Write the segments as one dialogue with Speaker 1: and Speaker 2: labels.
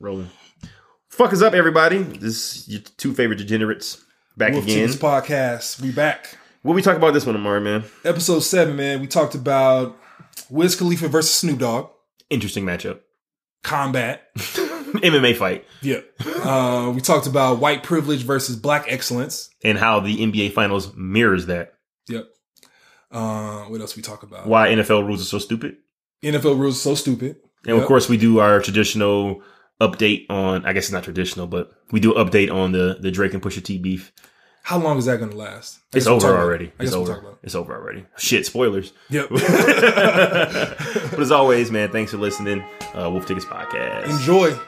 Speaker 1: Rolling. Fuck is up, everybody. This is your two favorite degenerates back
Speaker 2: Wolf
Speaker 1: again.
Speaker 2: Tickets podcast. We back.
Speaker 1: What we talk about this one tomorrow, man?
Speaker 2: Episode seven, man. We talked about Wiz Khalifa versus Snoop Dogg
Speaker 1: Interesting matchup.
Speaker 2: combat.
Speaker 1: MMA fight
Speaker 2: Yeah. Uh, we talked about white privilege versus black excellence.
Speaker 1: and how the NBA Finals mirrors that.
Speaker 2: Yep. Uh, what else we talk about?
Speaker 1: Why NFL rules are so stupid.
Speaker 2: NFL rules are so stupid.
Speaker 1: And of
Speaker 2: Yep.
Speaker 1: course, we do our traditional update on. I guess it's not traditional, but we do an update on the the Drake and Pusha T beef.
Speaker 2: How long is that going to last? I
Speaker 1: It's
Speaker 2: guess we'll talk
Speaker 1: over
Speaker 2: about it.
Speaker 1: already.
Speaker 2: I
Speaker 1: it's
Speaker 2: guess we'll
Speaker 1: over.
Speaker 2: talk about
Speaker 1: It's over already. Shit, spoilers.
Speaker 2: it. Yep.
Speaker 1: but as always, man, thanks for listening. Uh, Wolf Tickets Podcast.
Speaker 2: Enjoy.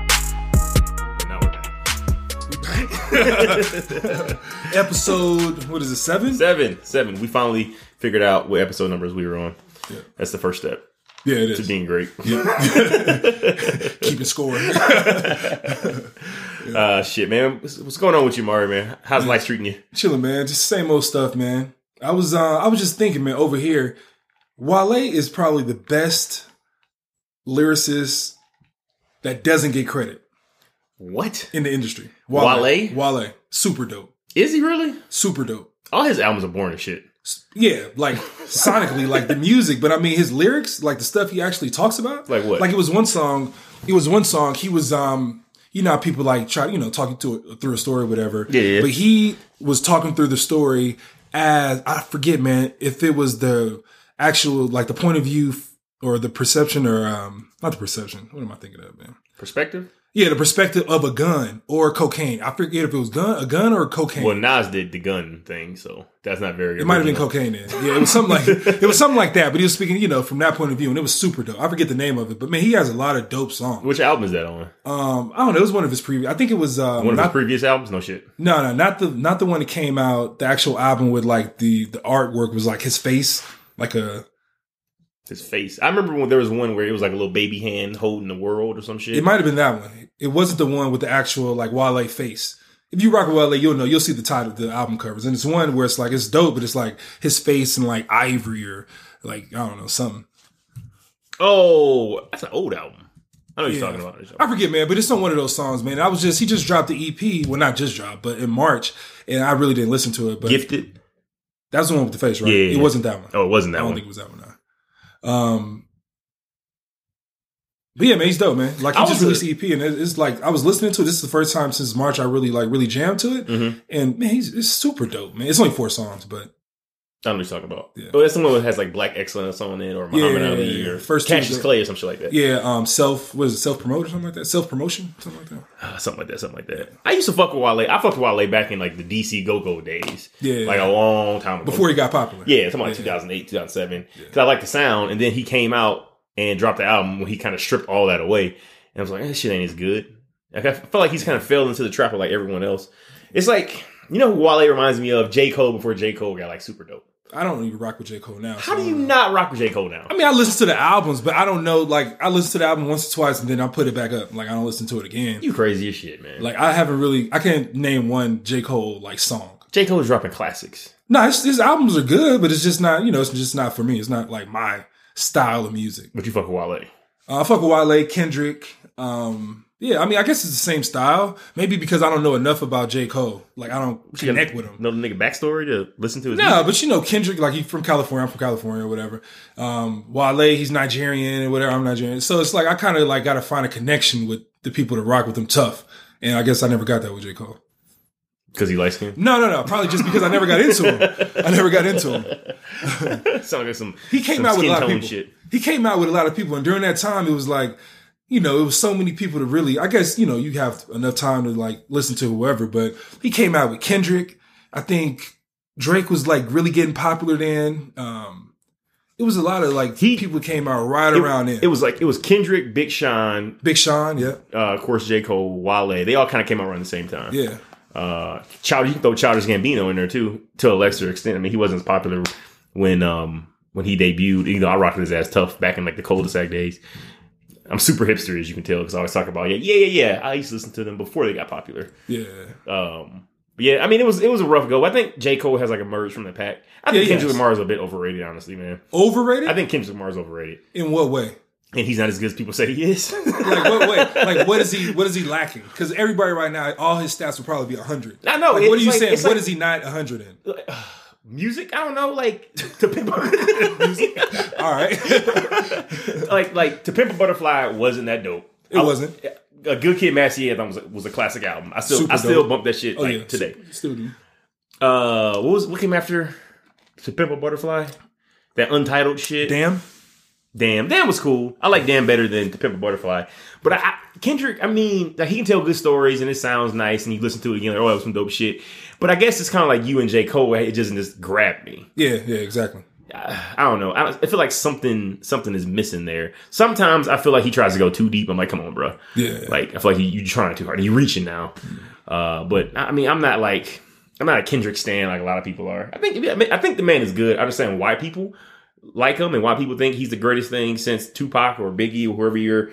Speaker 1: Now we're back.
Speaker 2: Episode, what is it, seven?
Speaker 1: Seven, seven. We finally figured out what episode numbers we were on. That's the first step
Speaker 2: Yeah, it
Speaker 1: to
Speaker 2: is.
Speaker 1: being great.
Speaker 2: Keeping score.
Speaker 1: Uh, shit, man. What's, what's going on with you, Mario? Man, how's life treating you?
Speaker 2: Chilling, man. Just same old stuff, man. I was uh I was just thinking, man, over here, Wale is probably the best lyricist that doesn't get credit
Speaker 1: What
Speaker 2: in the industry.
Speaker 1: Wale?
Speaker 2: Wale. Super dope.
Speaker 1: is he really?
Speaker 2: Super dope.
Speaker 1: All his albums are boring as shit.
Speaker 2: Yeah, like sonically, like the music, but I mean his lyrics, like the stuff he actually talks about.
Speaker 1: Like what?
Speaker 2: Like it was one song. It was one song. He was um, you know, how people like try, you know, talking to through a story, or whatever.
Speaker 1: Yeah, yeah.
Speaker 2: But he was talking through the story as I forget, man, if it was the actual like the point of view f- or the perception or um, not the perception. What am I thinking of, man?
Speaker 1: Perspective.
Speaker 2: Yeah, the perspective of a gun or cocaine. I forget if it was gun, a gun or cocaine.
Speaker 1: Well, Nas did the gun thing, so that's not very.
Speaker 2: It might have been cocaine then. Yeah, it was something like it was something like that. But he was speaking, you know, from that point of view, and it was super dope. I forget the name of it, but man, he has a lot of dope songs.
Speaker 1: Which album is that on?
Speaker 2: Um, I don't know. It was one of his previous. I think it was um,
Speaker 1: One of his
Speaker 2: not,
Speaker 1: previous albums? No shit.
Speaker 2: no, no, not the not the one that came out. The actual album with like the the artwork was like his face, like a.
Speaker 1: His face. I remember when there was one where it was like a little baby hand holding the world or some shit.
Speaker 2: It might have been that one. It wasn't the one with the actual like Wale face. If you rock with Wale, you'll know. You'll see the title, the album covers, and it's one where it's like it's dope, but it's like his face and like ivory or like I don't know something.
Speaker 1: oh, that's an old album. I know what you're talking about.
Speaker 2: I forget, man, but it's on one of those songs, man. I was just he just dropped the EP, well, not just dropped, but in March, and I really didn't listen to it. But
Speaker 1: Gifted.
Speaker 2: that's the one with the face, right?
Speaker 1: Yeah, yeah,
Speaker 2: it
Speaker 1: yeah.
Speaker 2: wasn't that one.
Speaker 1: Oh, it wasn't
Speaker 2: I
Speaker 1: that
Speaker 2: don't
Speaker 1: one.
Speaker 2: think it was that one. No. Um, but yeah, man, he's dope, man. Like he
Speaker 1: I
Speaker 2: just
Speaker 1: was
Speaker 2: released the EP, and it- it's like I was listening to it. This is the first time since March I really like really jammed to it,
Speaker 1: Mhm.
Speaker 2: and man, he's it's super dope, man. It's only four songs, but
Speaker 1: I know what you're talking about.
Speaker 2: Yeah.
Speaker 1: Oh, that's the one that has like black excellence on it, or Muhammad
Speaker 2: Yeah, yeah,
Speaker 1: Ali,
Speaker 2: yeah, yeah.
Speaker 1: or
Speaker 2: First two
Speaker 1: Cassius
Speaker 2: is-
Speaker 1: Clay, or some shit like that.
Speaker 2: yeah, um, self was it self promote or something like that? Self promotion, something like that.
Speaker 1: Ah, something like that, something like that. I used to fuck with Wale. I fucked with Wale back in like the DC Go Go days,
Speaker 2: Yeah.
Speaker 1: like a long time ago.
Speaker 2: Before he got popular,
Speaker 1: yeah, something like 2008, 2007. Because I liked the sound, and then he came out and dropped the album when he kind of stripped all that away, and I was like, eh, this shit ain't as good. Like I felt like he's kind of fell into the trap of like everyone else. It's like you know who Wale reminds me of J Cole before J Cole got like super dope.
Speaker 2: I don't even rock with J Cole now.
Speaker 1: How do
Speaker 2: so-
Speaker 1: you not rock with J Cole now?
Speaker 2: Mm. I mean, I listen to the albums, but I don't know. Like, I listen to the album once or twice, and then I put it back up. Like, I don't listen to it again.
Speaker 1: You crazy as shit, man.
Speaker 2: Like, I haven't really. I can't name one J Cole like song.
Speaker 1: J Cole's dropping classics.
Speaker 2: No, it's, his albums are good, but it's just not. You know, it's just not for me. It's not like my style of music.
Speaker 1: But you fuck with Wale.
Speaker 2: Uh, I fuck with Wale, Kendrick. Um, yeah, I mean, I guess it's the same style. Maybe because I don't know enough about J Cole. Like, I don't connect with him.
Speaker 1: Know the nigga backstory to listen to his
Speaker 2: No, but you know Kendrick, like he's from California. I'm from California or whatever. Um, Wale, he's Nigerian or whatever. I'm Nigerian, so it's like I kind of like got to find a connection with the people that rock with them tough. And I guess I never got that with J Cole.
Speaker 1: because he likes him.
Speaker 2: No, no, no. Probably just because I never got into him. I never got into him.
Speaker 1: Sound like some
Speaker 2: He came
Speaker 1: some
Speaker 2: out with
Speaker 1: skin
Speaker 2: a lot of
Speaker 1: tone
Speaker 2: people. He came out with a lot of people, and during that time, it was like, you know, it was so many people to really. I guess you know you have enough time to like listen to whoever, but he came out with Kendrick. I think Drake was like really getting popular then. Um, it was a lot of like
Speaker 1: He-
Speaker 2: people came out right around then.
Speaker 1: It was like it was Kendrick, Big Sean,
Speaker 2: Big Sean, yeah,
Speaker 1: uh, of course J Cole, Wale. They all kind of came out around the same time.
Speaker 2: yeah.
Speaker 1: Uh, Child, you can throw Childish Gambino in there too, to a lesser extent. I mean, he wasn't as popular when um when he debuted. You know, I rocked his ass tough back in like the cul-de-sac days. I'm super hipster, as you can tell, because I always talk about yeah, yeah, yeah, yeah. I used to listen to them before they got popular.
Speaker 2: Yeah.
Speaker 1: Um, but yeah, I mean, it was it was a rough go. I think J Cole has like emerged from the pack. I think
Speaker 2: Yeah,
Speaker 1: Kendrick
Speaker 2: yes.
Speaker 1: Lamar is a bit overrated, honestly, man.
Speaker 2: Overrated?
Speaker 1: I think Kendrick Lamar is overrated,
Speaker 2: In what way?
Speaker 1: and he's not as good as people say he is.
Speaker 2: Like what way? Like what is he? What is he lacking? Because everybody right now, all his stats would probably be hundred.
Speaker 1: I know,
Speaker 2: Like,
Speaker 1: it's
Speaker 2: what are you
Speaker 1: like-
Speaker 2: saying? What
Speaker 1: it's
Speaker 2: is
Speaker 1: like-
Speaker 2: he not hundred in?
Speaker 1: Music, I don't know, like to pimp a-
Speaker 2: All right,
Speaker 1: like like to pimp a butterfly wasn't that dope.
Speaker 2: it wasn't.
Speaker 1: A Good Kid, Mad City, I thought was a, was a classic album. I still
Speaker 2: Super
Speaker 1: I still
Speaker 2: dope.
Speaker 1: bump that shit
Speaker 2: Oh
Speaker 1: like
Speaker 2: yeah,
Speaker 1: today.
Speaker 2: Still do.
Speaker 1: Uh, what was what came after to pimp a butterfly? That untitled shit.
Speaker 2: Damn.
Speaker 1: Damn, Damn was cool. I like Damn better than To Pimp a Butterfly. But I, I Kendrick, I mean, like, he can tell good stories and it sounds nice, and you listen to it again, like, oh, that was some dope shit. But I guess it's kind of like you and J Cole, where it doesn't just grab me.
Speaker 2: Yeah, yeah, exactly.
Speaker 1: I, I don't know. I, I feel like something something is missing there. Sometimes I feel like he tries to go too deep. I'm like, come on, bro.
Speaker 2: Yeah.
Speaker 1: Like I feel like you, you're trying too hard. You're reaching now. Uh, but I I mean, I'm not like I'm not a Kendrick stan like a lot of people are. I think I, mean, I think the man is good. I understand why people like him and why people think he's the greatest thing since Tupac or Biggie or whoever your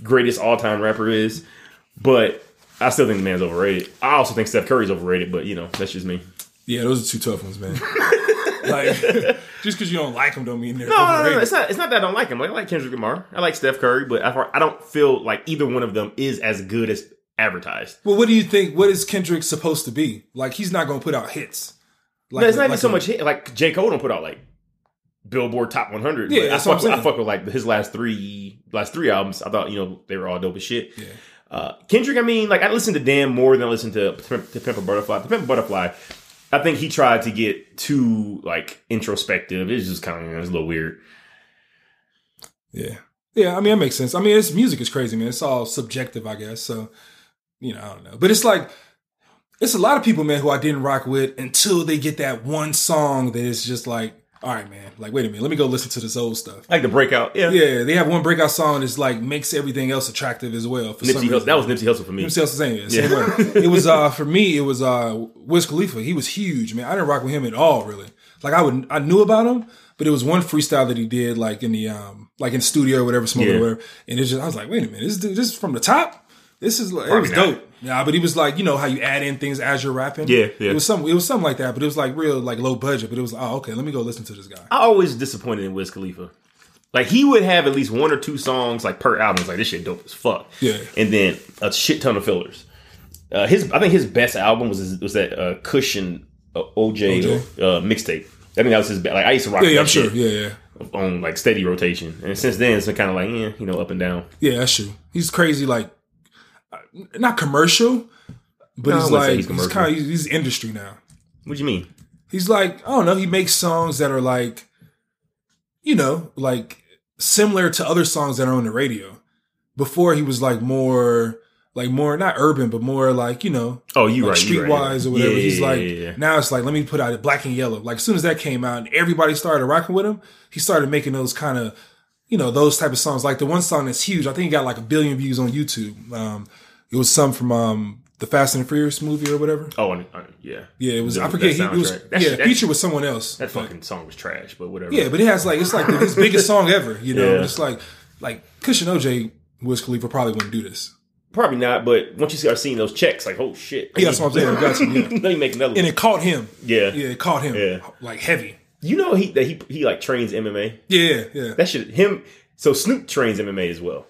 Speaker 1: greatest all time rapper is. But I still think the man's overrated. I also think Steph Curry's overrated. But you know, that's just me.
Speaker 2: Yeah, those are two tough ones, man. like, just because you don't like them, don't mean they're
Speaker 1: No, no, no, no,
Speaker 2: overrated.
Speaker 1: it's not. It's not that I don't like him. Like, I like Kendrick Lamar. I like Steph Curry, but I, I don't feel like either one of them is as good as advertised.
Speaker 2: Well, what do you think? What is Kendrick supposed to be? Like, he's not going to put out hits. Like,
Speaker 1: No, it's not even
Speaker 2: like
Speaker 1: so
Speaker 2: a-
Speaker 1: much hit. Like J Cole don't put out like Billboard Top 100.
Speaker 2: Yeah,
Speaker 1: but I
Speaker 2: that's
Speaker 1: fuck,
Speaker 2: what I'm
Speaker 1: with, I
Speaker 2: saying.
Speaker 1: fuck with like his last three last three albums. I thought you know they were all dope as shit.
Speaker 2: Yeah.
Speaker 1: Uh, Kendrick, I mean, like I listened to Damn more than I listened to Pimp- to Pimp a Butterfly. To Pimp a Butterfly, I think he tried to get too like introspective. It's just kind of it was a little weird.
Speaker 2: Yeah, yeah. I mean, that makes sense. I mean, it's music is crazy, man. It's all subjective, I guess. So, you know, I don't know. But it's like, it's a lot of people, man, who I didn't rock with until they get that one song that is just like, all right, man. Like, wait a minute, let me go listen to this old stuff.
Speaker 1: Like the breakout, yeah.
Speaker 2: Yeah, they have one breakout song that's like makes everything else attractive as well. For some
Speaker 1: Nipsey Hussle,
Speaker 2: reason.
Speaker 1: that was Nipsey Hussle for me.
Speaker 2: Himself same, yeah, same way. It was uh for me. It was uh Wiz Khalifa. He was huge, man. I didn't rock with him at all, really. Like I would, I knew about him, but it was one freestyle that he did, like in the um, like in the studio or whatever, smoking
Speaker 1: Yeah.
Speaker 2: or whatever. And it's just, I was like, wait a minute, this dude, this is from the top. This is like, it was
Speaker 1: Probably not.
Speaker 2: dope. Yeah, but he was like, you know how you add in things as you're rapping.
Speaker 1: Yeah, yeah.
Speaker 2: It was something, it was something like that, but it was like real, like low budget. But it was, oh, okay, let me go listen to this guy.
Speaker 1: I always disappointed in Wiz Khalifa. Like he would have at least one or two songs like per album. It's like this shit dope as fuck.
Speaker 2: Yeah.
Speaker 1: And then a shit ton of fillers. Uh, his I think his best album was his, was that uh, Cushion uh, OJ,
Speaker 2: OJ?
Speaker 1: Uh, mixtape. I think that was his best. Like I used to rock
Speaker 2: Yeah,
Speaker 1: that
Speaker 2: yeah, I'm sure.
Speaker 1: shit
Speaker 2: Yeah, yeah.
Speaker 1: on like steady rotation. And since then it's been kind of like eh, you know up and down.
Speaker 2: Yeah, that's true. He's crazy, like uh, not commercial, but
Speaker 1: No, I wouldn't
Speaker 2: he's
Speaker 1: say
Speaker 2: like
Speaker 1: he's
Speaker 2: he's,
Speaker 1: commercial.
Speaker 2: kind of he's, he's industry now.
Speaker 1: What do you mean?
Speaker 2: He's like I don't know. He makes songs that are like, you know, like similar to other songs that are on the radio. Before he was like more like more not urban, but more like you know
Speaker 1: Oh, you
Speaker 2: like
Speaker 1: right. you right, you right.
Speaker 2: streetwise or whatever.
Speaker 1: Yeah,
Speaker 2: he's
Speaker 1: yeah,
Speaker 2: like
Speaker 1: yeah, yeah, yeah.
Speaker 2: now it's like let me put out it black and yellow. Like as soon as that came out and everybody started rocking with him, he started making those kind of you know those type of songs. Like the one song that's huge, I think he got like a billion views on YouTube. Um, it was some from um, the Fast and the Furious movie or whatever.
Speaker 1: Oh, and, uh, yeah.
Speaker 2: Yeah, it was.
Speaker 1: The-
Speaker 2: I forget. He,
Speaker 1: that
Speaker 2: it was
Speaker 1: soundtrack. That
Speaker 2: yeah,
Speaker 1: shit- that-
Speaker 2: featured with someone else.
Speaker 1: That fucking song was trash, but whatever.
Speaker 2: Yeah, but it has like it's like his biggest song ever. You know,
Speaker 1: Yeah.
Speaker 2: it's like like Cushion OJ Wiz Khalifa probably wouldn't do this.
Speaker 1: Probably not. But once you start seeing those checks, like oh shit.
Speaker 2: Yeah, that's what I'm saying. Got you, yeah.
Speaker 1: Let me make another. one.
Speaker 2: And it caught him.
Speaker 1: Yeah.
Speaker 2: Yeah, it caught him.
Speaker 1: Yeah.
Speaker 2: Like heavy.
Speaker 1: You know he that he he like trains MMA.
Speaker 2: Yeah, yeah.
Speaker 1: That should him. So Snoop trains MMA as well.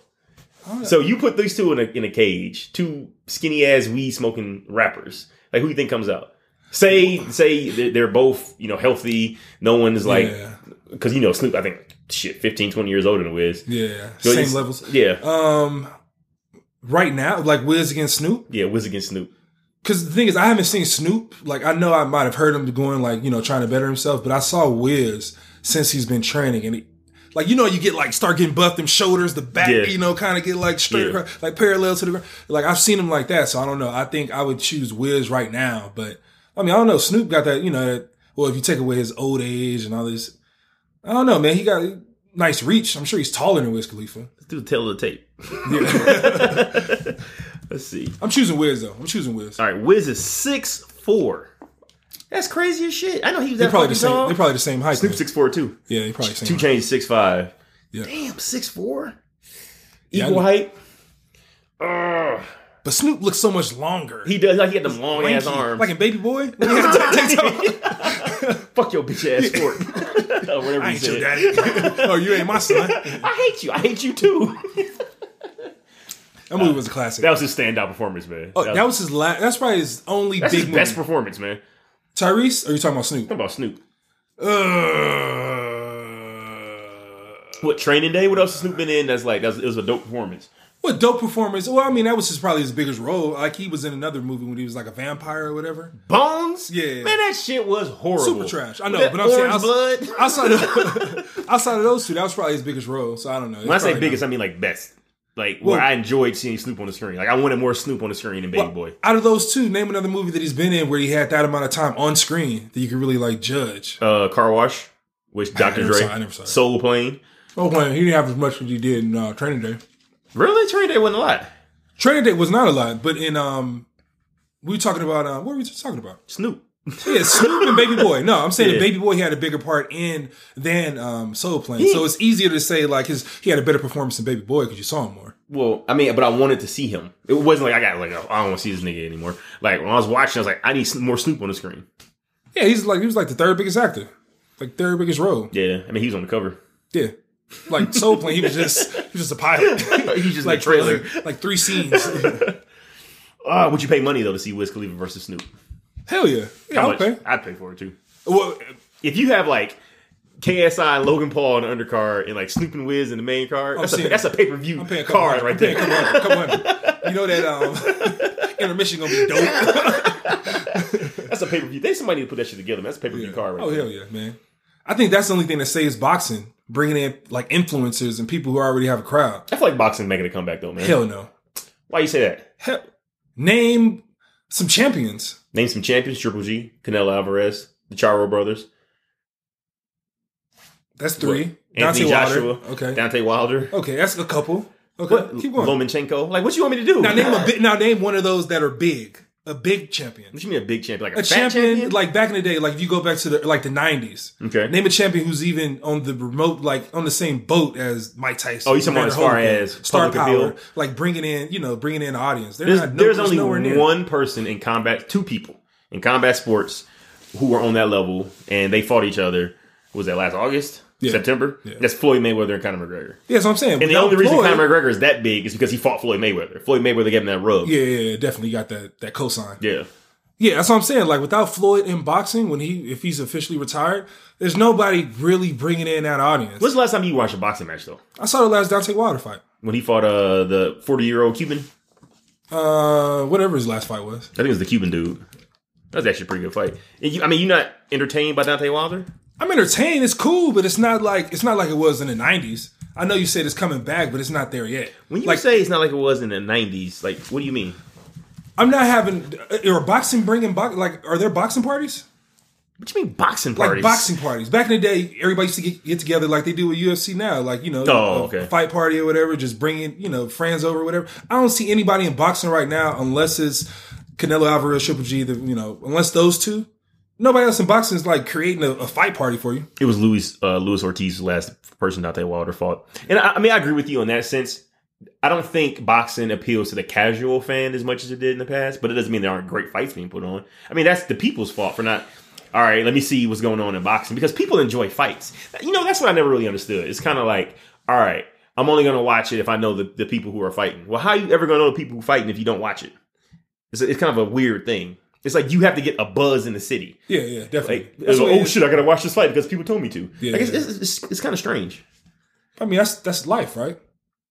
Speaker 2: Oh,
Speaker 1: So you put these two in a in a cage, two skinny ass weed smoking rappers. Like who you think comes out? Say say they're they're both you know healthy. No one is like
Speaker 2: yeah.
Speaker 1: because you know Snoop. I think shit 15, 20 years older than Wiz.
Speaker 2: Yeah,
Speaker 1: So
Speaker 2: same
Speaker 1: it's-
Speaker 2: levels.
Speaker 1: Yeah,
Speaker 2: Um, right now, like Wiz against Snoop,
Speaker 1: yeah. Wiz against Snoop.
Speaker 2: because the thing is, I haven't seen Snoop. Like, I know I might have heard him going, like, you know, trying to better himself, but I saw Wiz since he's been training, and he, like, you know, you get like start getting buffed, them shoulders, the back,
Speaker 1: Yeah.
Speaker 2: you know, kind of get like straight,
Speaker 1: Yeah.
Speaker 2: across- like parallel to the ground. Like, I've seen him like that, so I don't know. I think I would choose Wiz right now, but I mean, I don't know. Snoop got that, you know. That, well, if you take away his old age and all this, I don't know, man. He got nice reach. I'm sure he's taller than Wiz Khalifa.
Speaker 1: Let's do the tail of the tape. Let's see.
Speaker 2: I'm choosing Wiz though. I'm choosing Wiz.
Speaker 1: All right, Wiz is six four. That's crazy as shit. I know he was
Speaker 2: They're
Speaker 1: that
Speaker 2: probably
Speaker 1: fucking
Speaker 2: the same.
Speaker 1: tall.
Speaker 2: They're probably the same height.
Speaker 1: Snoop
Speaker 2: man.
Speaker 1: six four too.
Speaker 2: Yeah, they probably the same.
Speaker 1: Two
Speaker 2: height.
Speaker 1: Chainz six five.
Speaker 2: Yeah.
Speaker 1: Damn, six four.
Speaker 2: Yeah, I
Speaker 1: Equal
Speaker 2: know.
Speaker 1: height. Ugh.
Speaker 2: But Snoop looks so much longer.
Speaker 1: he does like he had them long ass
Speaker 2: Lanky.
Speaker 1: arms.
Speaker 2: like a baby boy. When he had to take- take off.
Speaker 1: Fuck your bitch ass sport. or whatever
Speaker 2: I
Speaker 1: he
Speaker 2: ain't your
Speaker 1: said.
Speaker 2: daddy. oh, you ain't my son.
Speaker 1: I hate you. I hate you too.
Speaker 2: That movie was a classic.
Speaker 1: that was his standout performance, man.
Speaker 2: Oh, that was his last. That's probably his only
Speaker 1: that's
Speaker 2: big
Speaker 1: his
Speaker 2: movie.
Speaker 1: best performance, man.
Speaker 2: Tyrese, or are you talking about Snoop?
Speaker 1: Talking about Snoop.
Speaker 2: Uh,
Speaker 1: What Training Day? What else has Snoop been in? That's like that's it was a dope performance.
Speaker 2: what dope performance? Well, I mean, that was just probably his biggest role. Like he was in another movie when he was like a vampire or whatever.
Speaker 1: Bones.
Speaker 2: Yeah.
Speaker 1: man, that shit was horrible.
Speaker 2: Super trash. I know,
Speaker 1: That
Speaker 2: but I'm saying
Speaker 1: orange
Speaker 2: outs-
Speaker 1: blood.
Speaker 2: Outside of, outside of those two, that was probably his biggest role. So I don't know. It's
Speaker 1: When I say
Speaker 2: probably
Speaker 1: biggest, I mean like best. Like where
Speaker 2: Well-
Speaker 1: I enjoyed seeing Snoop on the screen. Like I wanted more Snoop on the screen than Baby
Speaker 2: not-
Speaker 1: Boy.
Speaker 2: Out of those two, name another movie that he's been in where he had that amount of time on screen that you could really like judge.
Speaker 1: Uh, Car Wash, which Dr.
Speaker 2: never
Speaker 1: Dre,
Speaker 2: saw it, I never saw it.
Speaker 1: Soul Plane.
Speaker 2: Oh, well, he didn't have as much as he did in uh, Training Day.
Speaker 1: Really, Training Day wasn't a lot.
Speaker 2: Training Day was not a lot, but in um, we were talking about uh, what were we just talking about?
Speaker 1: Snoop.
Speaker 2: Yeah, Snoop and Baby Boy. No, I'm saying
Speaker 1: Yeah.
Speaker 2: Baby Boy had a bigger part in than um, Soul Plane, so it's easier to say like his he had a better performance than Baby Boy because you saw him more.
Speaker 1: Well, I mean, but I wanted to see him. It wasn't like I got like oh, I don't want to see this nigga anymore. Like when I was watching, I was like, I need some more Snoop on the screen.
Speaker 2: Yeah, he's like he was like the third biggest actor, like third biggest role.
Speaker 1: Yeah, I mean, he was on the cover.
Speaker 2: Yeah, like Soul Plane, he was just he was just a pilot.
Speaker 1: He's just like
Speaker 2: like
Speaker 1: in the trailer.
Speaker 2: like, like three scenes.
Speaker 1: Ah, would you pay money though to see Wiz Khalifa versus Snoop?
Speaker 2: Hell yeah, yeah,
Speaker 1: How much?
Speaker 2: okay.
Speaker 1: I'd pay for it too.
Speaker 2: Well,
Speaker 1: If you have like KSI and Logan Paul on the undercard and like Snoop and Wiz in the main card, that's a,
Speaker 2: seeing
Speaker 1: that's a
Speaker 2: it.
Speaker 1: pay per view
Speaker 2: I'm paying a couple
Speaker 1: card
Speaker 2: hundred.
Speaker 1: right
Speaker 2: I'm
Speaker 1: there.
Speaker 2: paying a couple hundred. couple hundred. You know that um, intermission gonna be dope.
Speaker 1: That's a pay per view. They somebody need to put that shit together. Man. That's a pay per view card right
Speaker 2: oh
Speaker 1: there.
Speaker 2: hell yeah, man! I think that's the only thing that saves boxing, bringing in like influencers and people who already have a crowd.
Speaker 1: I feel like boxing making a comeback though, man.
Speaker 2: Hell no.
Speaker 1: Why you say that?
Speaker 2: Hell, name some champions.
Speaker 1: Name some champions: Triple G, Canelo Alvarez, the Charo brothers,
Speaker 2: That's three.
Speaker 1: What? Anthony Joshua,
Speaker 2: Wilder. Okay.
Speaker 1: Dante Wilder.
Speaker 2: okay, that's a couple. Okay,
Speaker 1: What?
Speaker 2: keep going.
Speaker 1: Lomachenko. Like, what you want me to do?
Speaker 2: Now name a big, now name one of those that are big. A big champion.
Speaker 1: What you mean a big champion? Like a,
Speaker 2: A
Speaker 1: fat
Speaker 2: champion,
Speaker 1: champion?
Speaker 2: like back in the day, like if you go back to the like the nineties.
Speaker 1: okay.
Speaker 2: Name a champion who's even on the remote, like on the same boat as Mike Tyson.
Speaker 1: Oh, you talking about as far
Speaker 2: Holyfield.
Speaker 1: as
Speaker 2: star
Speaker 1: public
Speaker 2: power,
Speaker 1: appeal?
Speaker 2: like bringing in, you know, bringing in the audience. They're
Speaker 1: there's
Speaker 2: not- no-
Speaker 1: there's
Speaker 2: there's
Speaker 1: only
Speaker 2: nowhere near.
Speaker 1: one person in combat, two people in combat sports who were on that level, and they fought each other. what was that last August?
Speaker 2: Yeah.
Speaker 1: September?
Speaker 2: Yeah.
Speaker 1: That's Floyd Mayweather and Conor McGregor.
Speaker 2: Yeah, that's what I'm saying.
Speaker 1: And the only reason Conor McGregor is that big is because he fought Floyd Mayweather. Floyd Mayweather gave him that rub.
Speaker 2: yeah, yeah, yeah, definitely got that that cosign. Yeah.
Speaker 1: Yeah.
Speaker 2: that's what I'm saying. Like without Floyd in boxing, when he if he's officially retired, there's nobody really bringing in that audience.
Speaker 1: When's the last time you watched a boxing match though?
Speaker 2: I saw the last Dante Wilder fight.
Speaker 1: When he fought uh the forty year old Cuban?
Speaker 2: Uh, whatever his last fight was.
Speaker 1: I think it was the Cuban dude. That was actually a pretty good fight. And you, I mean, you not entertained by Dante Wilder?
Speaker 2: I'm entertained. It's cool, but it's not like it's not like it was in the '90s. I know you said it's coming back, but it's not there yet.
Speaker 1: When you
Speaker 2: like,
Speaker 1: say it's not like it was in the nineties, like what do you mean?
Speaker 2: I'm not having or boxing bringing bo- like are there boxing parties?
Speaker 1: What do you mean boxing
Speaker 2: Like
Speaker 1: parties?
Speaker 2: boxing parties. Back in the day, everybody used to get, get together like they do with UFC now, like you know,
Speaker 1: Oh,
Speaker 2: a
Speaker 1: okay.
Speaker 2: fight party or whatever, just bringing you know friends over, or whatever. I don't see anybody in boxing right now unless it's Canelo Alvarez, Triple G, the, you know, unless those two. Nobody else in boxing is like creating a, a fight party for you.
Speaker 1: It was Luis uh, Luis Ortiz, the last person Dante Wilder fought. And I, I mean, I agree with you in that sense. I don't think boxing appeals to the casual fan as much as it did in the past, but it doesn't mean there aren't great fights being put on. I mean, that's the people's fault for not. All right, let me see what's going on in boxing because people enjoy fights. You know, that's what I never really understood. It's kind of like, all right, I'm only going to watch it if I know the, the people who are fighting. Well, how you ever going to know the people who fighting if you don't watch it? It's, it's kind of a weird thing. It's like you have to get a buzz in the city.
Speaker 2: Yeah, yeah, definitely.
Speaker 1: Like,
Speaker 2: That's what it
Speaker 1: oh
Speaker 2: is.
Speaker 1: shit, I gotta watch this fight because people told me to.
Speaker 2: Yeah,
Speaker 1: like, it's,
Speaker 2: yeah.
Speaker 1: it's, it's, it's kind of strange.
Speaker 2: I mean, that's that's life, right?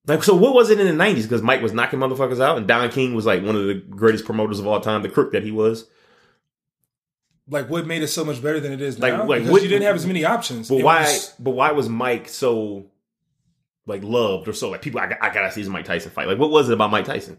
Speaker 1: Like, so what was it in the '90s? Because Mike was knocking motherfuckers out, and Don King was like one of the greatest promoters of all time, the crook that he was.
Speaker 2: Like what made it so much better than it is
Speaker 1: Like-
Speaker 2: now?
Speaker 1: like,
Speaker 2: because
Speaker 1: what-
Speaker 2: you didn't have as many options.
Speaker 1: But
Speaker 2: It
Speaker 1: why?
Speaker 2: was-
Speaker 1: But why was Mike so like loved or so like people? I, got- I gotta see this Mike Tyson fight. Like, what was it about Mike Tyson?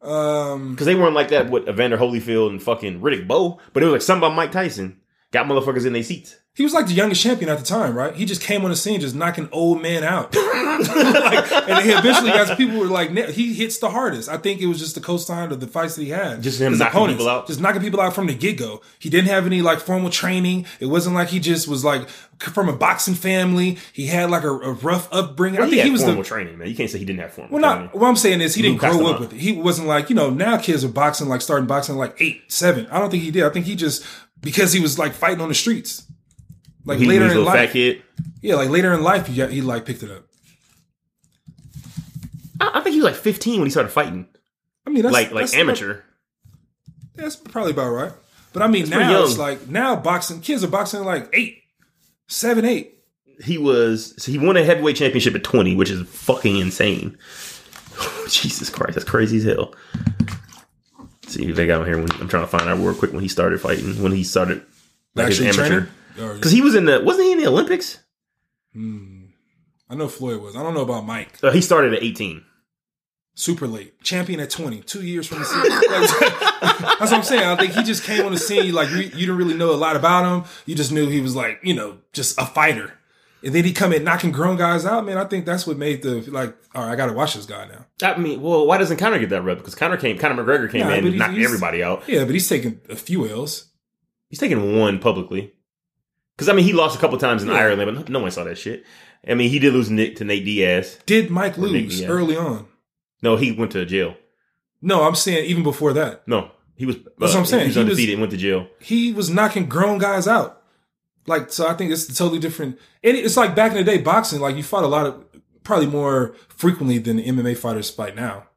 Speaker 2: um,
Speaker 1: Because they weren't like that with Evander Holyfield and fucking Riddick Bowe, but it was like something about Mike Tyson got motherfuckers in their seats.
Speaker 2: He was like the youngest champion at the time, right? He just came on the scene, just knocking old man out, like, and he eventually got people were like, "Nah, he hits the hardest. I think it was just the coastline of the fights that he had,
Speaker 1: Just him
Speaker 2: His
Speaker 1: knocking
Speaker 2: opponents,
Speaker 1: people out?
Speaker 2: just knocking people out from the get go. He didn't have any like formal training. It wasn't like he just was like c- from a boxing family. He had like a, a rough upbringing. I
Speaker 1: he
Speaker 2: think
Speaker 1: had
Speaker 2: he was the
Speaker 1: formal training, man. You can't say he didn't have formal
Speaker 2: well,
Speaker 1: training.
Speaker 2: not what I'm saying is he didn't
Speaker 1: Lou
Speaker 2: grow
Speaker 1: Castamano.
Speaker 2: up with it. He wasn't like you know now kids are boxing like starting boxing like eight, seven. I don't think he did. I think he just because he was like fighting on the streets, like
Speaker 1: he
Speaker 2: later
Speaker 1: was a
Speaker 2: in
Speaker 1: little
Speaker 2: life.
Speaker 1: fat kid.
Speaker 2: Yeah, like later in life, he, got- he like picked it up.
Speaker 1: I, I think he was like 15 when he started fighting,
Speaker 2: I mean, that's,
Speaker 1: like like
Speaker 2: that's-
Speaker 1: amateur.
Speaker 2: That's probably about right. But I mean,
Speaker 1: pretty
Speaker 2: now it's
Speaker 1: young.
Speaker 2: like now boxing kids are boxing like eight, seven, eight.
Speaker 1: he was so he won a heavyweight championship at 20, which is fucking insane. Jesus Christ, that's crazy as hell. See, they got him here. When, I'm trying to find out real quick when he started fighting, when he started like his
Speaker 2: Actually,
Speaker 1: amateur,
Speaker 2: training. Oh, Or-
Speaker 1: because he was in the wasn't he in the Olympics?
Speaker 2: I know Floyd was. I don't know about Mike.
Speaker 1: Uh, he started at 18.
Speaker 2: Super late champion at twenty, two years from the scene. Like, that's what I'm saying. I think he just came on the scene. Like you, you didn't really know a lot about him. You just knew he was like you know just a fighter. And then he come in knocking grown guys out, man. I think that's what made the like. All right, I got to watch this guy now.
Speaker 1: I mean, well, why doesn't Conor get that rep? Because Conor came, Conor McGregor came
Speaker 2: Nah,
Speaker 1: in
Speaker 2: but
Speaker 1: and
Speaker 2: he's-
Speaker 1: knocked
Speaker 2: he's-
Speaker 1: everybody out.
Speaker 2: Yeah, but he's taking a few L's.
Speaker 1: He's taking one publicly. Because I mean, he lost a couple times in Ireland, but no one saw that shit. I mean, he did lose Nick to Nate Diaz.
Speaker 2: Did Mike
Speaker 1: Or Nick
Speaker 2: lose
Speaker 1: Diaz.
Speaker 2: early on?
Speaker 1: No, he went to jail.
Speaker 2: No, I'm saying even before that,
Speaker 1: No, he was. uh,
Speaker 2: That's what I'm saying.
Speaker 1: He was
Speaker 2: He was-
Speaker 1: undefeated and went to jail.
Speaker 2: he was knocking grown guys out. Like, so I think it's totally different. And it's like back in the day, boxing, like you fought a lot of probably more frequently than MMA fighters fight now.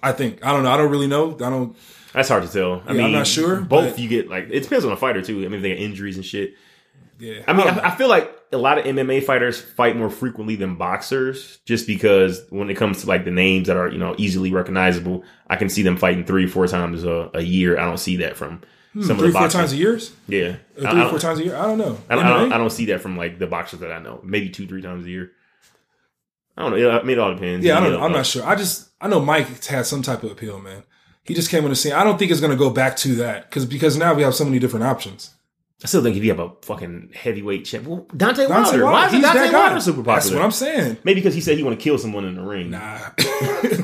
Speaker 2: I think. I don't know. I don't really know. I don't.
Speaker 1: That's hard to tell. I
Speaker 2: Yeah,
Speaker 1: mean,
Speaker 2: I'm not sure,
Speaker 1: Both
Speaker 2: but-
Speaker 1: you get like it depends on the fighter too. I mean, if they got injuries and shit.
Speaker 2: Yeah.
Speaker 1: I mean,
Speaker 2: don't know.
Speaker 1: I, I feel like a lot of MMA fighters fight more frequently than boxers, just because when it comes to like the names that are you know easily recognizable, I can see them fighting three, four times a, a year. I don't see that from some
Speaker 2: Hmm, three,
Speaker 1: of the
Speaker 2: four
Speaker 1: boxers.
Speaker 2: times a year. Three,
Speaker 1: Yeah, I, I
Speaker 2: or four
Speaker 1: don't,
Speaker 2: times a year. I don't know.
Speaker 1: I, don't, I,
Speaker 2: MMA?
Speaker 1: don't, I don't see that from like the boxers that I know. Maybe two, three times a year. I don't know. Yeah, I mean, it all depends.
Speaker 2: Yeah, I
Speaker 1: You uh,
Speaker 2: don't, I'm not sure. I just I know Mike had some type of appeal, man. He just came on the scene. I don't think it's going to go back to that because because now we have so many different options.
Speaker 1: I still think if you have a fucking heavyweight champ, well, Dante,
Speaker 2: Dante
Speaker 1: Wilder. Why isn't
Speaker 2: he's
Speaker 1: Dante
Speaker 2: that guy.
Speaker 1: Wilder super popular?
Speaker 2: That's what I'm saying.
Speaker 1: Maybe because he said he want to kill someone in the ring.
Speaker 2: Nah.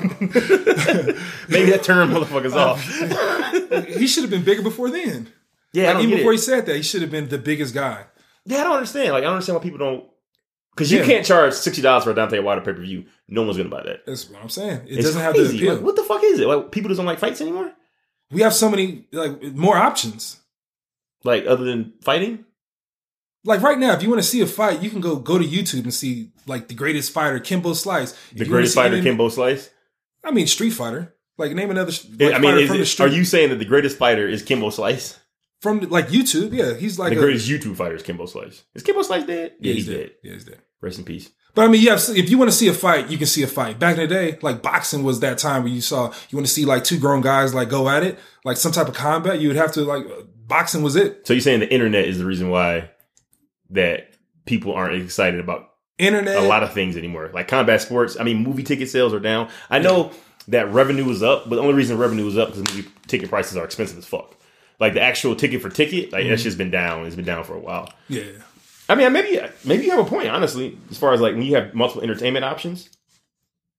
Speaker 1: Maybe that turned motherfuckers off.
Speaker 2: he should have been bigger before then.
Speaker 1: Yeah, I don't
Speaker 2: Even
Speaker 1: get
Speaker 2: before
Speaker 1: it.
Speaker 2: he said that, he should have been the biggest guy.
Speaker 1: yeah, I don't understand. Like, I don't understand why people don't. Because you
Speaker 2: Yeah.
Speaker 1: can't charge sixty dollars for a Dante Wilder pay per view. No one's gonna buy that.
Speaker 2: That's what I'm saying. It
Speaker 1: It's
Speaker 2: doesn't have the
Speaker 1: crazy.
Speaker 2: appeal.
Speaker 1: Like, what the fuck is it? Like, people just don't like fights anymore.
Speaker 2: We have so many like more options.
Speaker 1: Like, other than fighting.
Speaker 2: Like right now, if you want to see a fight, you can go go to YouTube and see like the greatest fighter, Kimbo Slice. If
Speaker 1: The
Speaker 2: you
Speaker 1: greatest
Speaker 2: wanna see
Speaker 1: fighter,
Speaker 2: any-
Speaker 1: Kimbo Slice.
Speaker 2: I mean, Street Fighter. Like name another. sh- Like,
Speaker 1: I mean,
Speaker 2: fighter
Speaker 1: is
Speaker 2: from the
Speaker 1: it,
Speaker 2: street.
Speaker 1: are you saying that the greatest fighter is Kimbo Slice?
Speaker 2: from the- like YouTube? Yeah, he's like
Speaker 1: The
Speaker 2: a-
Speaker 1: greatest YouTube fighter is Kimbo Slice. Is Kimbo Slice dead? Yeah, he's dead.
Speaker 2: Yeah, he's dead.
Speaker 1: Rest in peace.
Speaker 2: But I mean, yeah, if you want to see a fight, you can see a fight. Back in the day, like boxing was that time where you saw you want to see like two grown guys like go at it, like some type of combat. You would have to like boxing was it.
Speaker 1: So you're saying the internet is the reason why that people aren't excited about
Speaker 2: Internet,
Speaker 1: a lot of things anymore. Like combat sports. I mean, movie ticket sales are down. I know that revenue was up, but the only reason revenue was up because movie ticket prices are expensive as fuck. Like the actual ticket for ticket, like
Speaker 2: Mm-hmm.
Speaker 1: that's just been down. It's been down for a while.
Speaker 2: yeah,
Speaker 1: I mean, maybe maybe you have a point, honestly, as far as like when you have multiple entertainment options.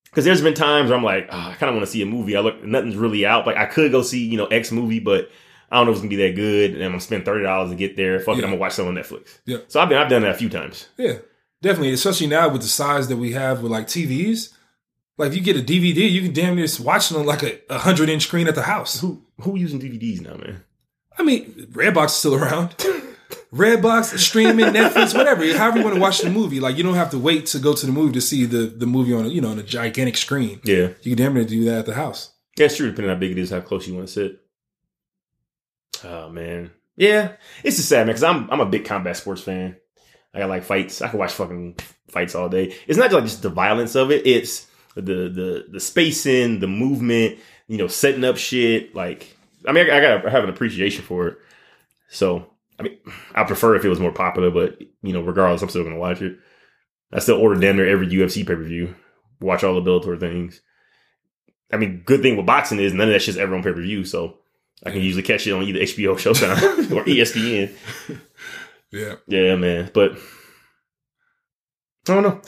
Speaker 1: Because there's been times where I'm like, "Ah, I kind of want to see a movie. I look, nothing's really out. Like I could go see, you know, X movie, but I don't know if it's gonna be that good, and I'm gonna spend thirty dollars to get there. Fuck it,
Speaker 2: Yeah.
Speaker 1: I'm gonna watch something on Netflix.
Speaker 2: Yeah.
Speaker 1: So I've been I've done that a few times.
Speaker 2: yeah, definitely. Especially now with the size that we have with like TVs. Like if you get a DVD, you can damn near watch it on like a, a hundred inch screen at the house.
Speaker 1: Who who using DVDs now, man?
Speaker 2: I mean, Redbox is still around. Redbox, streaming, Netflix, whatever. However you want to watch the movie, like you don't have to wait to go to the movie to see the the movie on a, you know on a gigantic screen.
Speaker 1: Yeah.
Speaker 2: You can damn near do that at the house.
Speaker 1: That's true, depending on how big it is, how close you want to sit. Oh man, yeah, it's just sad, man. Because I'm I'm a big combat sports fan. Like, I like fights. I can watch fucking fights all day. It's not like just the violence of it. It's the the the spacing, the movement. You know, setting up shit. Like, I mean, I, I gotta have an appreciation for it. So, I mean, I prefer if it was more popular, but you know, regardless, I'm still gonna watch it. I still order damn near every UFC pay per view. Watch all the Bellator things. I mean, good thing with boxing is none of that shit's E ever on pay per view, so I can usually catch it on either HBO, Showtime, or ESPN.
Speaker 2: Yeah.
Speaker 1: Yeah, man. But I don't know.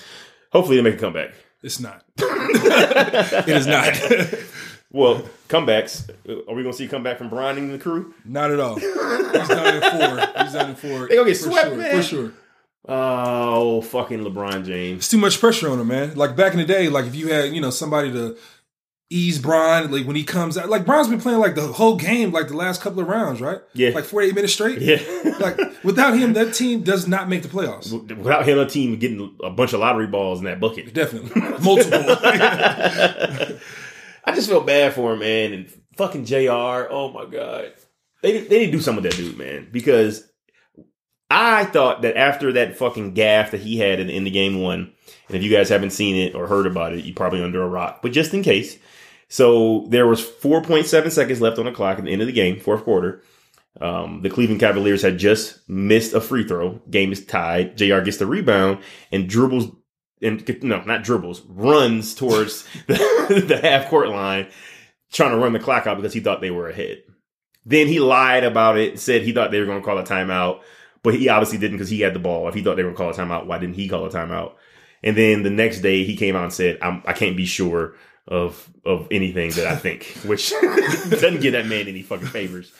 Speaker 1: Hopefully they make a comeback.
Speaker 2: It's not. it is not.
Speaker 1: Well, comebacks. Are we gonna see a comeback from Brian and the crew?
Speaker 2: not at all. He's down in four. He's down in four.
Speaker 1: They gonna get
Speaker 2: for
Speaker 1: swept,
Speaker 2: sure,
Speaker 1: man.
Speaker 2: For sure.
Speaker 1: Oh, fucking LeBron James.
Speaker 2: It's too much pressure on him, man. Like back in the day, like if you had, you know, somebody to ease Bron, like when he comes out, like Bron's been playing like the whole game, like the last couple of rounds, right?
Speaker 1: Yeah.
Speaker 2: Like 48 minutes straight.
Speaker 1: Yeah.
Speaker 2: Like without him, that team does not make the playoffs.
Speaker 1: Without him, a team getting a bunch of lottery balls in that bucket.
Speaker 2: Definitely. Multiple.
Speaker 1: I just feel bad for him, man. And fucking Jr. Oh my god, they they need to do something with that dude, man. Because I thought that after that fucking gaff that he had in, in the game one, and if you guys haven't seen it or heard about it, you probably under a rock. But just in case, so there was 4.7 seconds left on the clock at the end of the game, fourth quarter. Um, the Cleveland Cavaliers had just missed a free throw. Game is tied. Jr. gets the rebound and dribbles and no, not dribbles, runs towards the, the half court line, trying to run the clock out because he thought they were ahead. Then he lied about it, said he thought they were going to call a timeout, but he obviously didn't because he had the ball. If he thought they were going to call a timeout, why didn't he call a timeout? And then the next day, he came out and said, I'm, "I can't be sure of of anything that I think," which doesn't give that man any fucking favors.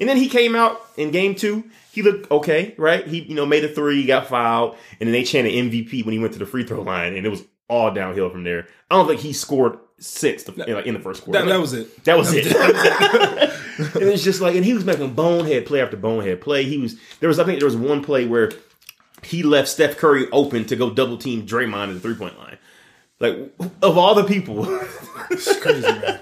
Speaker 1: And then he came out in game two. He looked okay, right? He you know made a three, got fouled, and then they chanted MVP when he went to the free throw line, and it was all downhill from there. I don't think he scored six to, in, like, in the first quarter.
Speaker 2: that, that was it.
Speaker 1: That was it. and it's just like, and he was making bonehead play after bonehead play. He was there was I think there was one play where he left Steph Curry open to go double team Draymond at the three point line. Like of all the people,
Speaker 2: It's crazy, man.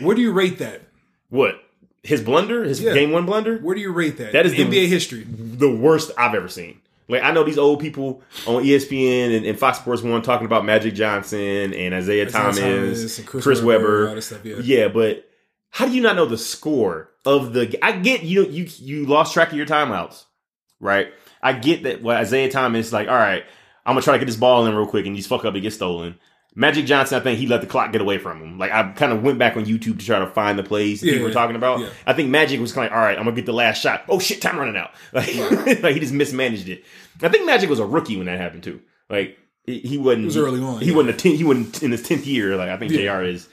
Speaker 2: Where do you rate that?
Speaker 1: what his blunder, his
Speaker 2: Yeah.
Speaker 1: game one blunder,
Speaker 2: Where do you rate that?
Speaker 1: That is the-
Speaker 2: NBA history.
Speaker 1: the worst I've ever seen. Like I know these old people on E ESPN and, and Fox Sports One talking about Magic Johnson and Isaiah, Thomas,
Speaker 2: Thomas and
Speaker 1: Chris,
Speaker 2: Chris
Speaker 1: Webber,
Speaker 2: Webber, all that stuff, yeah.
Speaker 1: but how do you not know the score of the? g- I get you you you lost track of your timeouts, right? I get that. Well, Isaiah Thomas, like, all right, I'm gonna try to get this ball in real quick, and you fuck up, it gets stolen. Magic Johnson, I think he let the clock get away from him. Like I kind of went back on YouTube to try to find the plays that
Speaker 2: Yeah,
Speaker 1: people were
Speaker 2: yeah,
Speaker 1: talking about.
Speaker 2: yeah.
Speaker 1: I think Magic was kind of like, all right, I'm gonna get the last shot. Oh shit, time running out. Like, like he just mismanaged it. I think Magic was a rookie when that happened too. Like he he wasn't. It
Speaker 2: was early on,
Speaker 1: He
Speaker 2: yeah.
Speaker 1: wasn't a ten, He wasn't in his tenth year. Like I think Jr. is.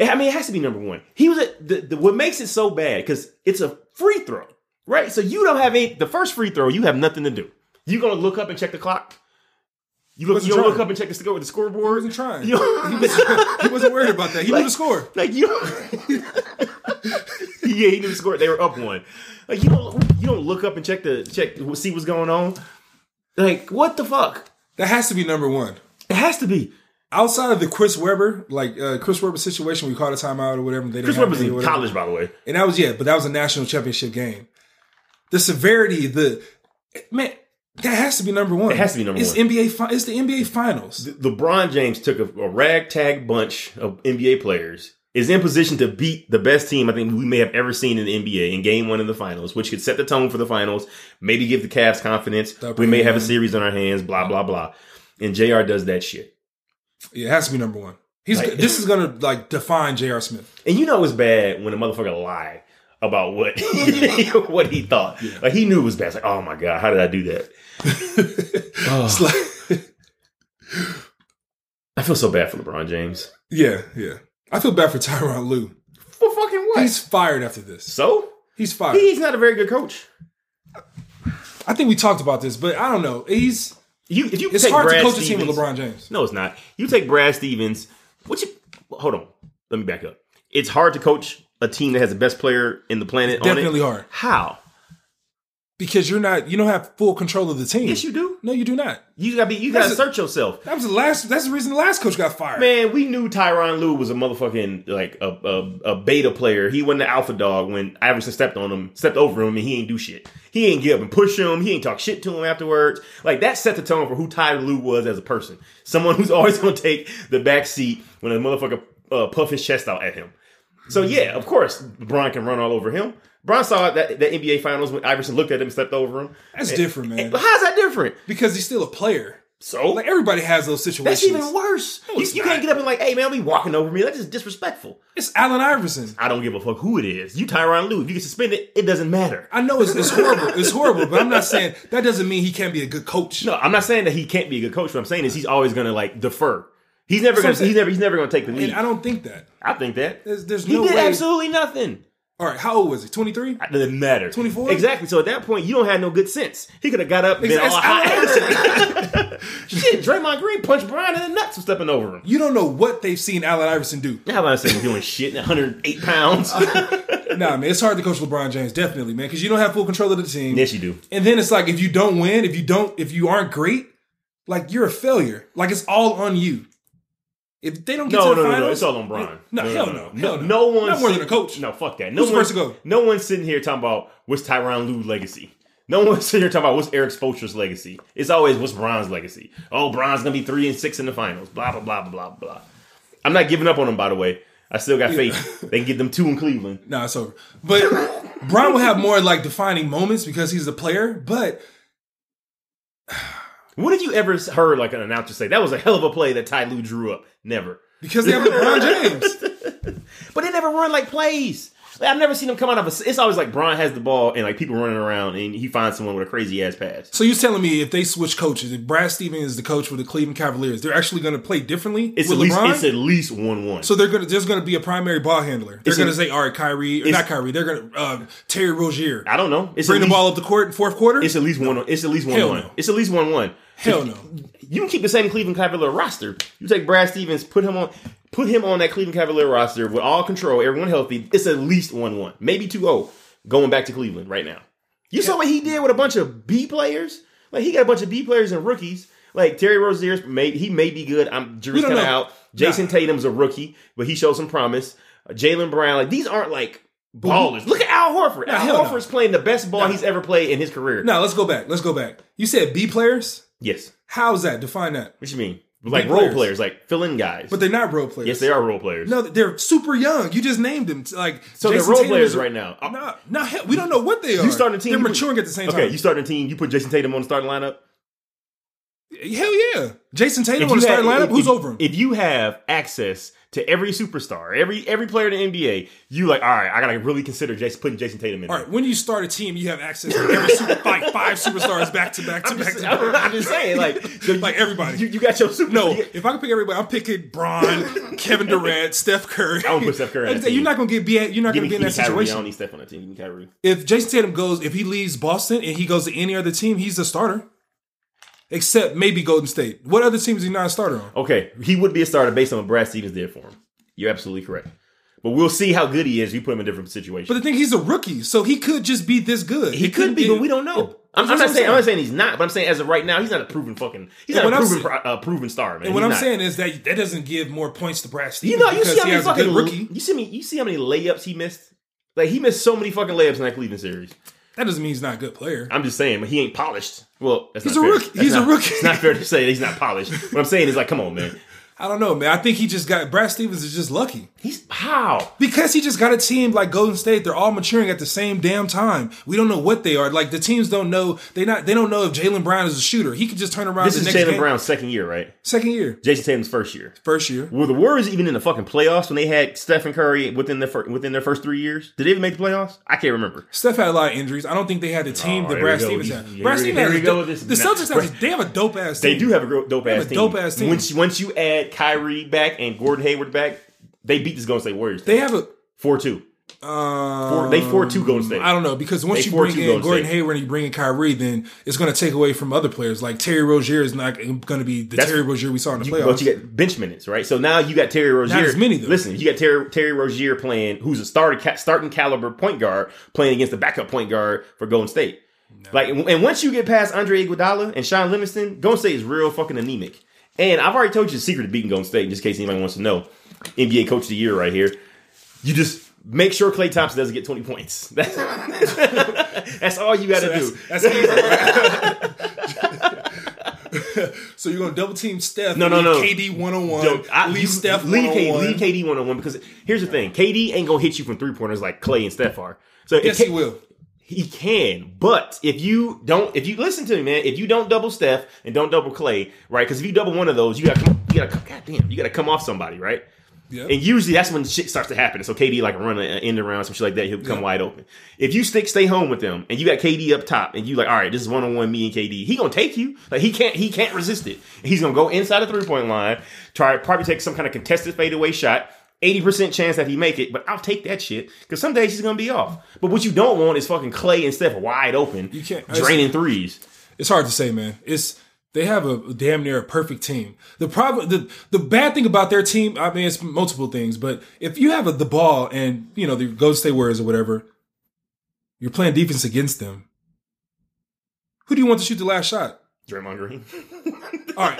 Speaker 1: I mean, it has to be number one. He was a, the, the what makes it so bad because it's a free throw, right? So you don't have any. The first free throw, you have nothing to do. You gonna look up and check the clock. You look.
Speaker 2: Wasn't
Speaker 1: You don't
Speaker 2: trying.
Speaker 1: look up and check the score. The
Speaker 2: He
Speaker 1: scoreboard.
Speaker 2: wasn't trying.
Speaker 1: You-
Speaker 2: he wasn't worried about that. He knew the score.
Speaker 1: Like you, yeah, he knew the score. They were up one. Like you don't, you don't look up and check the check, see what's going on. Like what the fuck?
Speaker 2: That has to be number one.
Speaker 1: It has to be.
Speaker 2: Outside of the Chris Webber, like uh, Chris Webber situation, we called a timeout or whatever. They didn't
Speaker 1: Chris
Speaker 2: have
Speaker 1: Webber's
Speaker 2: any or
Speaker 1: in
Speaker 2: whatever.
Speaker 1: college, by the way.
Speaker 2: and that was yeah, but that was a national championship game. The severity, the man, that has to be number one. It
Speaker 1: has to be number
Speaker 2: it's
Speaker 1: one.
Speaker 2: NBA, fi- it's the NBA Finals.
Speaker 1: LeBron James took a, a ragtag bunch of NBA players, is in position to beat the best team I think we may have ever seen in the NBA in game one of the finals, which could set the tone for the finals, maybe give the Cavs confidence.
Speaker 2: Stop
Speaker 1: we may have a
Speaker 2: playing.
Speaker 1: series on our hands, blah, blah, blah. And JR does that shit.
Speaker 2: Yeah, it has to be number one. He's
Speaker 1: Like-
Speaker 2: this is gonna like define J.R. Smith.
Speaker 1: And you know it's bad when a motherfucker lie about what what he thought. Like he knew it was bad. It's like, oh my God, how did I do that?
Speaker 2: It's like,
Speaker 1: I feel so bad for LeBron James.
Speaker 2: yeah, yeah. I feel bad for Tyronn Lue.
Speaker 1: For fucking what?
Speaker 2: He's fired after this.
Speaker 1: so?
Speaker 2: He's fired.
Speaker 1: He's not a very good coach.
Speaker 2: I think we talked about this, but I don't know. He's
Speaker 1: You, if you
Speaker 2: it's
Speaker 1: take
Speaker 2: hard
Speaker 1: Brad
Speaker 2: to coach a team
Speaker 1: Stevens-
Speaker 2: with LeBron James.
Speaker 1: No, it's not. You take Brad Stevens. What you? Hold on. Let me back up. It's hard to coach a team that has the best player in the planet. on it.
Speaker 2: Definitely hard
Speaker 1: How?
Speaker 2: because you're not you don't have full control of the team.
Speaker 1: Yes, you do.
Speaker 2: no, you do not.
Speaker 1: You gotta be. You gotta
Speaker 2: That's a-
Speaker 1: search yourself.
Speaker 2: That was the last. That's the reason the last coach got fired.
Speaker 1: Man, we knew Tyron Lue was a motherfucking like a, a a beta player. He wasn't the alpha dog when Iverson stepped on him, stepped over him, and he ain't do shit. He ain't get up and push him. He ain't talk shit to him afterwards. Like that set the tone for who Ty Lue was as a person. Someone who's always gonna take the back seat when a motherfucker uh, puff his chest out at him. So
Speaker 2: Mm-hmm.
Speaker 1: yeah, of course, LeBron can run all over him. LeBron saw that that NBA Finals when Iverson looked at him, and stepped over him.
Speaker 2: That's different, man.
Speaker 1: But how's that different?
Speaker 2: Because he's still a player.
Speaker 1: So
Speaker 2: Like everybody has those situations.
Speaker 1: that's even worse.
Speaker 2: No,
Speaker 1: you
Speaker 2: it's
Speaker 1: you
Speaker 2: not.
Speaker 1: can't get up and like, hey man, be walking over me. That's just disrespectful.
Speaker 2: it's Allen Iverson.
Speaker 1: I don't give a fuck who it is. You Tyron Lue. If you get suspended, it doesn't matter.
Speaker 2: I know it's, it's horrible. It's horrible, but I'm not saying that doesn't mean he can't be a good coach.
Speaker 1: No, I'm not saying that he can't be a good coach. What I'm saying is he's always gonna like defer. He's never
Speaker 2: That's what
Speaker 1: gonna
Speaker 2: I'm saying.
Speaker 1: he's never he's never gonna take the
Speaker 2: And
Speaker 1: lead.
Speaker 2: I don't think that.
Speaker 1: I think that.
Speaker 2: There's, there's
Speaker 1: He
Speaker 2: no
Speaker 1: did
Speaker 2: way.
Speaker 1: absolutely nothing.
Speaker 2: All right, how old was he? 23?
Speaker 1: It doesn't matter.
Speaker 2: 24?
Speaker 1: Exactly. So at that point, you don't have no good sense. He could have got up, been all
Speaker 2: It's- it's
Speaker 1: hot. Shit, Draymond Green punched Brian in the nuts for stepping over him.
Speaker 2: You don't know what they've seen Allen Iverson do.
Speaker 1: Now I'm saying doing shit. 108 pounds.
Speaker 2: Nah, man, it's hard to coach LeBron James, definitely, man, because you don't have full control of the team.
Speaker 1: yes, you do.
Speaker 2: And then it's like if you don't win, if you don't, if you aren't great, like you're a failure. Like it's all on you. If they don't get
Speaker 1: No,
Speaker 2: to the
Speaker 1: no, no,
Speaker 2: finals,
Speaker 1: no. It's all on Brian.
Speaker 2: No, hell no, hell no.
Speaker 1: No one.
Speaker 2: Not more than
Speaker 1: sit-
Speaker 2: a coach.
Speaker 1: No, fuck that. No
Speaker 2: Who's the
Speaker 1: one.
Speaker 2: first to go?
Speaker 1: No one's sitting here talking about what's Tyron Lue's legacy. No one's sitting here talking about what's Eric Spoelstra's legacy. It's always what's Bron's legacy. Oh, Bron's gonna be three and six in the finals. Blah blah blah blah blah blah. I'm not giving up on them. By the way, I still got faith. They can get them two in Cleveland.
Speaker 2: Nah, it's over. But Brian will have more like defining moments because he's a player. But
Speaker 1: When have you ever heard like an announcer say that was a hell of a play that Ty Lue drew up? Never.
Speaker 2: because they have LeBron James,
Speaker 1: But they never run like plays. Like, I've never seen them come out of a. It's always like Bron has the ball and like people running around and he finds someone with a crazy ass pass.
Speaker 2: so you're telling me if they switch coaches, if Brad Stevens is the coach for the Cleveland Cavaliers, they're actually going to play differently
Speaker 1: It's
Speaker 2: with
Speaker 1: at least
Speaker 2: LeBron.
Speaker 1: it's at least one one.
Speaker 2: so they're gonna there's gonna be a primary ball handler. They're
Speaker 1: It's
Speaker 2: gonna
Speaker 1: a-
Speaker 2: say, all right, Kyrie, or not Kyrie. They're gonna uh, Terry Rozier
Speaker 1: I don't know. It's at
Speaker 2: bring the
Speaker 1: least,
Speaker 2: ball up the court in fourth quarter.
Speaker 1: It's at least one. It's at least one
Speaker 2: Hell
Speaker 1: one.
Speaker 2: no.
Speaker 1: It's at least one one.
Speaker 2: Hell no.
Speaker 1: You can keep the same Cleveland Cavalier roster. You take Brad Stevens, put him on, put him on that Cleveland Cavalier roster with all control, everyone healthy. It's at least one one, maybe 2-0 Going back to Cleveland right now. You saw what he did with a bunch of B players. Like he got a bunch of B players and rookies. Like Terry Rozier's, may, he may be good. I'm Drew's
Speaker 2: don't
Speaker 1: kind of
Speaker 2: know.
Speaker 1: out. Jason
Speaker 2: Nah.
Speaker 1: Tatum's a rookie, but he showed some promise. Uh, Jalen Brown, like these aren't like ballers. Look at Al Horford. Al
Speaker 2: hell no.
Speaker 1: Horford's playing the best ball he's ever played in his career.
Speaker 2: Now let's go back. Let's go back. You said B players.
Speaker 1: Yes.
Speaker 2: How's that? Define that.
Speaker 1: What you mean? Like
Speaker 2: Big
Speaker 1: role
Speaker 2: players.
Speaker 1: players, like fill in guys.
Speaker 2: But they're not role players.
Speaker 1: yes, they are role players.
Speaker 2: No, they're super young. You just named them. Like
Speaker 1: so they're
Speaker 2: Jason
Speaker 1: role
Speaker 2: Tatum
Speaker 1: players
Speaker 2: is-
Speaker 1: right now.
Speaker 2: No, no, hell, we don't know what they are.
Speaker 1: You starting a team?
Speaker 2: They're
Speaker 1: you put-
Speaker 2: maturing at the same
Speaker 1: Okay, you
Speaker 2: time.
Speaker 1: starting a team. You put Jason Tatum on the starting lineup.
Speaker 2: Hell yeah, Jason Tatum
Speaker 1: If
Speaker 2: on
Speaker 1: you
Speaker 2: the starting
Speaker 1: had-
Speaker 2: lineup.
Speaker 1: if-
Speaker 2: Who's
Speaker 1: if-
Speaker 2: over him?
Speaker 1: If you have access to every superstar, every every player in the NBA, you like, all right, I gotta really consider Jason, putting Jason Tatum in.
Speaker 2: All
Speaker 1: there.
Speaker 2: right, when you start a team, you have access to every super, like five superstars back to back to
Speaker 1: I'm,
Speaker 2: back
Speaker 1: just,
Speaker 2: to
Speaker 1: I'm,
Speaker 2: back.
Speaker 1: just saying, like, so you-
Speaker 2: Like everybody.
Speaker 1: you, you got your super.
Speaker 2: No,
Speaker 1: you-
Speaker 2: if I can pick everybody, I'm picking Braun, Kevin Durant, Steph Curry.
Speaker 1: I would put Steph Curry on that team.
Speaker 2: You're not gonna get be at, you're not
Speaker 1: give
Speaker 2: gonna
Speaker 1: me,
Speaker 2: be
Speaker 1: give
Speaker 2: in
Speaker 1: me
Speaker 2: that
Speaker 1: Kyrie. I
Speaker 2: situation.
Speaker 1: don't need Steph on that team. Give me Kyrie.
Speaker 2: if Jason Tatum goes, if he leaves Boston and he goes to any other team, he's a starter. Except maybe Golden State. What other team is he not a starter on?
Speaker 1: Okay, he would be a starter based on what Brad Stevens did for him. You're absolutely correct. But we'll see how good he is. if You put him in different situations.
Speaker 2: But the thing, he's a rookie, so he could just be this good.
Speaker 1: he could be, but we don't know. I'm, I'm
Speaker 2: That's
Speaker 1: not
Speaker 2: what
Speaker 1: saying I'm not saying he's not, but I'm saying as of right now, he's not a proven fucking. He's not
Speaker 2: And
Speaker 1: a
Speaker 2: what I'm
Speaker 1: proven pro uh, proven star, man.
Speaker 2: And what
Speaker 1: He's
Speaker 2: I'm
Speaker 1: not.
Speaker 2: saying is that that doesn't give more points to Brad Stevens
Speaker 1: you know, you
Speaker 2: because
Speaker 1: see how
Speaker 2: he
Speaker 1: many
Speaker 2: has a
Speaker 1: fucking
Speaker 2: good rookie.
Speaker 1: You see me. You see how many layups he missed. Like he missed so many fucking layups in that Cleveland series.
Speaker 2: That doesn't mean he's not a good player.
Speaker 1: I'm just saying, but he ain't polished. Well, that's
Speaker 2: He's
Speaker 1: not
Speaker 2: a
Speaker 1: fair.
Speaker 2: rookie.
Speaker 1: That's
Speaker 2: He's a
Speaker 1: not-
Speaker 2: rookie.
Speaker 1: It's not fair to say that he's not polished. what I'm saying is like, come on, man.
Speaker 2: I don't know, man. I think he just got Brad Stevens is just lucky.
Speaker 1: He's how
Speaker 2: Because he just got a team like Golden State, they're all maturing at the same damn time. We don't know what they are. Like the teams don't know they not they don't know if Jalen Brown is a shooter. He could just turn around
Speaker 1: this
Speaker 2: the
Speaker 1: is
Speaker 2: next
Speaker 1: Jalen
Speaker 2: game.
Speaker 1: Brown's second year, right?
Speaker 2: Second year.
Speaker 1: Jason Tatum's first year.
Speaker 2: First year.
Speaker 1: Were the Warriors even in the fucking playoffs when they had Stephen Curry within their fir- within their first three years? Did they even make the playoffs? I can't remember.
Speaker 2: Steph had a lot of injuries. I don't think they had the team
Speaker 1: Oh,
Speaker 2: that
Speaker 1: here
Speaker 2: Brad
Speaker 1: we go.
Speaker 2: Stevens
Speaker 1: You-
Speaker 2: had.
Speaker 1: here
Speaker 2: Brad
Speaker 1: we-
Speaker 2: Stevens
Speaker 1: here
Speaker 2: had
Speaker 1: we
Speaker 2: a
Speaker 1: go
Speaker 2: do-
Speaker 1: with this.
Speaker 2: the
Speaker 1: Nah,
Speaker 2: Celtics
Speaker 1: Brad-
Speaker 2: have a, they have a dope ass team.
Speaker 1: They do have a dope ass
Speaker 2: a
Speaker 1: team.
Speaker 2: dope-ass team.
Speaker 1: Once, once you add Kyrie back and Gordon Hayward back, they beat this Golden State Warriors.
Speaker 2: They have a
Speaker 1: four two.
Speaker 2: um,
Speaker 1: they four two Golden State.
Speaker 2: I don't know because once
Speaker 1: They
Speaker 2: you bring
Speaker 1: 4-2
Speaker 2: in
Speaker 1: Golden
Speaker 2: Gordon
Speaker 1: State.
Speaker 2: Hayward and you bring in Kyrie, then it's going to take away from other players. Like Terry Rozier is not going to be the
Speaker 1: That's-
Speaker 2: Terry Rozier we saw in the
Speaker 1: You,
Speaker 2: playoffs.
Speaker 1: but you got bench minutes, right? So now you got Terry Rozier.
Speaker 2: as many, though.
Speaker 1: Listen, you got Terry, Terry Rozier playing, who's a starter, ca- starting caliber point guard, playing against the backup point guard for Golden State. Like, and and once you get past Andre Iguodala and Sean Livingston, Golden State is real fucking anemic. And I've already told you the secret to beating Golden State, just in case anybody wants to know. NBA Coach of the Year right here. You just make sure Clay Thompson doesn't get twenty points. That's, that's all you got to do.
Speaker 2: That's easy. so you're gonna double team Steph?
Speaker 1: No, no,
Speaker 2: leave
Speaker 1: no.
Speaker 2: KD one on one.
Speaker 1: Yo, I-
Speaker 2: Leave
Speaker 1: you-
Speaker 2: Steph
Speaker 1: leave,
Speaker 2: one on
Speaker 1: K, leave
Speaker 2: one.
Speaker 1: KD one on one because here's the thing: KD ain't gonna hit you from three pointers like Clay and Steph are. So if
Speaker 2: Yes,
Speaker 1: K-
Speaker 2: he will.
Speaker 1: He can, but if you don't, if you listen to me, man, if you don't double Steph and don't double Clay, right? Because if you double one of those, you got you got to goddamn, you got to come off somebody, right?
Speaker 2: Yeah.
Speaker 1: And usually that's when shit starts to happen. So KD like run an end around some shit like that. He'll come
Speaker 2: Yeah.
Speaker 1: wide open. If you stick, stay home with them, and you got KD up top, and you like, all right, this is one on one, me and KD. He gonna take you. Like he can't, he can't resist it. He's gonna go inside the three point line, try probably take some kind of contested fadeaway shot. Eighty percent chance that he make it, but I'll take that shit because some days he's gonna be off. But what you don't want is fucking Clay and Steph wide open, you
Speaker 2: can't- uh,
Speaker 1: draining threes.
Speaker 2: It's hard to say, man. It's they have a damn near a perfect team. The problem, the the bad thing about their team, I mean, it's multiple things. But if you have a, the ball and you know the Golden State Warriors or whatever, you're playing defense against them. Who do you want to shoot the last shot?
Speaker 1: Draymond Green.
Speaker 2: All right,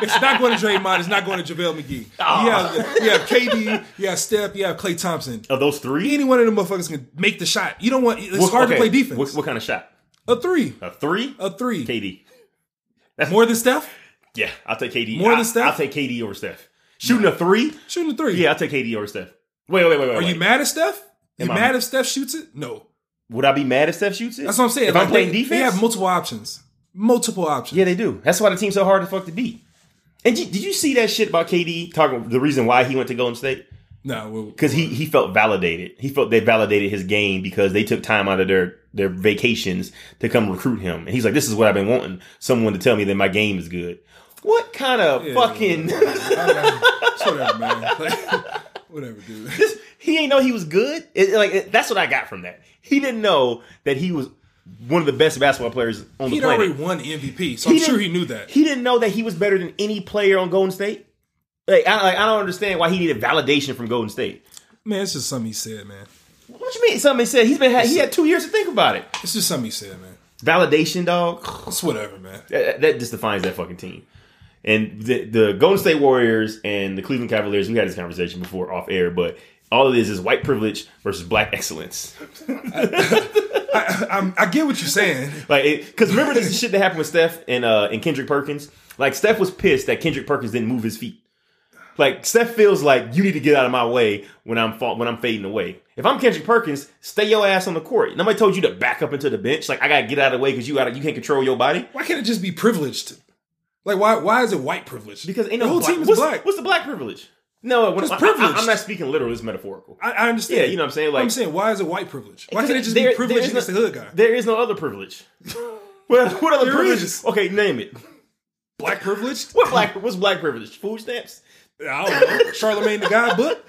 Speaker 2: it's not going to Draymond. It's not going to JaVale McGee.
Speaker 1: Oh.
Speaker 2: Yeah, You, have, you have KD. You have Steph. You have Clay Thompson.
Speaker 1: Of those three,
Speaker 2: Any one of them motherfuckers can make the shot. You don't want. It's hard to
Speaker 1: okay,
Speaker 2: play defense. Uh,
Speaker 1: What, what kind of shot?
Speaker 2: a three.
Speaker 1: A three?
Speaker 2: A three.
Speaker 1: KD.
Speaker 2: More than Steph.
Speaker 1: Yeah, I'll take KD.
Speaker 2: More
Speaker 1: I,
Speaker 2: than Steph?
Speaker 1: I'll take KD over Steph. Shooting a three?
Speaker 2: Shooting a three.
Speaker 1: Yeah, I'll take KD over Steph. Wait, wait, wait, wait.
Speaker 2: Are
Speaker 1: wait.
Speaker 2: you mad at Steph? You
Speaker 1: Am I-
Speaker 2: mad if Steph shoots it? No.
Speaker 1: Would I be mad if Steph shoots it?
Speaker 2: That's what I'm saying.
Speaker 1: If
Speaker 2: Like,
Speaker 1: I'm playing
Speaker 2: they,
Speaker 1: defense?
Speaker 2: they have multiple options. Multiple options.
Speaker 1: yeah, they do. That's why the team's so hard to fuck to beat. And did did you see that shit about KD talking the reason why he went to Golden State?
Speaker 2: No, well,
Speaker 1: Because he, he felt validated. He felt they validated his game because they took time out of their, their vacations to come recruit him. And he's like, this is what I've been wanting someone to tell me that my game is good. What kind of fucking.
Speaker 2: I don't know. It's whatever, man. Like, whatever, dude.
Speaker 1: he ain't know he was good. It, like it- that's what I got from that. He didn't know that he was one of the best basketball players on the
Speaker 2: He'd
Speaker 1: planet.
Speaker 2: already won MVP, so I'm
Speaker 1: didn't-
Speaker 2: sure he knew that.
Speaker 1: He didn't know that he was better than any player on Golden State. Like I, like, I don't understand why he needed validation from Golden State.
Speaker 2: Man, it's just something he said, man.
Speaker 1: What you mean? Something said he's been he had two years to think about it.
Speaker 2: It's just something he said, man.
Speaker 1: Validation, dog.
Speaker 2: It's whatever, man.
Speaker 1: That, that just defines that fucking team. And the, the Golden State Warriors and the Cleveland Cavaliers. We had this conversation before off air, but all it is is white privilege versus black excellence.
Speaker 2: I'm, I get what you're saying.
Speaker 1: Like, because remember this shit that happened with Steph and uh and Kendrick Perkins. Like, Steph was pissed that Kendrick Perkins didn't move his feet. Like, Steph feels like you need to get out of my way when I'm fa- when I'm fading away. If I'm Kendrick Perkins, stay your ass on the court. Nobody told you to back up into the bench. Like, I gotta get out of the way because you gotta you can't control your body.
Speaker 2: Why can't it just be privileged? Like, why Why is it white privilege?
Speaker 1: Because ain't
Speaker 2: the
Speaker 1: no
Speaker 2: whole
Speaker 1: black-
Speaker 2: team is
Speaker 1: what's,
Speaker 2: black.
Speaker 1: What's the black privilege? No, when,
Speaker 2: It's
Speaker 1: I,
Speaker 2: privileged.
Speaker 1: am not speaking literal. It's metaphorical.
Speaker 2: I, I understand.
Speaker 1: Yeah, you know what I'm saying? Like-
Speaker 2: I'm saying, why is it white privilege? Why can't it just
Speaker 1: There-
Speaker 2: be privilege
Speaker 1: there is
Speaker 2: against
Speaker 1: no-
Speaker 2: the hood guy?
Speaker 1: There is no other privilege. what, what other
Speaker 2: There
Speaker 1: privilege?
Speaker 2: is.
Speaker 1: Okay, name it.
Speaker 2: Black privilege?
Speaker 1: What black? What's black privilege? Food stamps.
Speaker 2: I don't know. Charlemagne the God book?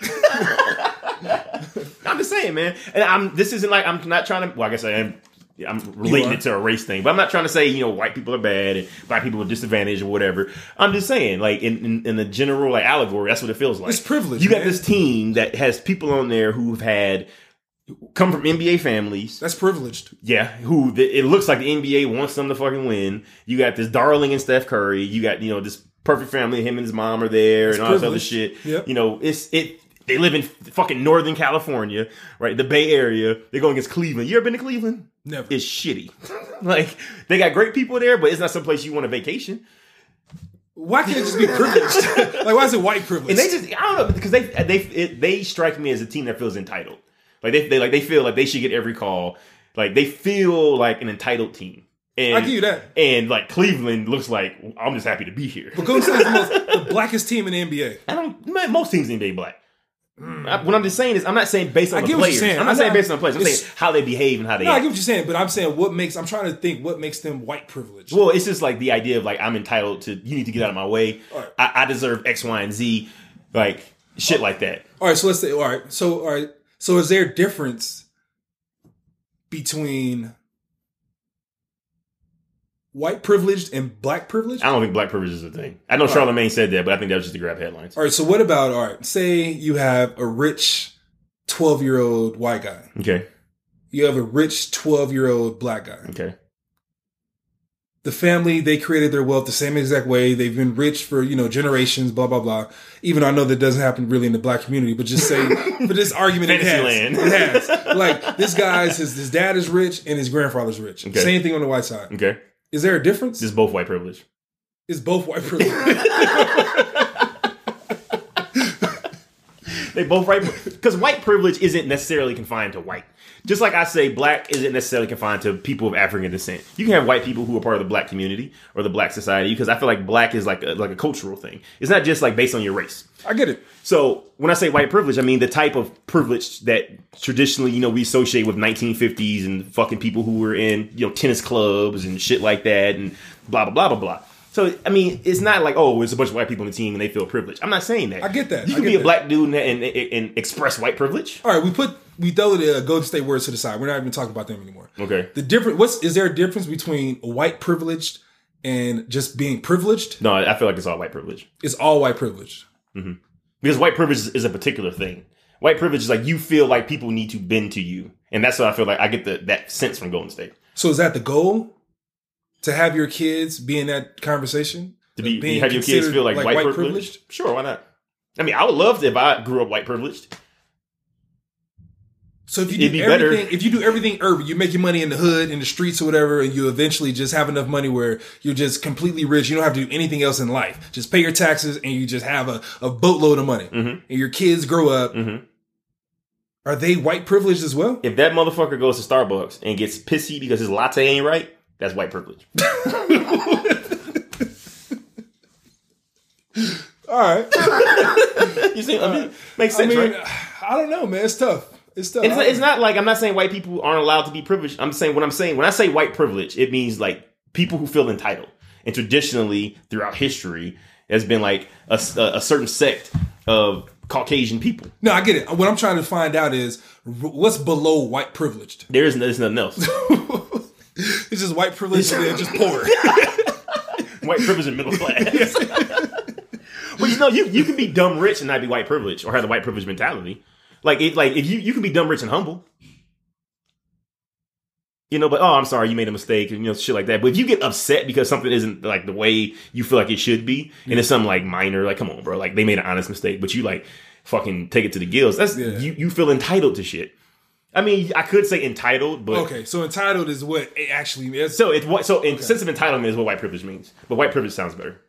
Speaker 1: I'm just saying, man. And I'm this isn't like I'm not trying to. Well, I guess I am. I'm relating
Speaker 2: are.
Speaker 1: it to a race thing, but I'm not trying to say you know white people are bad and black people are disadvantaged or whatever. I'm just saying, like in in, in the general like allegory, that's what it feels like.
Speaker 2: It's privilege,
Speaker 1: You got
Speaker 2: man.
Speaker 1: this team that has people on there who've had come from NBA families.
Speaker 2: That's privileged.
Speaker 1: Yeah, who the, it looks like the NBA wants them to fucking win. You got this darling and Steph Curry. You got you know this perfect family. Him and his mom are there, and all this other
Speaker 2: privileged.
Speaker 1: shit.
Speaker 2: Yep.
Speaker 1: You know, it's it. They live in fucking Northern California, right? The Bay Area. They're going against Cleveland. You ever been to Cleveland?
Speaker 2: Never.
Speaker 1: It's shitty. like they got great people there, but it's not someplace you want to vacation.
Speaker 2: Why can't it just be privileged? like, why is it white privilege?
Speaker 1: And they just I don't know because they they it, they strike me as a team that feels entitled. Like they, they like they feel like they should get every call. Like they feel like an entitled team. And,
Speaker 2: I give you that.
Speaker 1: And like Cleveland looks like I'm just happy to be here.
Speaker 2: Golden State's the, most, the blackest team in the NBA.
Speaker 1: I don't. Man, most teams in the NBA black. I- what I'm just saying is I'm not saying based on
Speaker 2: Hmm.
Speaker 1: the
Speaker 2: I get what
Speaker 1: players.
Speaker 2: you're saying.
Speaker 1: I'm not
Speaker 2: I'm
Speaker 1: saying
Speaker 2: not-
Speaker 1: based on the players. I'm
Speaker 2: it's-
Speaker 1: saying how they behave and how they
Speaker 2: No, I
Speaker 1: act.
Speaker 2: get what you're saying, but I'm saying what makes, I'm trying to think what makes them white privilege.
Speaker 1: Well, it's just like the idea of like I'm entitled to. You need to get out of my way.
Speaker 2: All right.
Speaker 1: I, I deserve X, Y, and Z. Like shit like that.
Speaker 2: All right, so let's say, all right, so, all right, so is there a difference between white privileged and black privileged?
Speaker 1: I don't think black privilege is a thing. I know Charlemagne said that, but I think that was just to grab headlines.
Speaker 2: All right, so what about, all right, say you have a rich 12 year old white guy,
Speaker 1: Okay.
Speaker 2: you have a rich 12 year old black guy.
Speaker 1: Okay.
Speaker 2: the family they created their wealth the same exact way they've been rich for you know generations blah blah blah even though i know that doesn't happen really in the black community but just say but this argument it has,
Speaker 1: Fantasyland.
Speaker 2: it has like this guy's his, his dad is rich and his grandfather's rich
Speaker 1: Okay.
Speaker 2: same thing on the white side
Speaker 1: Okay.
Speaker 2: is there a difference
Speaker 1: This is both white privilege.
Speaker 2: it's both white privilege
Speaker 1: they both right because white privilege isn't necessarily confined to white. Just like I say, black isn't necessarily confined to people of African descent. You can have white people who are part of the black community or the black society because I feel like black is like a, like a cultural thing. It's not just like based on your race.
Speaker 2: I get it.
Speaker 1: So when I say white privilege, I mean the type of privilege that traditionally, you know, we associate with 1950s and fucking people who were in, you know, tennis clubs and shit like that and blah, blah, blah, blah, blah. So, I mean, it's not like, oh, there's a bunch of white people on the team and they feel privileged. I'm not saying that.
Speaker 2: I get that.
Speaker 1: You
Speaker 2: I
Speaker 1: can
Speaker 2: get
Speaker 1: be a
Speaker 2: that.
Speaker 1: black dude and, and, and express white privilege.
Speaker 2: All right, we put we throw the uh, Golden State words to the side. We're not even talking about them anymore.
Speaker 1: Okay.
Speaker 2: The different what's is there a difference between white privileged and just being privileged?
Speaker 1: No, I feel like it's all white privilege.
Speaker 2: It's all white privileged.
Speaker 1: Because white privilege is, is a particular thing. White privilege is like you feel like people need to bend to you. And that's what I feel like I get the, that sense from Golden State.
Speaker 2: So is that the goal? To have your kids be in that conversation?
Speaker 1: to be
Speaker 2: being
Speaker 1: have your kids
Speaker 2: considered,
Speaker 1: feel like,
Speaker 2: like,
Speaker 1: white,
Speaker 2: white
Speaker 1: privileged?
Speaker 2: privileged?
Speaker 1: Sure, why not? I mean, I would love to if I grew up white privileged.
Speaker 2: So if you
Speaker 1: It'd
Speaker 2: do
Speaker 1: be better-
Speaker 2: everything, if you do everything urban, you make your money in the hood, in the streets, or whatever, and you eventually just have enough money where you're just completely rich. You don't have to do anything else in life. Just pay your taxes, and you just have a, a boatload of money.
Speaker 1: Mhm.
Speaker 2: And your kids grow up.
Speaker 1: Mhm.
Speaker 2: Are they white privileged as well?
Speaker 1: If that motherfucker goes to Starbucks and gets pissy because his latte ain't right, that's white privilege.
Speaker 2: All right.
Speaker 1: you see, I mean, makes
Speaker 2: I
Speaker 1: sense,
Speaker 2: mean,
Speaker 1: right?
Speaker 2: I don't know, man. It's tough. It's tough.
Speaker 1: And it's, not, it's not like I'm not saying white people aren't allowed to be privileged. I'm saying what I'm saying when I say white privilege, it means like people who feel entitled. And traditionally, throughout history, there's been like a, s- a- a certain sect of Caucasian people.
Speaker 2: no, I get it. What I'm trying to find out is r- what's below white privileged.
Speaker 1: There is there's nothing else.
Speaker 2: It's just white privileged and then just poor.
Speaker 1: white privilege and middle class. but you know, you, you can be dumb rich and not be white privilege or have the white privilege mentality. Like it, like if you you can be dumb rich and humble. You know, but oh, I'm sorry, you made a mistake, and you know, shit like that. But if you get upset because something isn't like the way you feel like it should be, and it's something like minor, like come on, bro, like they made an honest mistake, but you like fucking take it to the gills. That's
Speaker 2: Yeah.
Speaker 1: you, you feel entitled to shit. I mean, I could say entitled, but
Speaker 2: okay, so entitled is what it actually is.
Speaker 1: so it's what so in sense of entitlement is what white privilege means, but white privilege sounds better.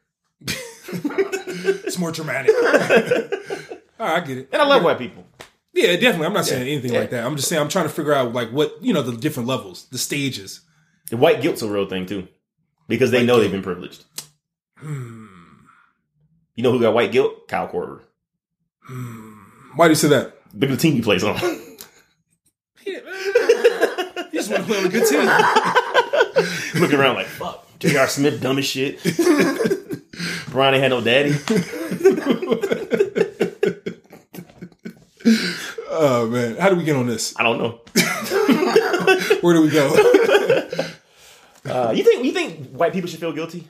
Speaker 2: It's more dramatic. All right, I get it.
Speaker 1: And I love white people.
Speaker 2: Yeah, definitely. I'm not saying anything
Speaker 1: yeah.
Speaker 2: like that. I'm just saying I'm trying to figure out like what you know the different levels, the stages.
Speaker 1: The white guilt's a real thing too, because they know they've been privileged. Hmm. You know who got white guilt? Kyle Korver.
Speaker 2: Why do you say that?
Speaker 1: Look at the team he plays on.
Speaker 2: You just want to play on a good team.
Speaker 1: Looking around like fuck. J.R. Smith, dumb as shit. Brian ain't had no daddy.
Speaker 2: Oh man, how do we get on this?
Speaker 1: I don't know.
Speaker 2: Where do we go?
Speaker 1: Uh, you think you think white people should feel guilty?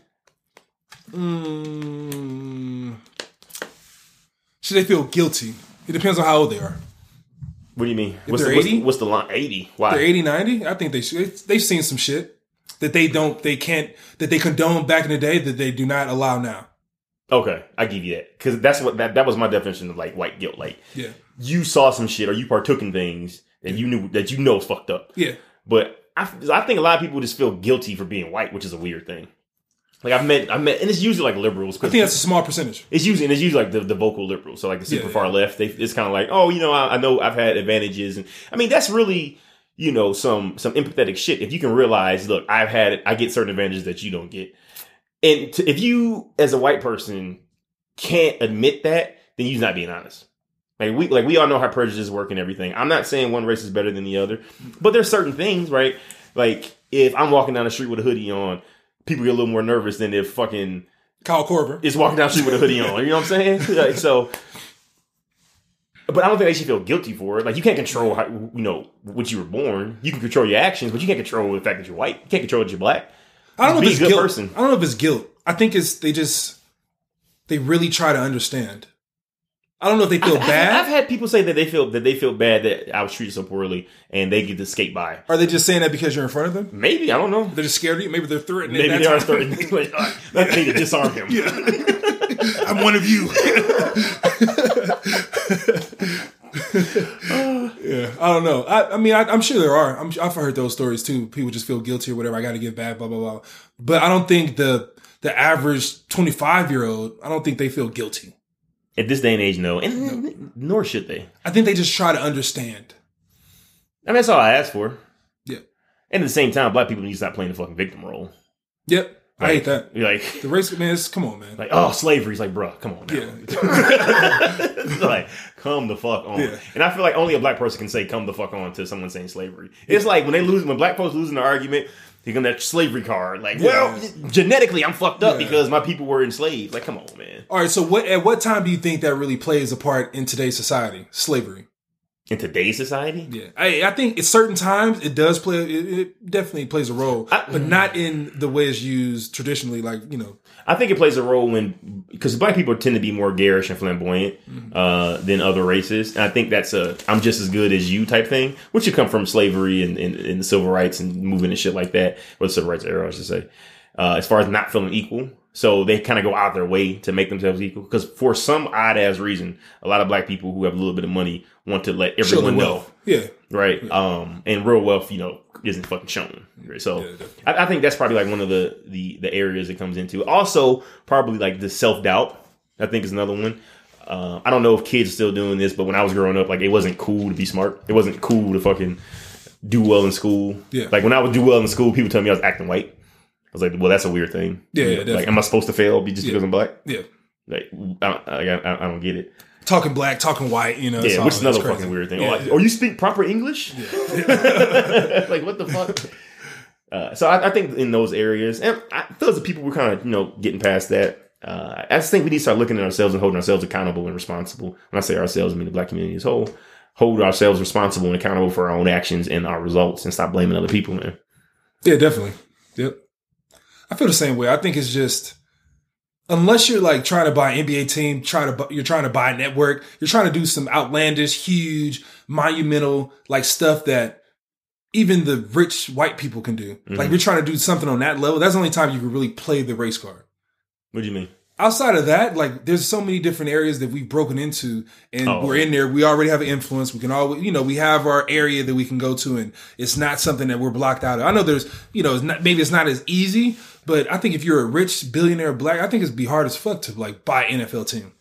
Speaker 2: Mm, should they feel guilty? It depends on how old they are.
Speaker 1: What do you mean? What's
Speaker 2: they're
Speaker 1: the, what's,
Speaker 2: 80?
Speaker 1: what's the line? Eighty. Why?
Speaker 2: They're 80, 90. I think they should. They've seen some shit that they don't, they can't, that they condone back in the day that they do not allow now.
Speaker 1: Okay, I give you that because that's what that that was my definition of like white guilt. Like
Speaker 2: Yeah.
Speaker 1: you saw some shit or you partook in things that you knew that you know is fucked up.
Speaker 2: Yeah.
Speaker 1: But I, I think a lot of people just feel guilty for being white, which is a weird thing. Like I've met, I met, and it's usually like liberals.
Speaker 2: I think that's a small percentage.
Speaker 1: it's usually and it's usually like the, the vocal liberals, so like the super
Speaker 2: Yeah, yeah.
Speaker 1: far left. They, it's kind of like, oh, you know, I, I know I've had advantages, and I mean that's really you know some some empathetic shit. If you can realize, look, I've had I get certain advantages that you don't get, and to, if you as a white person can't admit that, then you're not being honest. Like we like we all know how prejudices work and everything. I'm not saying one race is better than the other, but there's certain things, right? Like if I'm walking down the street with a hoodie on, people get a little more nervous than if fucking
Speaker 2: Kyle Korver.
Speaker 1: is walking down the street with a hoodie on. You know what I'm saying? Like, so, but I don't think they should feel guilty for it. Like you can't control how you know what you were born. You can control your actions, but you can't control the fact that you're white. You can't control that you're black.
Speaker 2: I don't know
Speaker 1: Be a
Speaker 2: if it's
Speaker 1: good
Speaker 2: guilt.
Speaker 1: person.
Speaker 2: I don't know if it's guilt. I think it's, they just, they really try to understand. I don't know if they feel
Speaker 1: I've- I've
Speaker 2: bad.
Speaker 1: had people say that they feel that they feel bad that I was treated so poorly, and they get to skate by.
Speaker 2: Are they just saying that because you're in front of them?
Speaker 1: Maybe I don't know.
Speaker 2: They're just scared of you. Maybe they're threatened.
Speaker 1: Maybe
Speaker 2: That's-
Speaker 1: they are starting. like, "All right, I need to disarm him.
Speaker 2: I'm one of you. yeah, I don't know. I, I mean, I, I'm sure there are. I'm, I've heard those stories too. People just feel guilty or whatever. I got to give back, blah blah blah. But I don't think the the average 25 year old. I don't think they feel guilty.
Speaker 1: At this day and age, no, and nor should they.
Speaker 2: I think they just try to understand.
Speaker 1: I mean, that's all I ask for.
Speaker 2: Yeah.
Speaker 1: And at the same time, black people need to stop playing the fucking victim role.
Speaker 2: Yep, I hate that.
Speaker 1: You're like,
Speaker 2: The race man, it's- come on, man.
Speaker 1: like, oh, slavery's like, bruh, come on. Now. It's like, come the fuck on.
Speaker 2: Yeah.
Speaker 1: And I feel like only a black person can say come the fuck on to someone saying slavery. It's like when they lose, when black folks lose in the argument, they come that slavery card. Like, well, genetically, I'm fucked up
Speaker 2: Yeah.
Speaker 1: because my people were enslaved. Like, come on, man.
Speaker 2: All right, so what at what time do you think that really plays a part in today's society? Slavery.
Speaker 1: In today's society,
Speaker 2: Yeah, I, I think at certain times it does play. It, it definitely plays a role,
Speaker 1: I- Mm.
Speaker 2: but not in the way it's used traditionally. Like you know,
Speaker 1: I think it plays a role when because black people tend to be more garish and flamboyant
Speaker 2: Mm-hmm.
Speaker 1: uh, than other races. And I think that's a I'm just as good as you type thing, which should come from slavery and, and, and civil rights and movement and shit like that, or the civil rights era, I should say. Uh, as far as not feeling equal, so they kind of go out their way to make themselves equal. Because for some odd ass reason, a lot of black people who have a little bit of money want to let
Speaker 2: show the
Speaker 1: everyone know
Speaker 2: wealth. Yeah,
Speaker 1: right? Um, and real wealth, you know, isn't fucking shown. Right? So
Speaker 2: Yeah, definitely.
Speaker 1: I, I think that's probably like one of the the the areas it comes into. Also, probably like the self doubt. I think is another one. Uh, I don't know if kids are still doing this, but when I was growing up, like it wasn't cool to be smart. It wasn't cool to fucking do well in school.
Speaker 2: Yeah.
Speaker 1: Like when I would do well in school, people tell me I was acting white. I was like, well, that's a weird thing.
Speaker 2: Yeah, yeah,
Speaker 1: like,
Speaker 2: definitely.
Speaker 1: am I supposed to fail be- just because I'm black?
Speaker 2: yeah.
Speaker 1: Like, I don't, I, I, I don't get it.
Speaker 2: Talking black, talking white. You know, it's
Speaker 1: Yeah,
Speaker 2: all-
Speaker 1: which is
Speaker 2: it's
Speaker 1: another
Speaker 2: crazy.
Speaker 1: fucking weird thing.
Speaker 2: Yeah,
Speaker 1: or, like, or you speak proper English? like, what the fuck? Uh, so I, I think in those areas, and I feel as the people we're kind of you know getting past that. Uh, I just think we need to start looking at ourselves and holding ourselves accountable and responsible. When I say ourselves, I mean the black community as a whole. Hold ourselves responsible and accountable for our own actions and our results, and stop blaming other people. Man,
Speaker 2: Yeah, definitely. Yep. I feel the same way. I think it's just unless you're like trying to buy an NBA team, trying to bu- you're trying to buy a network, you're trying to do some outlandish, huge, monumental like stuff that even the rich white people can do. Like you're trying to do something on that level. That's the only time you can really play the race card.
Speaker 1: what do you mean?
Speaker 2: Outside of that, like there's so many different areas that we've broken into and
Speaker 1: Oh.
Speaker 2: we're in there. We already have an influence. We can always, you know, we have our area that we can go to and it's not something that we're blocked out of. I know there's, you know, it's not, maybe it's not as easy, but I think if you're a rich billionaire black, I think it'd be hard as fuck to like buy an NFL team.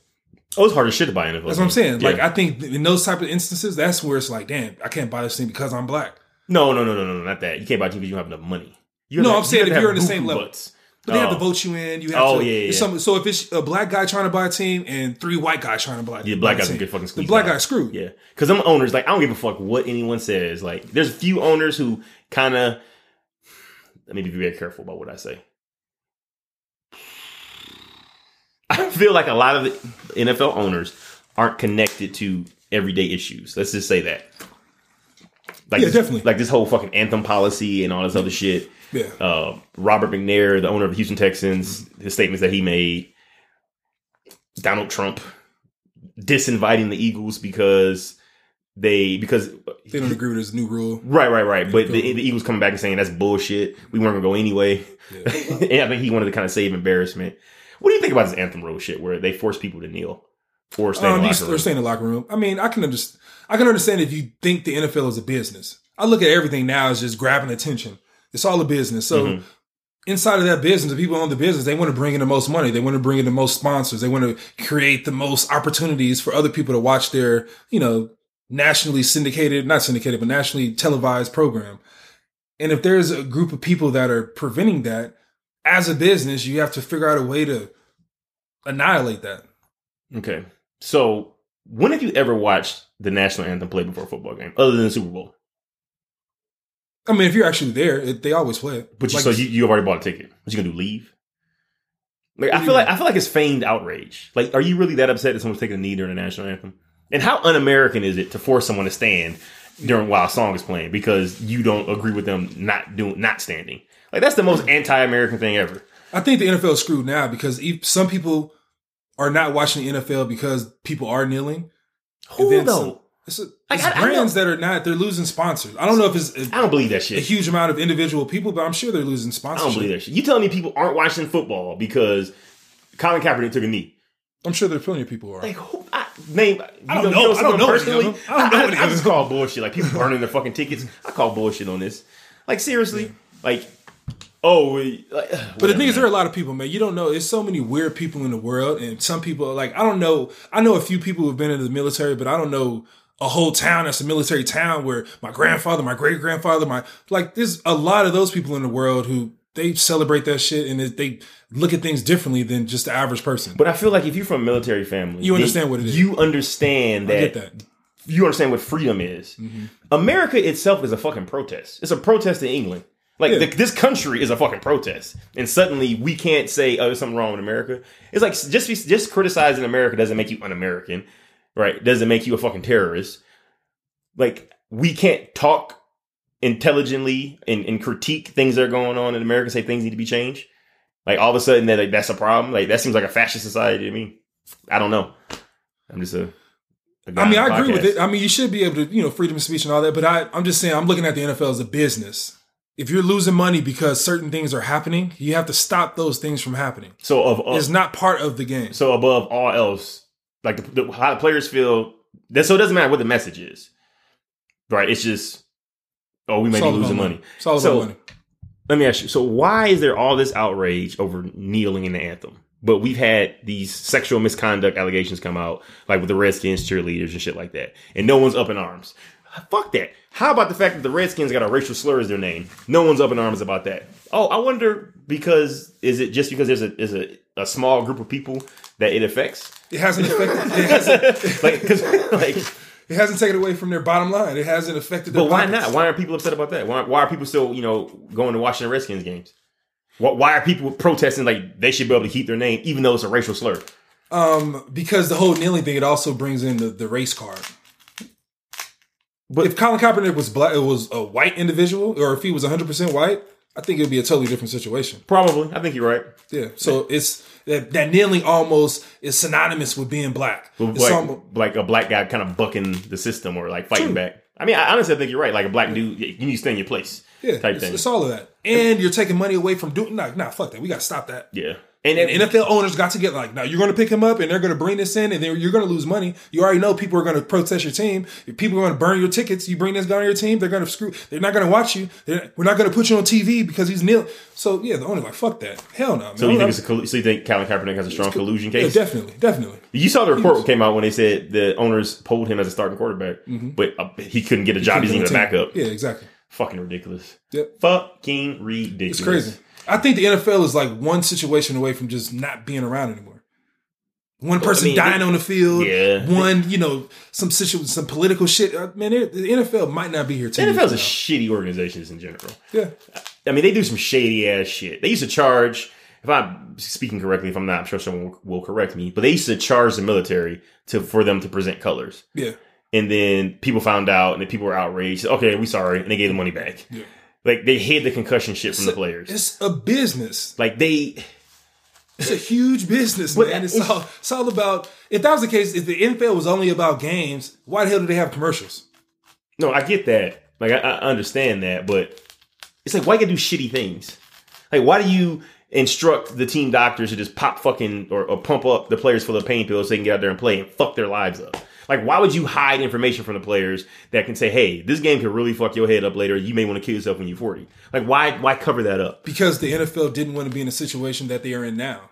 Speaker 1: Oh, it's hard as shit to buy NFL.
Speaker 2: That's what I'm saying. Like I think in those type of instances, that's where it's like, damn, I can't buy this team because I'm black.
Speaker 1: no, no, no, no, no, not that. You can't buy it because you don't have enough money. You have
Speaker 2: No,
Speaker 1: to-
Speaker 2: I'm
Speaker 1: you
Speaker 2: saying
Speaker 1: have to
Speaker 2: if
Speaker 1: have
Speaker 2: you're in the same
Speaker 1: boo-boo
Speaker 2: level.
Speaker 1: butts.
Speaker 2: But they have
Speaker 1: Oh.
Speaker 2: to vote you in. You have
Speaker 1: Oh,
Speaker 2: to.
Speaker 1: yeah, yeah,
Speaker 2: it's
Speaker 1: yeah.
Speaker 2: some- so if it's a black guy trying to buy a team and three white guys trying to buy,
Speaker 1: Yeah, black
Speaker 2: buy a
Speaker 1: guys will
Speaker 2: team,
Speaker 1: get fucking
Speaker 2: The
Speaker 1: squeezed
Speaker 2: black
Speaker 1: out.
Speaker 2: guy's screwed.
Speaker 1: Yeah, because them owners, like, I don't give a fuck what anyone says. Like, there's a few owners who kind of. I need to be very careful about what I say. I feel like a lot of the NFL owners aren't connected to everyday issues. Let's just say that. Like
Speaker 2: Yeah,
Speaker 1: this,
Speaker 2: definitely.
Speaker 1: Like this whole fucking anthem policy and all this other shit.
Speaker 2: Yeah.
Speaker 1: Uh, Robert McNair, the owner of the Houston Texans, his statements that he made. Donald Trump disinviting the Eagles because they because
Speaker 2: They don't agree with his new rule.
Speaker 1: right right right. But the, the Eagles coming back and saying that's bullshit. We weren't gonna go anyway. and I think he wanted to kind of save embarrassment. What do you think about this anthem rule shit where they force people to kneel or stay in
Speaker 2: Um,
Speaker 1: the
Speaker 2: you
Speaker 1: locker
Speaker 2: still
Speaker 1: room?
Speaker 2: stay in the locker room. I mean, I can understand. I can understand if you think the NFL is a business. I look at everything now as just grabbing attention. It's all a business. So inside of that business, the people own the business. They want to bring in the most money. They want to bring in the most sponsors. They want to create the most opportunities for other people to watch their, you know, nationally syndicated, not syndicated, but nationally televised program. And if there's a group of people that are preventing that, as a business, you have to figure out a way to annihilate that.
Speaker 1: Okay, so when have you ever watched the national anthem play before a football game other than the Super Bowl?
Speaker 2: I mean, if you're actually there, it, they always play it.
Speaker 1: But you,
Speaker 2: Like,
Speaker 1: so you, you already bought a ticket. What you gonna do? Leave? Like
Speaker 2: What
Speaker 1: I
Speaker 2: do
Speaker 1: feel
Speaker 2: you
Speaker 1: like I feel like it's feigned outrage. Like, are you really that upset that someone's taking a knee during the national anthem? And how un-American is it to force someone to stand during while a song is playing because you don't agree with them not doing not standing? Like that's the most anti-American thing ever.
Speaker 2: I think the NFL is screwed now because e some people are not watching the NFL because people are kneeling.
Speaker 1: Who
Speaker 2: then
Speaker 1: though?
Speaker 2: some- It's, a,
Speaker 1: Like,
Speaker 2: it's
Speaker 1: I- I don't-
Speaker 2: brands that are not. They're losing sponsors. I don't know if it's
Speaker 1: I
Speaker 2: a,
Speaker 1: don't believe that
Speaker 2: a
Speaker 1: shit.
Speaker 2: huge amount of individual people, but I'm sure they're losing
Speaker 1: I
Speaker 2: sponsors.
Speaker 1: don't believe that shit. You telling me people aren't watching football because Colin Kaepernick took a knee?
Speaker 2: I'm sure there are plenty of people who are.
Speaker 1: Like who? I, name.
Speaker 2: I
Speaker 1: you
Speaker 2: don't know. I don't
Speaker 1: someone
Speaker 2: know any of
Speaker 1: personally.
Speaker 2: them. I don't know any
Speaker 1: I,
Speaker 2: of
Speaker 1: just
Speaker 2: them.
Speaker 1: call bullshit. Like people burning their fucking tickets. I call bullshit on this. Like seriously. Like oh, we, like,
Speaker 2: But the
Speaker 1: whatever,
Speaker 2: thing
Speaker 1: man.
Speaker 2: is, there are a lot of people, man. You don't know. There's so many weird people in the world, and some people are like I don't know. I know a few people who've been in the military, but I don't know a whole town that's a military town where my grandfather, my great grandfather, my like. There's a lot of those people in the world who they celebrate that shit and it- they look at things differently than just the average person.
Speaker 1: But I feel like if you're from a military family,
Speaker 2: You
Speaker 1: then
Speaker 2: understand what it is.
Speaker 1: You understand
Speaker 2: I
Speaker 1: that,
Speaker 2: get that.
Speaker 1: You understand what freedom is.
Speaker 2: Mm-hmm.
Speaker 1: America itself is a fucking protest. It's a protest in England. Like
Speaker 2: Yeah.
Speaker 1: the, this country is a fucking protest, and suddenly we can't say, "Oh, there's something wrong with America." It's like just be- just criticizing America doesn't make you un-American, right? Doesn't make you a fucking terrorist. Like we can't talk intelligently and, and critique things that are going on in America, say things need to be changed. Like all of a sudden that like, that's a problem. Like that seems like a fascist society to me. I don't know. I'm just a. a guy
Speaker 2: I mean,
Speaker 1: on a
Speaker 2: I agree with
Speaker 1: podcast.
Speaker 2: it. I mean, you should be able to, you know, freedom of speech and all that. But I, I'm just saying, I'm looking at the NFL as a business. If you're losing money because certain things are happening, you have to stop those things from happening.
Speaker 1: So of all-
Speaker 2: It's not part of the game.
Speaker 1: so above all else, like the, the, how the players feel. That so it doesn't matter what the message is, right? It's just oh we may
Speaker 2: It's
Speaker 1: be
Speaker 2: all about
Speaker 1: losing money.
Speaker 2: It's all about
Speaker 1: So-
Speaker 2: money.
Speaker 1: Let me ask you. So why is there all this outrage over kneeling in the anthem? But we've had these sexual misconduct allegations come out, like with the Redskins cheerleaders and shit like that, and no one's up in arms. Fuck that. How about the fact that the Redskins got a racial slur as their name? No one's up in arms about that. Oh, I wonder because is it just because there's a is a, a small group of people that it affects?
Speaker 2: It hasn't affected. It hasn't,
Speaker 1: like, cause, like,
Speaker 2: it hasn't taken away from their bottom line. It hasn't affected. Their
Speaker 1: but why
Speaker 2: pockets.
Speaker 1: not? Why are people upset about that? Why, why are people still, you know, going to Washington Redskins games? Why, why are people protesting like they should be able to keep their name even though it's a racial slur?
Speaker 2: Um, because the whole kneeling thing, it also brings in the, the race card.
Speaker 1: But-
Speaker 2: But if Colin Kaepernick was black, it was a white individual, or if he was 100 percent white, I think it'd be a totally different situation.
Speaker 1: Probably, I think you're right.
Speaker 2: Yeah. So it's that, that kneeling almost is synonymous with being black.
Speaker 1: But
Speaker 2: It's
Speaker 1: like,
Speaker 2: almo-
Speaker 1: like a black guy kind of bucking the system or like fighting back. I mean, I honestly I think you're right. Like a black dude, you need to stay in your place.
Speaker 2: yeah,
Speaker 1: type
Speaker 2: it's,
Speaker 1: thing.
Speaker 2: it's all of that. And you're taking money away from doing nah, nah, fuck that. We gotta stop that.
Speaker 1: Yeah, and,
Speaker 2: And NFL owners got to get like, now you're gonna pick him up and they're gonna bring this in and then you're gonna lose money. You already know people are gonna protest your team. If people are gonna burn your tickets, you bring this guy on your team, they're gonna screw they're not gonna watch you. They're, we're not gonna put you on TV because he's nil. So yeah, the owner like, fuck that. Hell no, man.
Speaker 1: so you
Speaker 2: I'm-
Speaker 1: think it's a, collu- so you think Colin Kaepernick has a strong collusion
Speaker 2: yeah,
Speaker 1: case?
Speaker 2: definitely, definitely.
Speaker 1: You saw the report came out when they said the owners polled him as a starting quarterback,
Speaker 2: Mm-hmm.
Speaker 1: but uh, he couldn't get a job. He's even a backup.
Speaker 2: Yeah, exactly.
Speaker 1: Fucking ridiculous.
Speaker 2: Yep.
Speaker 1: Fucking ridiculous.
Speaker 2: It's crazy. I think the NFL is like one situation away from just not being around anymore. One person
Speaker 1: mean,
Speaker 2: dying
Speaker 1: they-
Speaker 2: on the field.
Speaker 1: Yeah.
Speaker 2: One, you know, some situ- some political shit. Uh, Man, they're- the NFL might not be here.
Speaker 1: The
Speaker 2: Ten years
Speaker 1: NFL's a
Speaker 2: from
Speaker 1: shitty organization in general.
Speaker 2: now. yeah.
Speaker 1: I mean, they do some shady ass shit. They used to charge, if I'm speaking correctly, if I'm not, I'm sure someone will, will correct me, but they used to charge the military to for them to present colors.
Speaker 2: Yeah.
Speaker 1: And then people found out and then people were outraged. Okay, we sorry. And they gave the money back.
Speaker 2: Yeah.
Speaker 1: Like they hid the concussion shit from the players.
Speaker 2: It's a business.
Speaker 1: Like they,
Speaker 2: It's a huge business,
Speaker 1: But
Speaker 2: man. It's
Speaker 1: it's-
Speaker 2: all it's all about. If that was the case, if the NFL was only about games, why the hell do they have commercials?
Speaker 1: no, I get that. Like I, I understand that, but it's like why you gotta do shitty things? Like why do you instruct the team doctors to just pop fucking or, or pump up the players full of pain pills so they can get out there and play and fuck their lives up? Like why would you hide information from the players that can say, hey, this game could really fuck your head up later. You may want to kill yourself when you're 40. Like why why cover that up?
Speaker 2: Because the NFL didn't want to be in a situation that they are in now.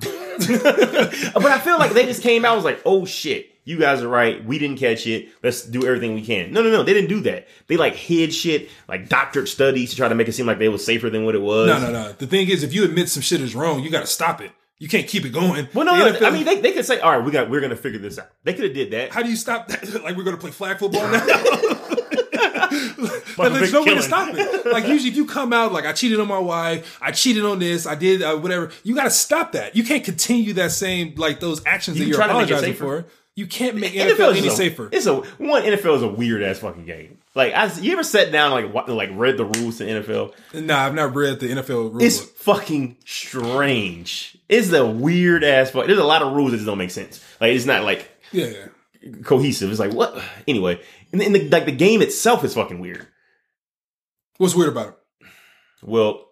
Speaker 1: But I feel like they just came out and was like, oh shit, you guys are right. We didn't catch it. Let's do everything we can. No, no, no. They didn't do that. They like hid shit, like doctored studies to try to make it seem like they was safer than what it was.
Speaker 2: No, no, no. The thing is, if you admit some shit is wrong, you got to stop it. You can't keep it going.
Speaker 1: Well, no,
Speaker 2: The
Speaker 1: no.
Speaker 2: NFL
Speaker 1: I mean, they, they could say, all right, we got, we're going to figure this out. They could have did that.
Speaker 2: how do you stop that? like we're gonna play flag football now. Like, there's no way to stop it. Like usually, if you come out like I cheated on my wife, I cheated on this, I did uh, whatever, you got to stop that. You can't continue that same like those actions
Speaker 1: You
Speaker 2: that you're
Speaker 1: try to make it
Speaker 2: apologizing
Speaker 1: safer.
Speaker 2: for. You can't make
Speaker 1: NFL
Speaker 2: NFL,
Speaker 1: is
Speaker 2: any
Speaker 1: a,
Speaker 2: safer.
Speaker 1: It's a one NFL is a weird ass fucking game. Like I, you ever sat down and, like wa- like read the rules to NFL?
Speaker 2: Nah, I've not read the NFL rule.
Speaker 1: It's
Speaker 2: book.
Speaker 1: fucking strange. It's a weird ass fuck. There's a lot of rules that just don't make sense. Like it's not like
Speaker 2: Yeah, yeah.
Speaker 1: cohesive. It's like what? Anyway, and, and the, like the game itself is fucking weird.
Speaker 2: What's weird about it?
Speaker 1: Well,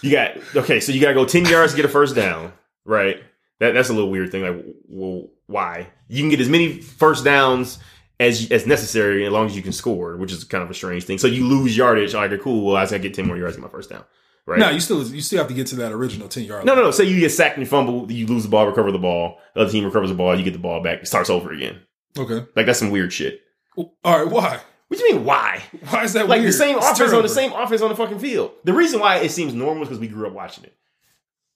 Speaker 1: you got okay. So you got to go ten yards to get a first down, right? That that's a little weird thing. Like, well, why? You can get as many first downs as as necessary, as long as you can score, which is kind of a strange thing. So you lose yardage. Like, cool. Well, I got to get ten more yards to get my first down. right?
Speaker 2: No, you still you still have to get to that original ten yard.
Speaker 1: No, no, no. Say you get sacked and you fumble, you lose the ball, recover the ball. The other team recovers the ball, you get the ball back. It starts over again.
Speaker 2: Okay.
Speaker 1: Like that's some weird shit.
Speaker 2: All right. Why?
Speaker 1: What do you mean? Why?
Speaker 2: Why is that
Speaker 1: Like
Speaker 2: weird?
Speaker 1: the same
Speaker 2: It's
Speaker 1: offense on
Speaker 2: turnover.
Speaker 1: the same offense on the fucking field. The reason why it seems normal is because we grew up watching it.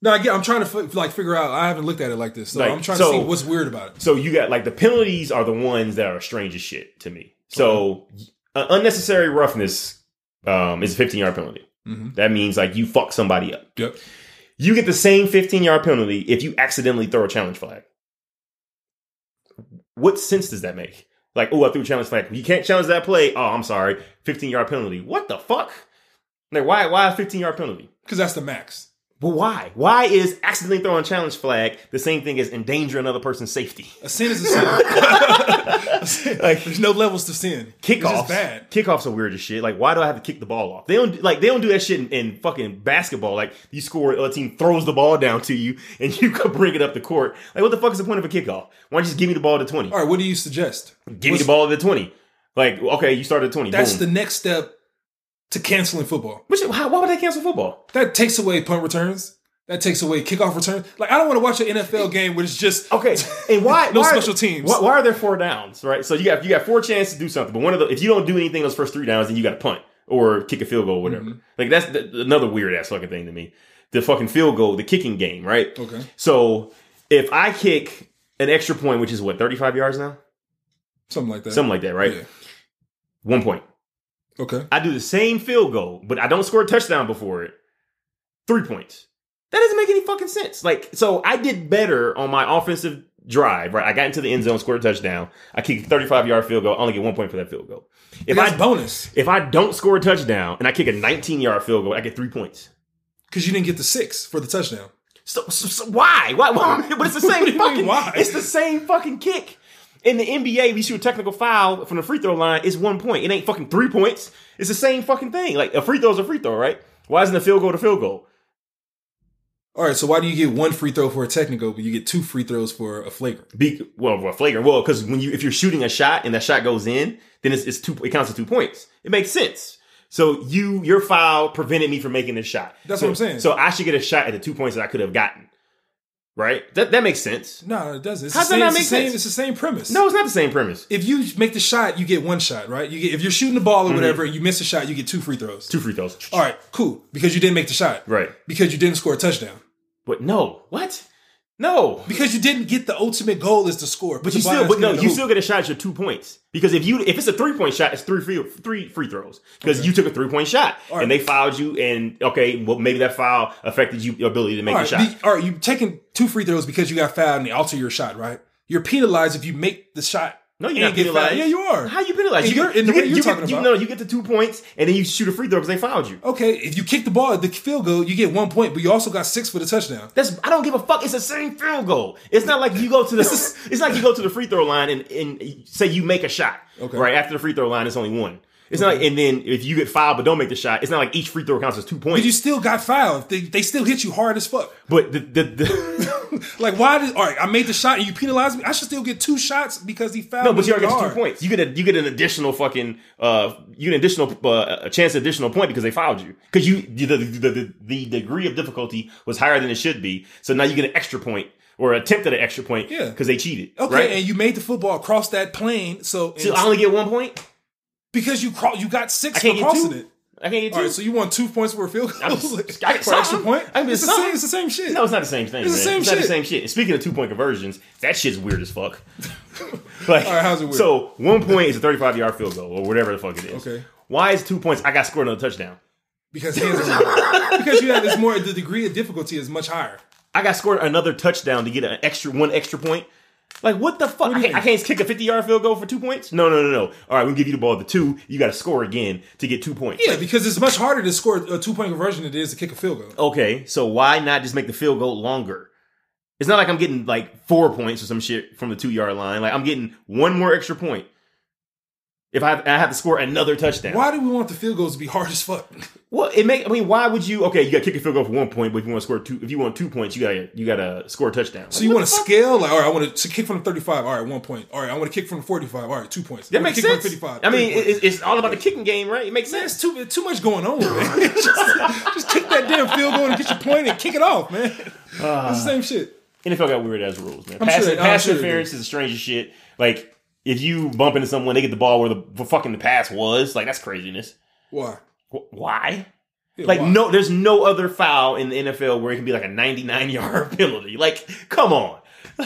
Speaker 2: No, I get, I'm trying to fi- like figure out. I haven't looked at it like this, so
Speaker 1: Like,
Speaker 2: I'm trying
Speaker 1: so-
Speaker 2: to see what's weird about it.
Speaker 1: So you got like the penalties are the ones that are strange as shit to me. So uh, unnecessary roughness um, is a 15 yard penalty.
Speaker 2: Mm-hmm.
Speaker 1: That means like you fuck somebody up.
Speaker 2: Yep.
Speaker 1: You get the same 15 yard penalty if you accidentally throw a challenge flag. What sense does that make? Like, oh, I threw a challenge flag. You can't challenge that play. Oh, I'm sorry. 15 yard penalty. What the fuck? Like, why? Why a 15 yard penalty?
Speaker 2: Because that's the max.
Speaker 1: But why? Why is accidentally throwing a challenge flag the same thing as endanger another person's safety?
Speaker 2: A sin is a sin. A sin.
Speaker 1: Like-
Speaker 2: There's no levels to sin. It's
Speaker 1: Kickoffs,
Speaker 2: just bad.
Speaker 1: kickoffs are weird as shit. Like, why do I have to kick the ball off? They don't like they don't do that shit in, in fucking basketball. Like, you score, a team throws the ball down to you, and you could bring it up the court. Like, what the fuck is the point of a kickoff? Why don't you just give me the ball at the twenty?
Speaker 2: All right. What do you suggest?
Speaker 1: give me the ball at the twenty. Like, okay, you start at twenty.
Speaker 2: That's
Speaker 1: boom.
Speaker 2: the next step to canceling football.
Speaker 1: Which, how, why would they cancel football?
Speaker 2: That takes away punt returns. That takes away kickoff returns. Like I don't want to watch an NFL game where it's just
Speaker 1: Okay, and why?
Speaker 2: No
Speaker 1: why
Speaker 2: special
Speaker 1: are,
Speaker 2: teams.
Speaker 1: Why, why are there four downs? Right, so you got you got four chances to do something, but one of the if you don't do anything those first three downs, then you got to punt or kick a field goal, or whatever.
Speaker 2: Mm-hmm.
Speaker 1: Like that's th- another weird ass fucking thing to me. The fucking field goal, the kicking game, right?
Speaker 2: Okay.
Speaker 1: So if I kick an extra point, which is what thirty five yards now,
Speaker 2: Something like that.
Speaker 1: something like that, right?
Speaker 2: Yeah.
Speaker 1: One point.
Speaker 2: Okay.
Speaker 1: I do the same field goal, but I don't score a touchdown before it. Three points. That doesn't make any fucking sense. Like, so I did better on my offensive drive, right? I got into the end zone, scored a touchdown. I kicked a 35 yard field goal. I only get one point for that field goal. If
Speaker 2: that's
Speaker 1: I
Speaker 2: bonus
Speaker 1: if I don't score a touchdown and I kick a 19 yard field goal, I get three points.
Speaker 2: because you didn't get the six for the touchdown.
Speaker 1: So, so, so why? Why? Why? But it's the same
Speaker 2: What do you mean,
Speaker 1: fucking.
Speaker 2: why?
Speaker 1: It's the same fucking kick. In the NBA, we shoot a technical foul from the free throw line. It's one point. It ain't fucking three points. It's the same fucking thing. Like a free throw is a free throw, right? Why isn't a field goal a field goal?
Speaker 2: All right. So why do you get one free throw for a technical, but you get two free throws for a flagrant?
Speaker 1: Be well, well flagrant. Well, because when you if you're shooting a shot and that shot goes in, then it's, it's two. It counts as two points. It makes sense. So you your foul prevented me from making this shot.
Speaker 2: That's
Speaker 1: So-
Speaker 2: what I'm saying.
Speaker 1: So I should get a shot at the two points that I could have gotten. Right. That that makes sense.
Speaker 2: No, it doesn't. It's
Speaker 1: How
Speaker 2: the
Speaker 1: does that
Speaker 2: same,
Speaker 1: not
Speaker 2: it's the
Speaker 1: make
Speaker 2: same-
Speaker 1: sense?
Speaker 2: It's the same premise.
Speaker 1: No, it's not the same premise.
Speaker 2: If you make the shot, you get one shot, right? You get if you're shooting the ball or whatever, and you miss a shot, you get two free throws.
Speaker 1: Mm-hmm. Two free throws.
Speaker 2: All right, cool. Because you didn't make the shot.
Speaker 1: Right.
Speaker 2: Because you didn't score a touchdown.
Speaker 1: But no, what? No,
Speaker 2: Because you didn't get the ultimate goal is to score.
Speaker 1: but you still, but no, you still get a shot at your two points because if you if it's a three point shot, it's three free three free throws because you took a three point shot and they fouled you and okay, well maybe that foul affected you your ability to make
Speaker 2: All
Speaker 1: a
Speaker 2: right,
Speaker 1: shot.
Speaker 2: the- all right, you're taking two free throws because you got fouled and they alter your shot, right? You're penalized if you make the shot.
Speaker 1: no, you're not
Speaker 2: and get fouled.
Speaker 1: penalized.
Speaker 2: Yeah, you are.
Speaker 1: How you penalized?
Speaker 2: And
Speaker 1: You
Speaker 2: you're-
Speaker 1: get,
Speaker 2: and the
Speaker 1: you
Speaker 2: way
Speaker 1: get,
Speaker 2: you're
Speaker 1: you
Speaker 2: talking
Speaker 1: get, you,
Speaker 2: about-
Speaker 1: no, you get the two points and then you shoot a free throw because they fouled you.
Speaker 2: Okay, if you kick the ball at the field goal, you get one point, but you also got six for the touchdown.
Speaker 1: That's I don't give a fuck. It's the same field goal. It's not like you go to the it's not like you go to the free throw line and, and say you make a shot.
Speaker 2: Okay.
Speaker 1: Right after the free throw line, it's only one. It's not like, and then if you get fouled but don't make the shot, it's not like each free throw counts as two
Speaker 2: But
Speaker 1: points.
Speaker 2: you still got fouled. They, they still hit you hard as fuck.
Speaker 1: But the the, the
Speaker 2: Like why did all right, I made the shot and you penalized me. I should still get two shots because he fouled
Speaker 1: no,
Speaker 2: me
Speaker 1: but you already get
Speaker 2: hard.
Speaker 1: two points. You get a you get an additional fucking uh you get an additional uh, a chance at additional point because they fouled you because you the the, the the degree of difficulty was higher than it should be. So now you get an extra point or attempt at an extra point
Speaker 2: Yeah.
Speaker 1: because they cheated.
Speaker 2: Okay,
Speaker 1: right?
Speaker 2: and you made the football cross that plane, so,
Speaker 1: so I only get one point.
Speaker 2: because you cro- you got six
Speaker 1: I can't
Speaker 2: for
Speaker 1: get
Speaker 2: crossing
Speaker 1: two.
Speaker 2: it.
Speaker 1: I can't get two.
Speaker 2: All right, so you won two points for a field goal
Speaker 1: I'm-
Speaker 2: for
Speaker 1: I get
Speaker 2: extra
Speaker 1: something.
Speaker 2: point.
Speaker 1: I get
Speaker 2: it's, the
Speaker 1: something.
Speaker 2: same, it's the same shit.
Speaker 1: No, it's not the same thing.
Speaker 2: It's the
Speaker 1: man.
Speaker 2: same
Speaker 1: it's not the
Speaker 2: shit.
Speaker 1: same shit. And speaking of two point conversions, that shit's weird as fuck. like,
Speaker 2: All right, how's it weird?
Speaker 1: So one point is a thirty-five yard field goal or whatever the fuck it is.
Speaker 2: Okay.
Speaker 1: Why is two points? I got scored another touchdown.
Speaker 2: because hands are because you have this more the degree of difficulty is much higher.
Speaker 1: I got scored another touchdown to get an extra one extra point. Like what the fuck? I can't, I can't kick a fifty yard field goal for two points. No, no, no, no. All right, we give you the ball at the two. You got to score again to get two points.
Speaker 2: Yeah, because it's much harder to score a two point conversion than it is to kick a field
Speaker 1: Oh.
Speaker 2: goal.
Speaker 1: Okay, so why not just make the field goal longer? It's not like I'm getting like four points or some shit from the two yard line. Like I'm getting one more extra point. If I have, I have to score another touchdown,
Speaker 2: Why do we want the field goals to be hard as fuck?
Speaker 1: well, it make. I mean, why would you? Okay, you got to kick a field goal for one point, but if you want to score two, if you want two points, you got to you got to score a touchdown.
Speaker 2: So you want to scale? Like, all right, I want to kick from the thirty-five. All right, one point. All right, I want to kick from the forty-five. All right, two points.
Speaker 1: that
Speaker 2: I wanna
Speaker 1: makes
Speaker 2: kick from
Speaker 1: sense.
Speaker 2: 55,
Speaker 1: I
Speaker 2: three
Speaker 1: mean,
Speaker 2: points.
Speaker 1: it, it's all about the kicking game, right? It makes
Speaker 2: Man,
Speaker 1: sense.
Speaker 2: it's too too much going on. Man. just, just kick that damn win and kick it off, man. it's the same shit.
Speaker 1: NFL got weird ass rules, man.
Speaker 2: I'm
Speaker 1: Pass,
Speaker 2: sure- I'm
Speaker 1: pass
Speaker 2: sure it
Speaker 1: interference is the strangest shit. Like if you bump into someone, they get the ball where the where fucking the pass was. Like that's craziness.
Speaker 2: Why?
Speaker 1: Wh- Why?
Speaker 2: Yeah,
Speaker 1: Like
Speaker 2: why?
Speaker 1: no, there's no other foul in the NFL where it can be like a 99 yard penalty. Like come on,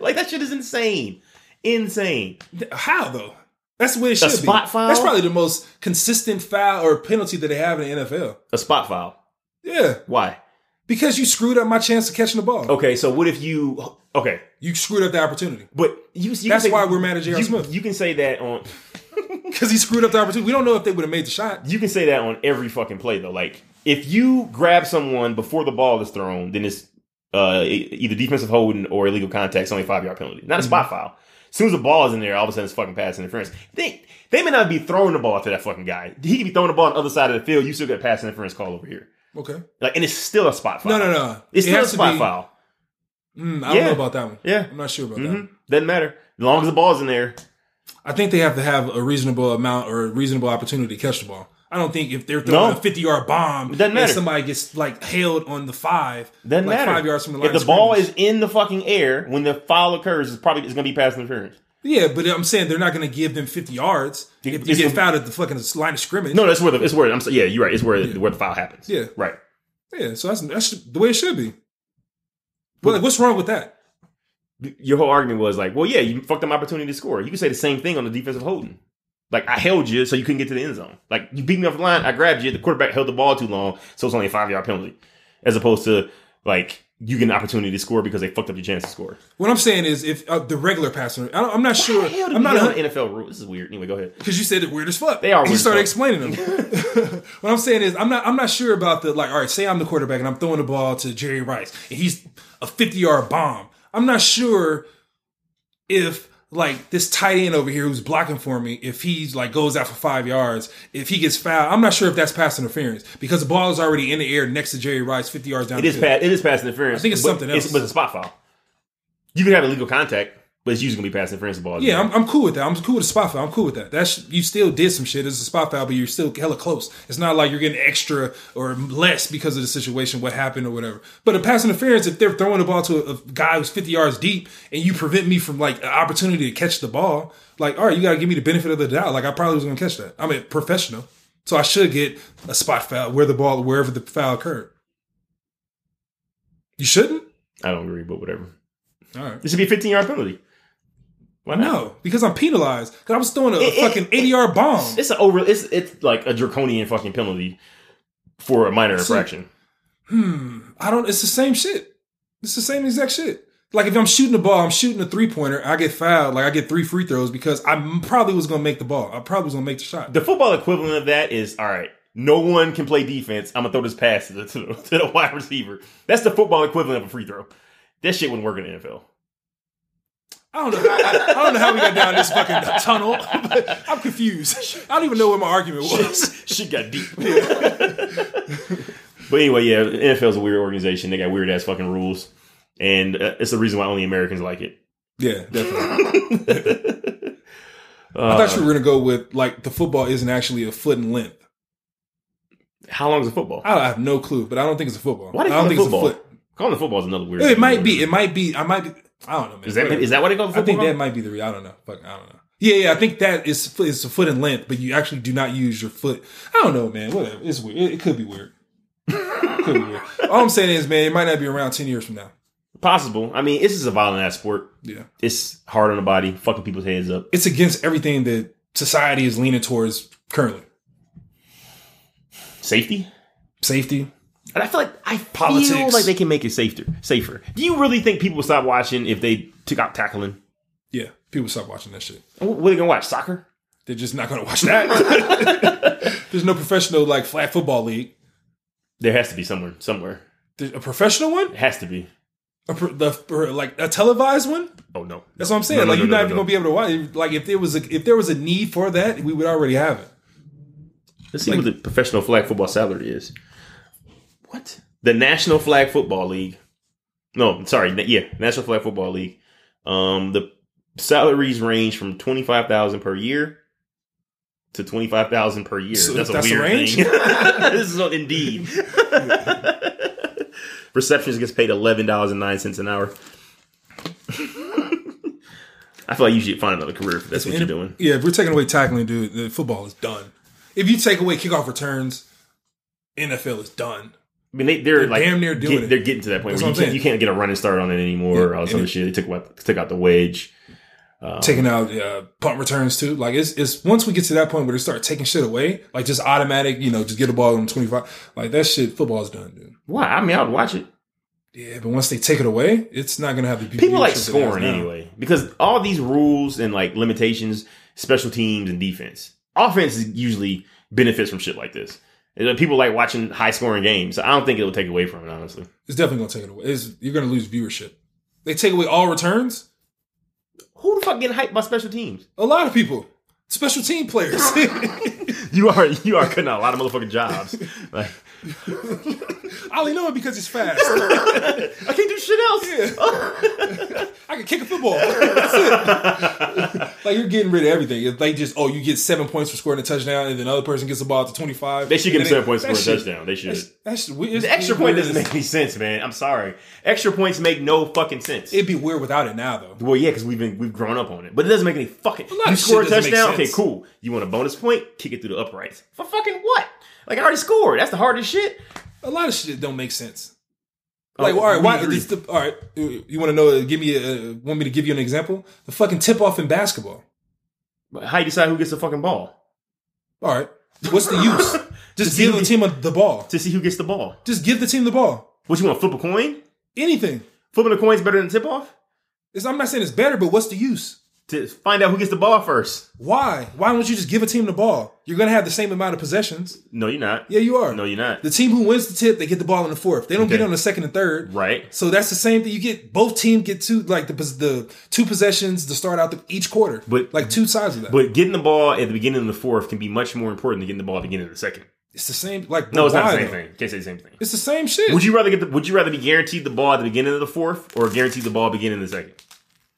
Speaker 1: like that shit is insane, insane.
Speaker 2: How though? That's the way it
Speaker 1: A
Speaker 2: should be.
Speaker 1: spot foul?
Speaker 2: That's probably the most consistent foul or penalty that they have in the NFL.
Speaker 1: A spot foul.
Speaker 2: Yeah,
Speaker 1: Why?
Speaker 2: because you screwed up my chance of catching the ball.
Speaker 1: Okay, so what if you? Okay,
Speaker 2: You screwed up the opportunity
Speaker 1: but you. you can
Speaker 2: That's
Speaker 1: say-
Speaker 2: why we're mad at J.R.
Speaker 1: you-
Speaker 2: Smith.
Speaker 1: You can say that on.
Speaker 2: because he screwed up the opportunity. We don't know if they would have made the shot.
Speaker 1: You can say that on every fucking play though. Like if you grab someone before the ball is thrown, then it's uh, e- either defensive holding or illegal contact. It's only a five yard penalty, not a
Speaker 2: Mm-hmm.
Speaker 1: spot foul. As soon as the ball is in there, all of a sudden it's fucking pass interference. They they may not be throwing the ball to that fucking guy. He could be throwing the ball on the other side of the field. You still get a pass interference call over here.
Speaker 2: Okay.
Speaker 1: Like and it's still a spot foul.
Speaker 2: No, no, no.
Speaker 1: It's
Speaker 2: It
Speaker 1: still a
Speaker 2: has to
Speaker 1: spot
Speaker 2: be- Mm-hmm.
Speaker 1: foul.
Speaker 2: Mm, I don't
Speaker 1: Yeah.
Speaker 2: know about that one.
Speaker 1: Yeah.
Speaker 2: I'm not sure about that.
Speaker 1: hmm
Speaker 2: One.
Speaker 1: Doesn't matter. As long as the ball's in there,
Speaker 2: I think they have to have a reasonable amount or a reasonable opportunity to catch the ball. I don't think if they're throwing
Speaker 1: No.
Speaker 2: a 50 yard bomb
Speaker 1: doesn't matter.
Speaker 2: and somebody gets like hailed on the five,
Speaker 1: doesn't
Speaker 2: like
Speaker 1: matter.
Speaker 2: five yards from the line.
Speaker 1: if the
Speaker 2: of
Speaker 1: ball
Speaker 2: scrimmage.
Speaker 1: is in the fucking air when the foul occurs, it's probably it's gonna be pass interference.
Speaker 2: yeah, but I'm saying they're not going to give them 50 yards if you
Speaker 1: It's
Speaker 2: get
Speaker 1: the-
Speaker 2: fouled at the fucking line of scrimmage.
Speaker 1: No, that's where the it's where I'm. so- Yeah, you're right. It's where where the foul happens.
Speaker 2: Yeah.
Speaker 1: right.
Speaker 2: yeah, so that's that's the way it should be. But like, what's wrong with that?
Speaker 1: Your whole argument was like, well, yeah, you fucked up my opportunity to score. You could say the same thing on the defensive holding. Like I held you, so you couldn't get to the end zone. Like you beat me off the line. I grabbed you. The quarterback held the ball too long, so it's only a five yard penalty, as opposed to like you get an opportunity to score because they fucked up your chance to score.
Speaker 2: What I'm saying is, if uh, the regular passer, I don't, I'm not sure.
Speaker 1: What the hell do
Speaker 2: I'm
Speaker 1: we
Speaker 2: not
Speaker 1: get on
Speaker 2: a
Speaker 1: the NFL rule. This is weird. Anyway, go ahead.
Speaker 2: because you said it weird as fuck.
Speaker 1: They are weird
Speaker 2: And You
Speaker 1: as
Speaker 2: started
Speaker 1: fuck.
Speaker 2: explaining them. what I'm saying is, I'm not. I'm not sure about the like. All right, say I'm the quarterback and I'm throwing the ball to Jerry Rice and he's a 50 yard bomb. I'm not sure if like this tight end over here who's blocking for me, if he's like goes out for five yards, if he gets fouled, I'm not sure if that's pass interference because the ball is already in the air next to Jerry Rice, 50 yards down.
Speaker 1: It
Speaker 2: the
Speaker 1: is
Speaker 2: field.
Speaker 1: pass. It is pass interference. I
Speaker 2: think it's something else.
Speaker 1: It's, but it's a spot foul. You could have illegal contact, but it's usually gonna be pass interference. The ball. is
Speaker 2: Yeah,
Speaker 1: in.
Speaker 2: I'm, I'm cool with that. I'm cool with the spot foul. I'm cool with that. That's you still did some shit. It's a spot foul, but you're still hella close. It's not like you're getting extra or less because of the situation, what happened or whatever. But a pass interference, if they're throwing the ball to a, a guy who's 50 yards deep and you prevent me from like an opportunity to catch the ball, like all right, you got to give me the benefit of the doubt. Like I probably was going to catch that. I'm a professional, so I should get a spot foul where the ball wherever the foul occurred. You shouldn't.
Speaker 1: I don't agree, but whatever.
Speaker 2: All right.
Speaker 1: This should be a 15 yard penalty. Why not?
Speaker 2: No, because I'm penalized. Because I was throwing a, a
Speaker 1: It- it-
Speaker 2: fucking 80 yard bomb.
Speaker 1: It's an over. It's it's like a draconian fucking penalty for a minor
Speaker 2: See-
Speaker 1: infraction.
Speaker 2: I don't. It's the same shit. It's the same exact shit. Like if I'm shooting the ball, I'm shooting a three pointer. I get fouled. Like I get three free throws because I m- probably was gonna make the ball. I probably was gonna make the shot.
Speaker 1: The football equivalent of that is all right. No one can play defense. I'm gonna throw this pass to the, to the, to the wide receiver. That's the football equivalent of a free throw. That shit wouldn't work in the NFL.
Speaker 2: I don't know. How, I, I don't know how we got down this fucking tunnel. but I'm confused. I don't even know what my argument was.
Speaker 1: shit got deep. but anyway, yeah, NFL's a weird organization. They got weird ass fucking rules, and uh, it's the reason why only Americans like it.
Speaker 2: Yeah, definitely. I
Speaker 1: Uh,
Speaker 2: thought you were gonna go with like the football isn't actually a foot in length.
Speaker 1: How long is a football?
Speaker 2: I have no clue, but I don't think it's a football.
Speaker 1: Why do you
Speaker 2: I don't
Speaker 1: call it
Speaker 2: think
Speaker 1: football?
Speaker 2: it's a foot.
Speaker 1: Calling the football is another weird.
Speaker 2: It might be. It might be. I might be. I don't know. Man.
Speaker 1: Is that
Speaker 2: Whatever.
Speaker 1: is that what they call the
Speaker 2: I
Speaker 1: football?
Speaker 2: think that might be the re I don't know. Fuck, I don't know. Yeah, yeah. I think that is fo- it's a foot in length, but you actually do not use your foot. I don't know, man. Whatever. It's weird. It, it could be weird. It could be weird. All I'm saying is, man, it might not be around ten years from now.
Speaker 1: Possible. I mean, this is a violent ass sport.
Speaker 2: Yeah,
Speaker 1: It's hard on the body, fucking people's heads up.
Speaker 2: it's against everything that society is leaning towards currently.
Speaker 1: Safety.
Speaker 2: Safety.
Speaker 1: And I feel like I feel
Speaker 2: Politics.
Speaker 1: like they can make it safer. Safer. Do you really think people would stop watching if they took out tackling?
Speaker 2: Yeah, people stop watching that shit.
Speaker 1: Wh- What are they gonna watch? Soccer?
Speaker 2: They're just not going to watch that. There's no professional like flag football league.
Speaker 1: There has to be somewhere. Somewhere.
Speaker 2: There's a professional one,
Speaker 1: It has to be.
Speaker 2: a pro- the, or, like a televised one.
Speaker 1: Oh no.
Speaker 2: That's what I'm saying.
Speaker 1: No, no,
Speaker 2: like
Speaker 1: no,
Speaker 2: you're
Speaker 1: no,
Speaker 2: not
Speaker 1: no, no.
Speaker 2: even gonna be able to watch. Like if there was a if there was a need for that, we would already have it.
Speaker 1: Let's see what the professional flag football salary is. What? The National Flag Football League. No, sorry. na- Yeah, National Flag Football League. Um, the salaries range from twenty five thousand per year to twenty five thousand per year.
Speaker 2: So
Speaker 1: that's a
Speaker 2: that's the
Speaker 1: weird
Speaker 2: range?
Speaker 1: thing. this is on Indeed. Receptionist gets paid eleven dollars and nine cents an hour. I feel like you should find another career if that's what you're
Speaker 2: And-
Speaker 1: doing.
Speaker 2: Yeah, if we're taking away tackling, dude, the football is done. If you take away kickoff returns, NFL is done.
Speaker 1: I mean, they, they're, like
Speaker 2: damn near doing
Speaker 1: get-
Speaker 2: it.
Speaker 1: They're getting to that point
Speaker 2: That's
Speaker 1: where you can't,
Speaker 2: what I'm saying.
Speaker 1: you can't get a running start on it anymore. or all this
Speaker 2: and
Speaker 1: other
Speaker 2: it-
Speaker 1: shit. They took what took out the wage. Um,
Speaker 2: Taking out uh, punt returns too. Like it's, it's once we get to that point where they start taking shit away, like just automatic, you know, just get a ball on twenty five. Like that shit, football's done, dude.
Speaker 1: why? I mean, I would watch it.
Speaker 2: Yeah, but once they take it away, it's not gonna have the
Speaker 1: People like
Speaker 2: viewership it has
Speaker 1: scoring
Speaker 2: now.
Speaker 1: anyway because all these rules and like limitations, special teams and defense. Offense is usually benefits from shit like this. And, like, People like watching high scoring games. I don't think it will take away from it, honestly.
Speaker 2: It's definitely gonna take it away. It's, you're gonna lose viewership. They take away all returns.
Speaker 1: Who the fuck getting hyped by special teams?
Speaker 2: A lot of people, special team players.
Speaker 1: You are you are cutting out a lot of motherfucking jobs. Like,
Speaker 2: I only know it because he's fast.
Speaker 1: I can't do shit else.
Speaker 2: I can kick a football. That's it. like you're getting rid of everything. If they just oh, you get seven points for scoring a touchdown, and then the other person gets the ball at the 25.
Speaker 1: They should get a
Speaker 2: And
Speaker 1: seven points for a
Speaker 2: that shit-
Speaker 1: touchdown. They should.
Speaker 2: That's, that's weird.
Speaker 1: The extra point doesn't make any sense, man. I'm sorry. Extra points make no fucking sense.
Speaker 2: It'd be weird without it now, though.
Speaker 1: well, yeah, because we've been we've grown up on it, but it doesn't make any fucking.
Speaker 2: lot
Speaker 1: You
Speaker 2: of shit
Speaker 1: score a
Speaker 2: doesn't make
Speaker 1: touchdown, okay,
Speaker 2: sense.
Speaker 1: cool. You want a bonus point? Kick it through the uprights for fucking what? Like I already scored. That's the hardest shit.
Speaker 2: A lot of shit don't make sense. Like,
Speaker 1: Oh,
Speaker 2: all right,
Speaker 1: we
Speaker 2: why?
Speaker 1: agree.
Speaker 2: This the, all right, you you want to know? uh, Give me. A, want me to give you an example? The fucking tip off in basketball.
Speaker 1: But How you decide who gets the fucking ball
Speaker 2: All right, what's the use? Just give the team the ball.
Speaker 1: to see who gets the ball?
Speaker 2: Just give the team the ball.
Speaker 1: What you want? Flip a coin?
Speaker 2: Anything.
Speaker 1: Flipping a coin's better than tip off.
Speaker 2: It's, I'm not saying it's better, but what's the use?
Speaker 1: To find out who gets the ball first.
Speaker 2: Why? Why don't you just give a team the ball? You're gonna have the same amount of possessions.
Speaker 1: No, you're not.
Speaker 2: Yeah, you are.
Speaker 1: No, you're not.
Speaker 2: the team who wins the tip, they get the ball in the fourth. They don't get
Speaker 1: Okay.
Speaker 2: it on the second and third.
Speaker 1: Right.
Speaker 2: So that's the same thing. You get both teams get two like the pos- the two possessions to start out the, each quarter.
Speaker 1: But-
Speaker 2: like two sides of that.
Speaker 1: But getting the ball at the beginning of the fourth can be much more important than getting the ball at the beginning of the second.
Speaker 2: it's the same. Like
Speaker 1: No, it's not the
Speaker 2: why,
Speaker 1: same
Speaker 2: though?
Speaker 1: thing. Can't say the same thing.
Speaker 2: It's the same shit.
Speaker 1: Would you rather get the, Would you rather be guaranteed the ball at the beginning of the fourth or guaranteed the ball beginning of the second?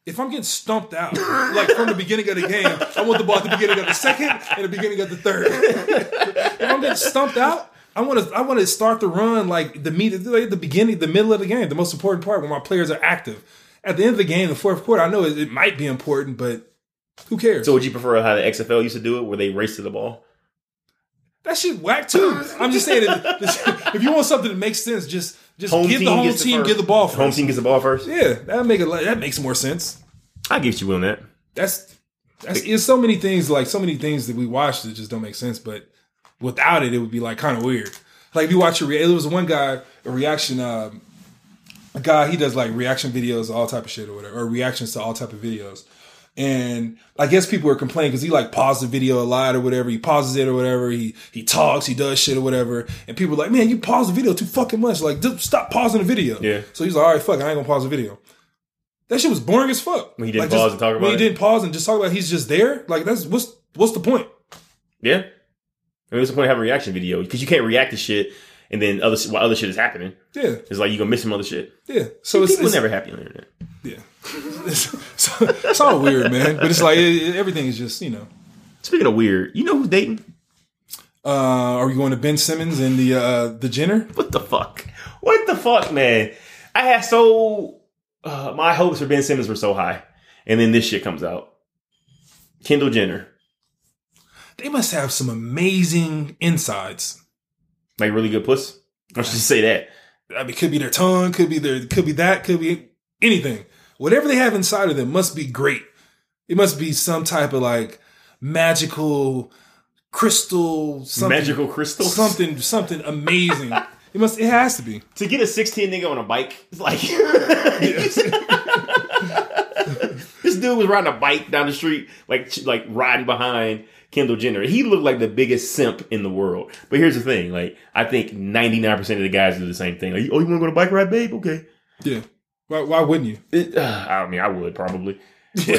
Speaker 2: if I'm getting stumped out like from the beginning of the game, I want the ball at the beginning of the second and the beginning of the third. if I'm getting stumped out. I want to. I want to start the run like the meet like the beginning, the middle of the game, the most important part when my players are active. At the end of the game, the fourth quarter, I know it, it might be important, but who cares?
Speaker 1: So would you prefer how the XFL used to do it, where they race to the ball?
Speaker 2: That shit whack too. I'm just saying, that that- if you want something that makes sense, just just give the home
Speaker 1: gets
Speaker 2: team
Speaker 1: first-
Speaker 2: give the ball first.
Speaker 1: Home team gets the ball first.
Speaker 2: Yeah, that make a lot- that makes more sense.
Speaker 1: I get you on that.
Speaker 2: That's that's it's so many things like so many things that we watch that just don't make sense. But without it, it would be like kind of weird. Like if you watch a re- there was one guy a reaction um, a guy he does like reaction videos all type of shit or whatever or reactions to all type of videos. And I guess people were complaining because he like paused the video a lot or whatever. He pauses it or whatever. He he talks, he does shit or whatever. And people were like, "Man, you paused the video too fucking much. Like, dude, stop pausing the video."
Speaker 1: Yeah.
Speaker 2: So he's like, "All right, fuck, it, I ain't gonna pause the video." That shit was boring as fuck.
Speaker 1: When he didn't
Speaker 2: Like, just-
Speaker 1: pause and talk about
Speaker 2: when
Speaker 1: it?
Speaker 2: he didn't pause and just talk about he's just there. Like that's what's what's the point?
Speaker 1: Yeah. I mean, what's the point of having a reaction video? Because you can't react to shit and then other while other shit is happening.
Speaker 2: Yeah,
Speaker 1: It's like you gonna miss some other shit.
Speaker 2: yeah. So it's,
Speaker 1: People
Speaker 2: it's
Speaker 1: never happy on the internet.
Speaker 2: yeah. It's, it's, it's all weird, man. But it's like it, it- everything is just you know.
Speaker 1: Speaking of weird, you know who's dating?
Speaker 2: Uh, are we going to Ben Simmons and the uh, the Jenner?
Speaker 1: What the fuck? What the fuck, man? I had so uh, my hopes for Ben Simmons were so high, and then this shit comes out. Kendall Jenner,
Speaker 2: They must have some amazing insides.
Speaker 1: like really good puss. I should say that.
Speaker 2: I mean, could be their tongue, could be their, could be that, could be anything. Whatever they have inside of them must be great. It must be some type of like magical crystal something
Speaker 1: Magical crystal.
Speaker 2: something something amazing. It must it has to be.
Speaker 1: To get a 16 nigga on a bike, it's like this dude was riding a bike down the street, like ch- like riding behind Kendall Jenner. He looked like the biggest simp in the world. But here's the thing: like I think 99 percent of the guys do the same thing. Like, oh, you want to go on a bike ride, babe? Okay.
Speaker 2: Yeah. Why, why wouldn't you?
Speaker 1: It, uh, I mean, I would probably, but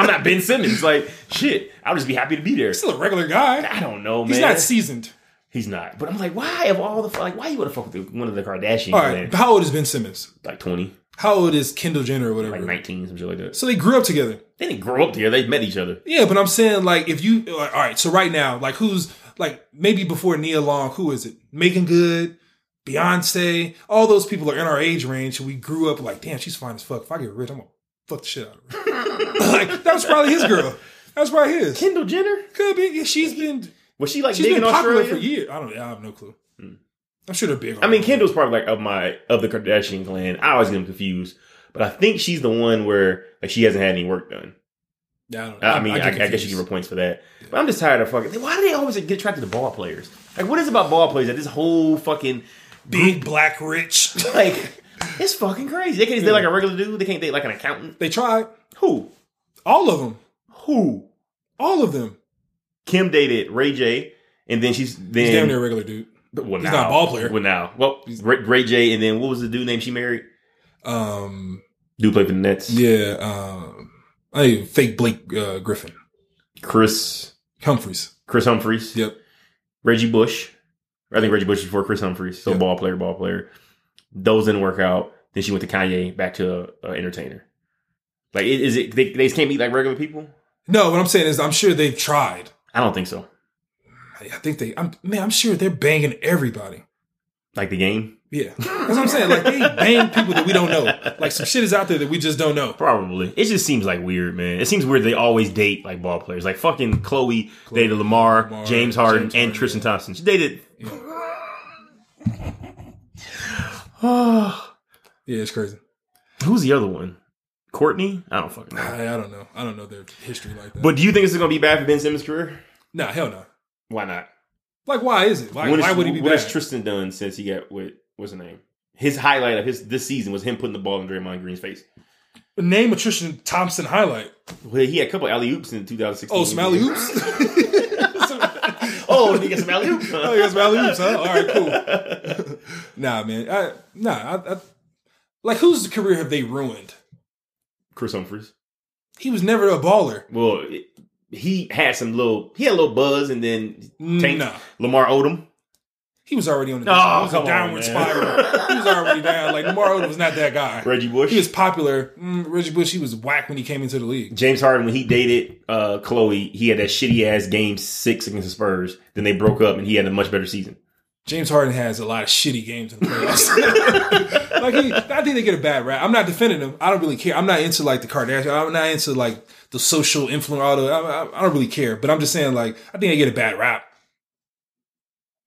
Speaker 1: I'm not Ben Simmons. Like shit, I'll just be happy to be there.
Speaker 2: Still a regular guy.
Speaker 1: I don't know, man.
Speaker 2: He's not seasoned.
Speaker 1: He's not. But I'm like, why of all the fu- like, why you want to fuck with the- one of the Kardashians?
Speaker 2: All right.
Speaker 1: man?
Speaker 2: How old is Ben Simmons?
Speaker 1: Like 20.
Speaker 2: how old is Kendall Jenner or whatever?
Speaker 1: like 19, some shit like that.
Speaker 2: So they grew up together.
Speaker 1: They didn't grow up together. They met each other.
Speaker 2: Yeah, but I'm saying like if you like, all right, so right now, like who's like maybe before Nia Long, who is it? Megan Good, Beyonce, all those people are in our age range. We grew up like, damn, she's fine as fuck. If I get rich, I'm gonna fuck the shit out of her. like that was probably his girl. That's probably his.
Speaker 1: Kendall Jenner?
Speaker 2: Could be. Yeah, she's been
Speaker 1: Was she like
Speaker 2: she's
Speaker 1: big
Speaker 2: been
Speaker 1: in
Speaker 2: popular
Speaker 1: Australia?
Speaker 2: for years. I don't. I have no clue.
Speaker 1: Hmm.
Speaker 2: I'm sure they're big.
Speaker 1: I mean, Kendall's probably like of my of the Kardashian clan. I always get them confused, but I think she's the one where like she hasn't had any work done.
Speaker 2: Yeah, I, don't know.
Speaker 1: I, mean, I, I guess
Speaker 2: confused.
Speaker 1: you give her points for that. But I'm just tired of fucking. Why do they always get attracted to ball players? Like, what is it about ball players that this whole fucking
Speaker 2: big black rich.
Speaker 1: like it's fucking crazy? They can't date like a regular dude. They can't date like an accountant.
Speaker 2: they tried
Speaker 1: Who?
Speaker 2: all of them.
Speaker 1: Who?
Speaker 2: All of them.
Speaker 1: Kim dated Ray J, and then she's then
Speaker 2: He's damn near a regular dude.
Speaker 1: well,
Speaker 2: he's
Speaker 1: now.
Speaker 2: not a ball player.
Speaker 1: Well, now, well, Ray, Ray J, and then what was the dude name she married?
Speaker 2: Um,
Speaker 1: Dude played for the Nets.
Speaker 2: yeah. Um, I fake Blake uh, Griffin
Speaker 1: Chris
Speaker 2: Humphreys.
Speaker 1: Chris Humphreys.
Speaker 2: Yep.
Speaker 1: Reggie Bush. I think Reggie Bush was before Chris Humphries. So
Speaker 2: Yeah.
Speaker 1: ball player, ball player. Those didn't work out. Then she went to Kanye, back to an entertainer. Like, i- is it they, they just can't meet like regular people?
Speaker 2: No, what I'm saying is, I'm sure they've tried.
Speaker 1: I don't think so.
Speaker 2: I I think they. I'm man. I'm sure they're banging everybody.
Speaker 1: Like the game,
Speaker 2: Yeah, that's what I'm saying. Like they bang people that we don't know. Like some shit is out there that we just don't know.
Speaker 1: probably. It just seems like weird, man. It seems weird they always date like ball players. Like fucking Chloe, dated Lamar,
Speaker 2: Lamar,
Speaker 1: James Harden,
Speaker 2: James
Speaker 1: and
Speaker 2: Harden,
Speaker 1: Tristan
Speaker 2: yeah.
Speaker 1: Thompson. She dated.
Speaker 2: Yeah, it's crazy.
Speaker 1: Who's the other one? Courtney? I don't fucking know.
Speaker 2: I, I don't know. I don't know their history like that.
Speaker 1: But do you think this is gonna be bad for Ben Simmons' career?
Speaker 2: nah, hell no.
Speaker 1: Why not?
Speaker 2: Like, why is it? Like,
Speaker 1: What is-
Speaker 2: why would he be
Speaker 1: What
Speaker 2: bad?
Speaker 1: has Tristan done since he got with what's his name? His highlight of his this season was him putting the ball in Draymond Green's face.
Speaker 2: Name a Tristan Thompson highlight.
Speaker 1: Well, he had a couple alley oops in 2016.
Speaker 2: Oh, some alley oops.
Speaker 1: oh, he got some alley oops.
Speaker 2: Oh, you got some alley-oops, huh? All right, cool. nah, man. I, nah, I, I, like whose career have they ruined?
Speaker 1: Chris Humphries.
Speaker 2: He was never a baller.
Speaker 1: Well, it- he had some little. He had a little buzz, and then Tank
Speaker 2: Nah,
Speaker 1: Lamar Odom.
Speaker 2: he was already on the
Speaker 1: Oh,
Speaker 2: it was
Speaker 1: come on,
Speaker 2: a downward
Speaker 1: man.
Speaker 2: spiral. He was already down. Like Lamar Odom was not that guy.
Speaker 1: Reggie Bush.
Speaker 2: He was popular. Mm, Reggie Bush. He was whack when he came into the league.
Speaker 1: James Harden when he dated uh, Chloe, he had that shitty ass game six against the Spurs. Then they broke up, and he had a much better season.
Speaker 2: James Harden has a lot of shitty games in the playoffs. like he, I think they get a bad rap. I'm not defending them. I don't really care. I'm not into like the Kardashian. I'm not into like the social influence. All the, I, I- I don't really care. But I'm just saying like I think they get a bad rap.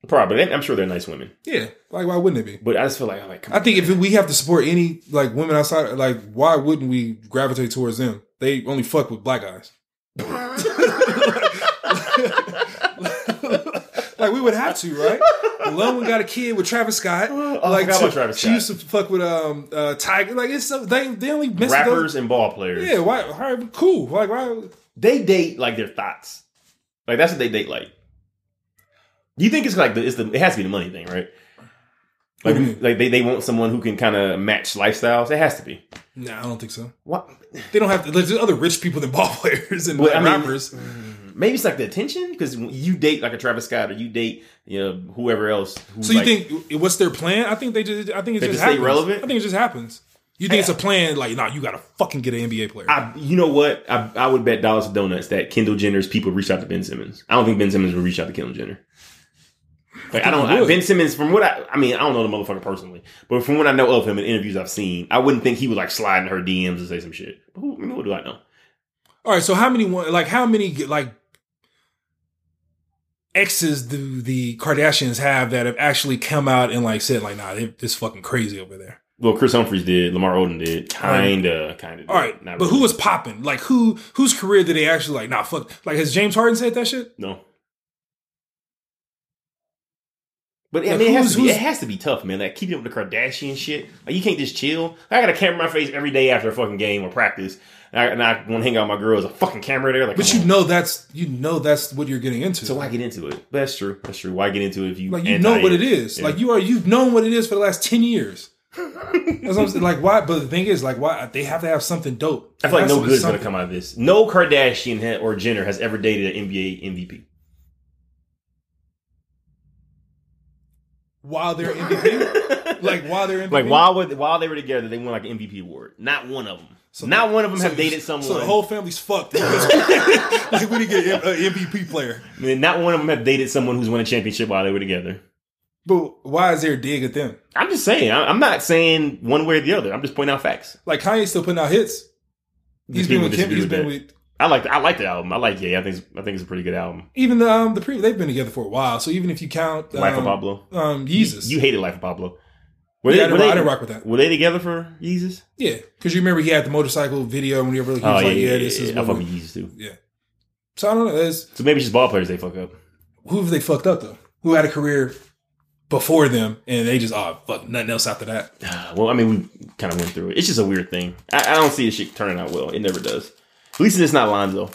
Speaker 1: Probably, I'm sure they're nice women,
Speaker 2: Yeah. Like why wouldn't it be?
Speaker 1: but I just feel like I'm like. Come
Speaker 2: I think if we have to support any like women outside, like why wouldn't we gravitate towards them? They only fuck with black guys. like we would have to, right? Malone got a kid with Travis Scott.
Speaker 1: Oh, I
Speaker 2: like
Speaker 1: forgot
Speaker 2: she,
Speaker 1: about Travis
Speaker 2: she
Speaker 1: Scott.
Speaker 2: used Oh, to fuck with um uh Tiger. Like it's so they they only mess with those.
Speaker 1: rappers and ball players.
Speaker 2: Yeah, why? All right, cool. Like why?
Speaker 1: They date like their thoughts. Like that's what they date like. You think it's like the, it's the it has to be the money thing, right?
Speaker 2: What
Speaker 1: Like
Speaker 2: do you mean?
Speaker 1: like they, they want someone who can kind of match lifestyles. It has to be.
Speaker 2: Nah, I don't think so.
Speaker 1: What?
Speaker 2: They don't have to. There's other rich people than ball players and
Speaker 1: Well,
Speaker 2: like,
Speaker 1: I mean-
Speaker 2: rappers.
Speaker 1: Maybe it's like the attention because you date like a Travis Scott or you date you know whoever else. Who's
Speaker 2: So you
Speaker 1: like-
Speaker 2: think what's their plan? I think they just. I think it
Speaker 1: They
Speaker 2: just,
Speaker 1: just stay
Speaker 2: happens.
Speaker 1: relevant?
Speaker 2: I think it just happens. You think it's a plan? Like, nah, you gotta fucking get an NBA player.
Speaker 1: I, you know what? I, I would bet dollars to donuts that Kendall Jenner's people reach out to Ben Simmons. I don't think Ben Simmons would reach out to Kendall Jenner. Like I, don't.
Speaker 2: he would.
Speaker 1: ben Simmons, from what I, I mean, I don't know the motherfucker personally, but from what I know of him in interviews I've seen, I wouldn't think he would like slide in her DMs and say some shit. But who, I mean, what do I know?
Speaker 2: All right, so how many one like how many like exes do the Kardashians have that have actually come out and like said like nah, they, this fucking crazy over there.
Speaker 1: Well, Chris Humphries did, Lamar Odom did, kinda, kinda.
Speaker 2: All right, but who was popping? Like who whose career did they actually like nah fuck? Like has James Harden said that shit?
Speaker 1: no? But I
Speaker 2: Like,
Speaker 1: mean, it has,
Speaker 2: who's-
Speaker 1: to be,
Speaker 2: who's-
Speaker 1: it has to be tough, man. Like keeping up with the Kardashian shit. Like you can't just chill. I got a camera in my face every day after a fucking game or practice, and I, and I want to hang out with my girls. A fucking camera there, like.
Speaker 2: But
Speaker 1: come
Speaker 2: you
Speaker 1: on.
Speaker 2: know that's you know that's what you're getting into.
Speaker 1: Oh. so why get into it? But that's true. That's true. Why get into it if you
Speaker 2: like you
Speaker 1: anti
Speaker 2: know what it is.
Speaker 1: Yeah.
Speaker 2: Like you are you've known what it is for the last ten years. That's what I'm saying. Like why? But the thing is, like why they have to have something dope.
Speaker 1: I feel like
Speaker 2: It has
Speaker 1: no
Speaker 2: to be
Speaker 1: good's gonna
Speaker 2: something.
Speaker 1: come out of this. No Kardashian ha- or Jenner has ever dated an NBA MVP.
Speaker 2: while they're MVP. like while they're in
Speaker 1: Like while were while they were together, they won like an MVP award. Not one of them.
Speaker 2: So
Speaker 1: not one of them
Speaker 2: so
Speaker 1: have dated someone.
Speaker 2: So the whole family's fucked. like we didn't get uh, an MVP player.
Speaker 1: I mean, not one of them have dated someone who's won a championship while they were together.
Speaker 2: But why is there a dig at them?
Speaker 1: I'm just saying. I- I'm not saying one way or the other. I'm just pointing out facts.
Speaker 2: Like Kanye's still putting out hits. He's been
Speaker 1: People
Speaker 2: with Kim.
Speaker 1: disagree
Speaker 2: He's been
Speaker 1: that.
Speaker 2: with
Speaker 1: I like. I like the album. I like. Yeah, I think. It's, I think it's a pretty good album.
Speaker 2: even the um, the pre. They've been together for a while. So even if you count um,
Speaker 1: Life of Pablo.
Speaker 2: um, Yeezus,
Speaker 1: You, you hated Life of Pablo. Were
Speaker 2: yeah, I,
Speaker 1: they, were
Speaker 2: didn't, I didn't
Speaker 1: they,
Speaker 2: rock with that.
Speaker 1: were they together for Yeezus?
Speaker 2: Yeah, because you remember he had the motorcycle video and he was like,
Speaker 1: Oh yeah, yeah, yeah,
Speaker 2: this is
Speaker 1: yeah. I
Speaker 2: what
Speaker 1: fuck
Speaker 2: we-
Speaker 1: with Yeezus too.
Speaker 2: So I don't know. It's,
Speaker 1: So maybe it's just ball players they fuck up.
Speaker 2: who have they fucked up though? Who had a career before them and they just oh fuck nothing else after that.
Speaker 1: Well, I mean, we kind of went through it. It's just a weird thing. I, I don't see this shit turning out well. It never does. At least it's not Lonzo.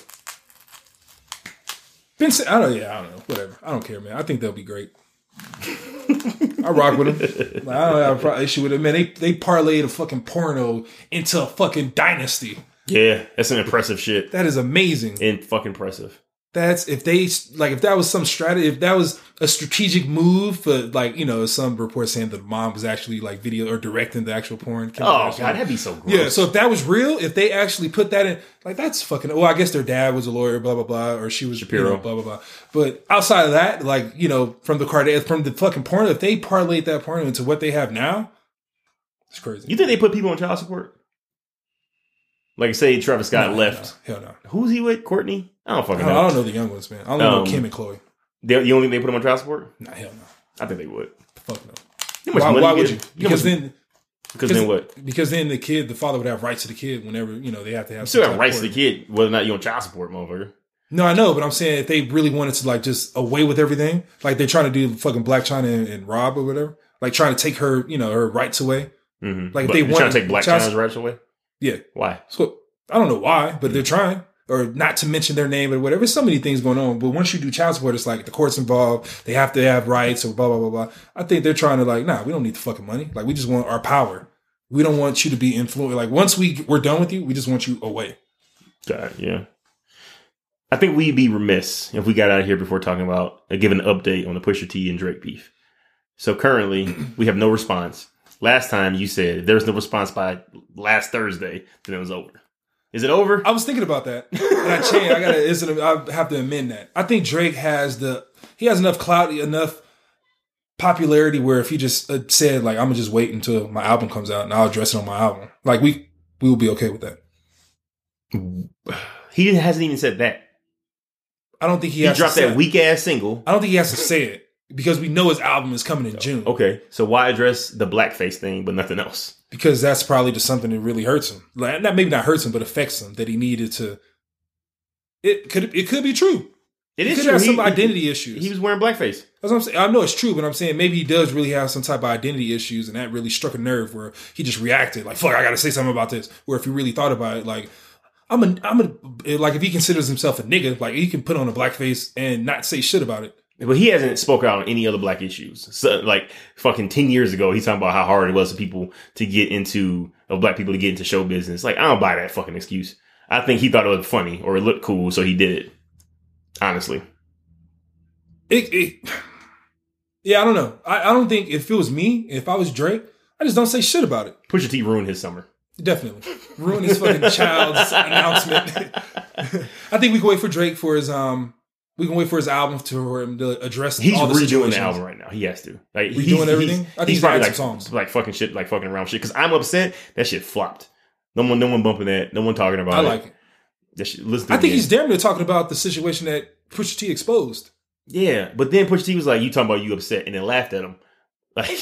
Speaker 2: Been sa- I don't yeah I don't know whatever I don't care man I think they'll be great. I rock with them. Like, I don't have a pro- issue with them. Man, they they parlayed a fucking porno into a fucking dynasty.
Speaker 1: Yeah, that's an impressive shit.
Speaker 2: That is amazing.
Speaker 1: And fucking impressive.
Speaker 2: That's if they like if that was some strategy, if that was a strategic move for like you know some reports saying that the mom was actually like video or directing the actual porn.
Speaker 1: Oh god, that'd be so gross.
Speaker 2: Yeah, so if that was real, if they actually put that in, like that's fucking. Well, I guess their dad was a lawyer, blah blah blah, or she was Shapiro,
Speaker 1: Shapiro.
Speaker 2: blah blah blah. But outside of that, like you know, from the card, from the fucking porn, if they parlayed that porn into what they have now, it's crazy.
Speaker 1: you think they put people on child support? Like say Travis Scott
Speaker 2: Nah,
Speaker 1: left.
Speaker 2: no, hell no.
Speaker 1: Who's he with? Courtney? I don't
Speaker 2: I
Speaker 1: fucking
Speaker 2: don't,
Speaker 1: know.
Speaker 2: I don't know the young ones, man. I only know
Speaker 1: Um,
Speaker 2: Kim and Chloe.
Speaker 1: They, you don't think they put him on child support?
Speaker 2: Nah, hell no.
Speaker 1: I think they would.
Speaker 2: Fuck no.
Speaker 1: You know how
Speaker 2: Why,
Speaker 1: much money
Speaker 2: why would you?
Speaker 1: get? know how
Speaker 2: Because
Speaker 1: much-
Speaker 2: then,
Speaker 1: because then what?
Speaker 2: Because then the kid, the father would have rights to the kid whenever you know they have to have.
Speaker 1: You still
Speaker 2: some
Speaker 1: have
Speaker 2: type of
Speaker 1: rights to the
Speaker 2: court.
Speaker 1: kid, whether or not you on child support, motherfucker.
Speaker 2: No, I know, but I'm saying if they really wanted to like just away with everything, like they're trying to do fucking Black China and, and Rob or whatever, like trying to take her, you know, her rights away.
Speaker 1: Mm-hmm.
Speaker 2: Like, if they
Speaker 1: trying
Speaker 2: wanted
Speaker 1: to take black
Speaker 2: child-
Speaker 1: China's rights away.
Speaker 2: Yeah.
Speaker 1: Why?
Speaker 2: So I don't know why, but they're trying. Or not to mention their name or whatever. There's so many things going on. But once you do child support, it's like the court's involved. They have to have rights or blah, blah, blah, blah. I think they're trying to like, nah, we don't need the fucking money. Like, we just want our power. We don't want you to be influenced. Like, once we, we're done with you, we just want you away.
Speaker 1: God, yeah. I think we'd be remiss if we got out of here before talking about uh, giving an update on the Pusha T and Drake beef. So currently, we have no response. Last time you said if there was no response by last Thursday, then it was over. Is it over?
Speaker 2: I was thinking about that, and I changed. I gotta. It's an, I have to amend that. I think Drake has the. He has enough clout, enough popularity where if he just uh, said like, "I'm gonna just wait until my album comes out and I'll address it on my album," like we we will be okay with that. Uh,
Speaker 1: He didn't- hasn't even said that.
Speaker 2: I don't think he, Uh,
Speaker 1: He,
Speaker 2: has
Speaker 1: dropped
Speaker 2: to say
Speaker 1: that
Speaker 2: it.
Speaker 1: weak ass single.
Speaker 2: I don't think he has to say it because we know his album is coming in June.
Speaker 1: Oh, Okay, so why address the blackface thing but nothing else?
Speaker 2: Because that's probably just something that really hurts him. Like, not maybe not hurts him, but affects him that he needed to. It could it could be true.
Speaker 1: It
Speaker 2: He
Speaker 1: is
Speaker 2: could
Speaker 1: true.
Speaker 2: have
Speaker 1: He-
Speaker 2: some
Speaker 1: he-
Speaker 2: identity issues.
Speaker 1: He was wearing blackface.
Speaker 2: That's what I'm saying. I know it's true, but I'm saying maybe he does really have some type of identity issues, and that really struck a nerve where he just reacted like, "Fuck, I got to say something about this." Where if he really thought about it, like, I'm a, I'm a, like, if he considers himself a nigga, like he can put on a blackface and not say shit about it.
Speaker 1: But he hasn't spoke out on any other black issues. So, like fucking ten years ago, he's talking about how hard it was for people to get into of black people to get into show business. Like I don't buy that fucking excuse. I think he thought it was funny or it looked cool, so he did it. Honestly,
Speaker 2: It, it yeah, I don't know. I, I don't think if it was me, if I was Drake, I just don't say shit about it.
Speaker 1: Pusha T ruined his summer.
Speaker 2: Definitely ruin his fucking child's announcement. I think we can wait for Drake for his um. We can wait for his album to for him to address.
Speaker 1: He's
Speaker 2: all the
Speaker 1: redoing
Speaker 2: situations.
Speaker 1: the album right now. He has to. Like
Speaker 2: Redoing
Speaker 1: he's- he's,
Speaker 2: everything? I
Speaker 1: He's,
Speaker 2: think he's
Speaker 1: probably
Speaker 2: got
Speaker 1: like,
Speaker 2: some songs.
Speaker 1: like fucking shit, like fucking around shit. Because I'm upset that shit flopped. No one, no one bumping that. No one talking about
Speaker 2: I
Speaker 1: it.
Speaker 2: like it.
Speaker 1: that shit. Listen, to
Speaker 2: I
Speaker 1: it
Speaker 2: think
Speaker 1: again.
Speaker 2: he's damn near talking about the situation that Pusha T exposed.
Speaker 1: yeah. But then Pusha T was like, "You talking about you upset?" and then laughed at him. Like,
Speaker 2: You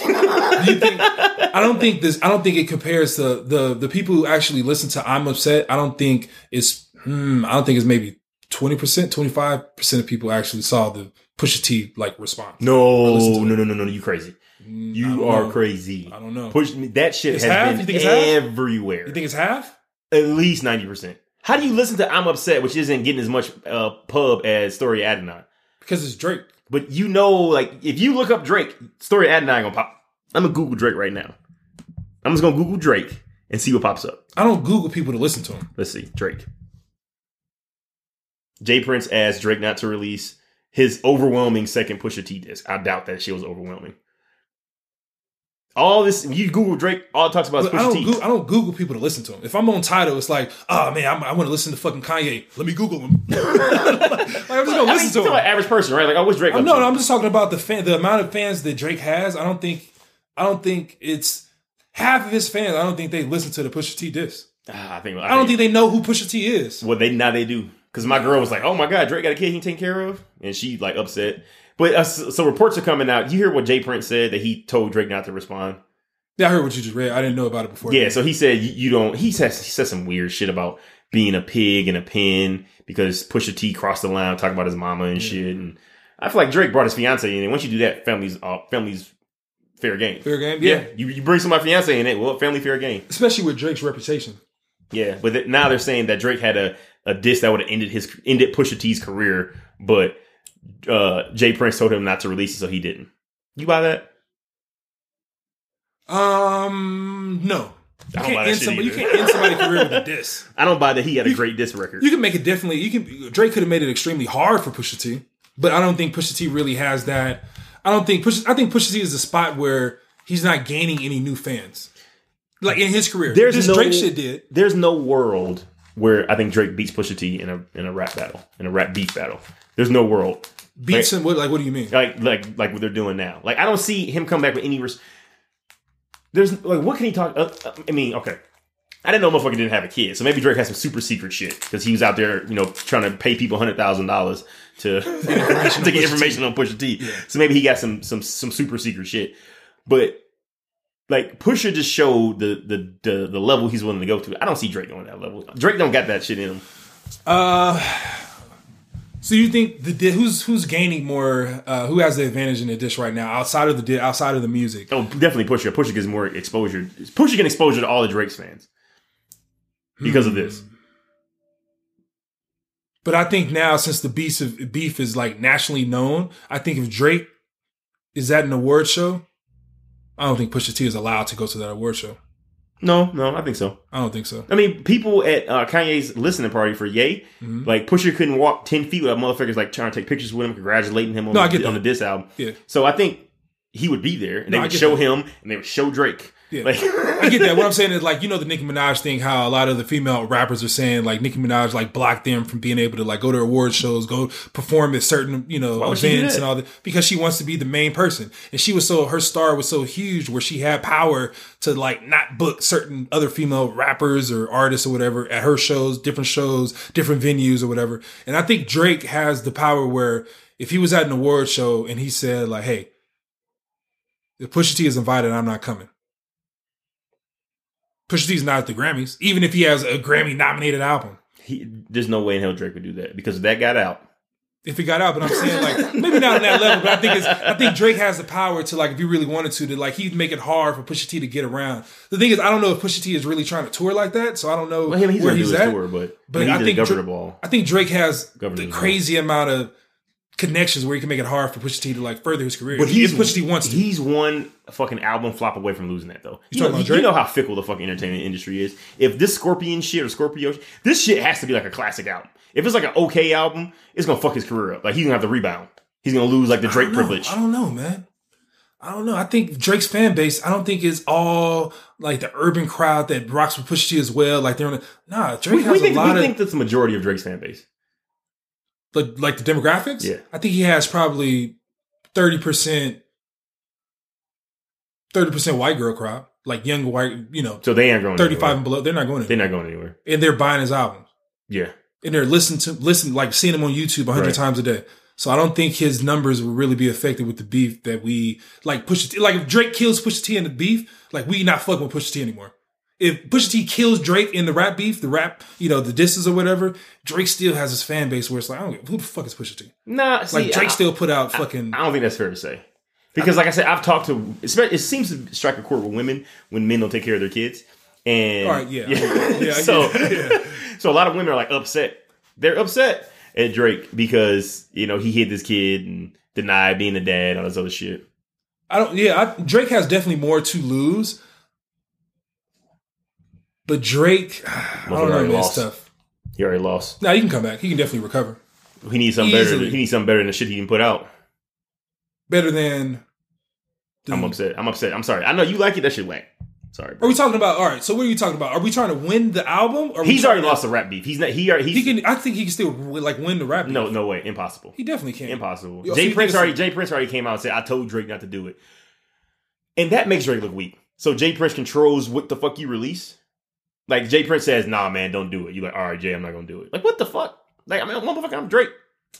Speaker 2: think- I don't think this. I don't think it compares to the the people who actually listen to "I'm Upset." I don't think it's. Hmm, I don't think it's maybe twenty percent, twenty five percent of people actually saw the Pusha T like response.
Speaker 1: No,
Speaker 2: listen to
Speaker 1: no, no, no, no, no! You crazy?
Speaker 2: Mm, I
Speaker 1: You
Speaker 2: don't
Speaker 1: are
Speaker 2: know.
Speaker 1: crazy.
Speaker 2: I don't know.
Speaker 1: Push me. That shit
Speaker 2: It's
Speaker 1: has
Speaker 2: half? You
Speaker 1: been
Speaker 2: think it's half?
Speaker 1: everywhere.
Speaker 2: you think it's half?
Speaker 1: At least ninety percent. How do you listen to "I'm Upset," which isn't getting as much uh, pub as Story Adonai?
Speaker 2: Because it's Drake.
Speaker 1: But you know, like if you look up Drake, Story Adonai gonna pop. I'm gonna Google Drake right now. I'm just gonna Google Drake and see what pops up.
Speaker 2: I don't Google people to listen to him.
Speaker 1: Let's see Drake. Jay Prince asked Drake not to release his overwhelming second Pusha T disc. I doubt that shit was overwhelming. All this you Google Drake, all it talks about is
Speaker 2: But
Speaker 1: Pusha
Speaker 2: I don't,
Speaker 1: T.
Speaker 2: Goo- I don't Google people to listen to them. If I'm on title, it's like, oh man, I'm, I want to listen to fucking Kanye. Let me Google him. like, I'm just gonna
Speaker 1: I mean,
Speaker 2: listen
Speaker 1: you're
Speaker 2: to
Speaker 1: talking
Speaker 2: him.
Speaker 1: about average person, right? Like, oh, what's Drake?
Speaker 2: I'm,
Speaker 1: up
Speaker 2: no,
Speaker 1: to?
Speaker 2: no, I'm just talking about the fan, the amount of fans that Drake has. I don't think, I don't think it's half of his fans. I don't think they listen to the Pusha T diss.
Speaker 1: Ah, I think
Speaker 2: I don't think they know who Pusha T is.
Speaker 1: Well, they now they do because my girl was like, "Oh my god, Drake got a kid he can take care of," and she like upset. But uh, so so reports are coming out. You hear what Jay Prince said that he told Drake not to respond.
Speaker 2: Yeah, I heard what you just read. I didn't know about it before.
Speaker 1: Yeah, so he said you, you don't. He says he said some weird shit about being a pig in a pen because Pusha T crossed the line, talking about his mama and
Speaker 2: Yeah.
Speaker 1: shit. And I feel like Drake brought his fiance in, and once you do that, families uh, families fair game.
Speaker 2: fair game.
Speaker 1: yeah.
Speaker 2: Yeah.
Speaker 1: you you bring somebody fiance in it, well, family fair game.
Speaker 2: especially with Drake's reputation.
Speaker 1: Yeah, but th- now they're saying that Drake had a, a diss that would have ended his ended Pusha T's career, but uh, Jay Prince told him not to release it, so he didn't. You buy that?
Speaker 2: Um, no, you
Speaker 1: I don't
Speaker 2: can't,
Speaker 1: buy that
Speaker 2: end
Speaker 1: shit
Speaker 2: somebody, you
Speaker 1: either.
Speaker 2: can't end somebody's career with a diss.
Speaker 1: I don't buy that he had a great diss record.
Speaker 2: You can make it definitely. You can Drake could have made it extremely hard for Pusha T, but I don't think Pusha T really has that. I don't think Pusha. I think Pusha T is the spot where he's not gaining any new fans, like in his career.
Speaker 1: There's
Speaker 2: this
Speaker 1: no-
Speaker 2: Drake shit did.
Speaker 1: There's no world where I think Drake beats Pusha T in a in a rap battle, in a rap beef battle. There's no world
Speaker 2: Beats him. What like? What do you mean?
Speaker 1: like like like what they're doing now. Like I don't see him come back with any. Res- There's like what can he talk? Uh, uh, I mean, okay, I didn't know motherfucker didn't have a kid, so maybe Drake has some super secret shit because he was out there, you know, trying to pay people hundred thousand dollars to to get information on Pusha T. So maybe he got some some some super secret shit, but. Like Pusha just showed the, the the the level he's willing to go to. I don't see Drake on that level. Drake don't got that shit in him.
Speaker 2: Uh, so you think the di- who's who's gaining more? Uh, who has the advantage in the dish right now outside of the di- outside of the music?
Speaker 1: Oh, definitely Pusha. Pusha gets more exposure. Pusha get exposure to all the Drake's fans because of this.
Speaker 2: But I think now, since the beef of beef is like nationally known, I think if Drake is at an award show, I don't think Pusha T is allowed to go to that award show.
Speaker 1: No, no, I think so.
Speaker 2: I don't think so.
Speaker 1: I mean, people at uh, Kanye's listening party for Ye,
Speaker 2: Mhm.
Speaker 1: like Pusha couldn't walk ten feet without motherfuckers like trying to take pictures with him, congratulating him on,
Speaker 2: No, I
Speaker 1: the,
Speaker 2: get
Speaker 1: on the
Speaker 2: that.
Speaker 1: diss album.
Speaker 2: Yeah.
Speaker 1: So I think he would be there, and they
Speaker 2: No, I
Speaker 1: would
Speaker 2: get
Speaker 1: show
Speaker 2: that.
Speaker 1: him, and they would show Drake.
Speaker 2: Yeah.
Speaker 1: Like,
Speaker 2: I get that. What I'm saying is like you know the Nicki Minaj thing, how a lot of the female rappers are saying like Nicki Minaj like blocked them from being able to like go to award shows, go perform at certain you know
Speaker 1: would she do
Speaker 2: events
Speaker 1: that?
Speaker 2: and all that because she wants to be the main person. And she was so her star was so huge where she had power to like not book certain other female rappers or artists or whatever at her shows, different shows, different venues or whatever. And I think Drake has the power where if he was at an award show and he said like, hey, if Pusha T is invited, I'm not coming. Pusha T's not at the Grammys, even if he has a Grammy nominated album.
Speaker 1: he, there's no way in hell Drake would do that because if that got out.
Speaker 2: If it got out, but I'm saying like maybe not on that level, but I think it's I think Drake has the power to like if you really wanted to to like he'd make it hard for Pusha T to get around. The thing is, I don't know if Pusha T is really trying to tour like that, so I don't know
Speaker 1: Well, him, he's
Speaker 2: where
Speaker 1: gonna do
Speaker 2: he's
Speaker 1: his
Speaker 2: at.
Speaker 1: tour, but
Speaker 2: But
Speaker 1: but he
Speaker 2: I
Speaker 1: did
Speaker 2: think
Speaker 1: govern
Speaker 2: Dra-
Speaker 1: the ball.
Speaker 2: I think Drake has
Speaker 1: Governor
Speaker 2: the
Speaker 1: General.
Speaker 2: crazy amount of connections where he can make it hard for Pusha T to like further his career.
Speaker 1: But he's
Speaker 2: if Pusha T wants to.
Speaker 1: He's one fucking album flop away from losing that though. You,
Speaker 2: talking
Speaker 1: know,
Speaker 2: about
Speaker 1: you
Speaker 2: Drake?
Speaker 1: know how fickle the fucking entertainment industry is. If this Scorpion shit or Scorpio, sh- this shit has to be like a classic album. If it's like an okay album, it's gonna fuck his career up. Like he's gonna have to rebound. He's gonna lose like the Drake
Speaker 2: don't know.
Speaker 1: privilege.
Speaker 2: I don't know, man. I don't know. I think Drake's fan base, I don't think it's all like the urban crowd that rocks with Pusha T as well. Like they're on the, nah, Drake
Speaker 1: We,
Speaker 2: has
Speaker 1: we
Speaker 2: a
Speaker 1: think,
Speaker 2: lot
Speaker 1: we
Speaker 2: of
Speaker 1: think that's the majority of Drake's fan base.
Speaker 2: like, like the demographics.
Speaker 1: Yeah.
Speaker 2: I think he has probably 30% 30% white girl crowd, like young white, you know,
Speaker 1: So they ain't going
Speaker 2: 35
Speaker 1: Anywhere.
Speaker 2: and below. They're not going
Speaker 1: They're
Speaker 2: in.
Speaker 1: not going anywhere.
Speaker 2: And they're buying his albums.
Speaker 1: Yeah.
Speaker 2: and they're listening to listen like seeing him on YouTube a hundred
Speaker 1: Right.
Speaker 2: times a day. So I don't think his numbers will really be affected with the beef that we like push like if Drake kills Pusha T in the beef, like we not fucking with Pusha T anymore. If Pusha T kills Drake in the rap beef, the rap, you know, the disses or whatever, Drake still has his fan base where it's like, I don't give, who the fuck is Pusha T?
Speaker 1: Nah.
Speaker 2: Like
Speaker 1: see,
Speaker 2: Drake
Speaker 1: I-
Speaker 2: still put out fucking
Speaker 1: I don't think that's fair to say. Because, like I said, I've talked to. espe- It seems to strike a chord with women when men don't take care of their kids. And
Speaker 2: All right, yeah. Yeah, I get
Speaker 1: so,
Speaker 2: it.
Speaker 1: so a lot of women are like upset. They're upset at Drake because you know he hit this kid and denied being a dad, all this other shit.
Speaker 2: I don't. Yeah, I, Drake has definitely more to lose, but Drake, I don't know,
Speaker 1: already
Speaker 2: man,
Speaker 1: lost.
Speaker 2: it's tough.
Speaker 1: He already lost.
Speaker 2: Now he can come back. He can definitely recover.
Speaker 1: He needs something better.
Speaker 2: Easily.
Speaker 1: He needs something better than the shit he can put out.
Speaker 2: better than
Speaker 1: I'm upset. I'm upset. I'm sorry. I know you like it. That's your lack. Sorry.
Speaker 2: Are
Speaker 1: Bro.
Speaker 2: we talking about all right? So what are you talking about? Are we trying to win the album? Or are we
Speaker 1: He's
Speaker 2: trying
Speaker 1: already
Speaker 2: to-
Speaker 1: lost the rap beef. He's not. He already.
Speaker 2: He
Speaker 1: He's,
Speaker 2: can. I think he can still like win the rap.
Speaker 1: no,
Speaker 2: beef.
Speaker 1: no way. Impossible.
Speaker 2: he definitely can.
Speaker 1: Impossible.
Speaker 2: Yo, so you
Speaker 1: Jay
Speaker 2: think
Speaker 1: Prince
Speaker 2: it's-
Speaker 1: already. Jay Prince already came out and said, "I told Drake not to do it," and that makes Drake look weak. So Jay Prince controls what the fuck you release. Like Jay Prince says, "Nah, man, don't do it." You like, all right, Jay, I'm not gonna do it. Like, what the fuck? Like, I mean, motherfucker, I'm Drake.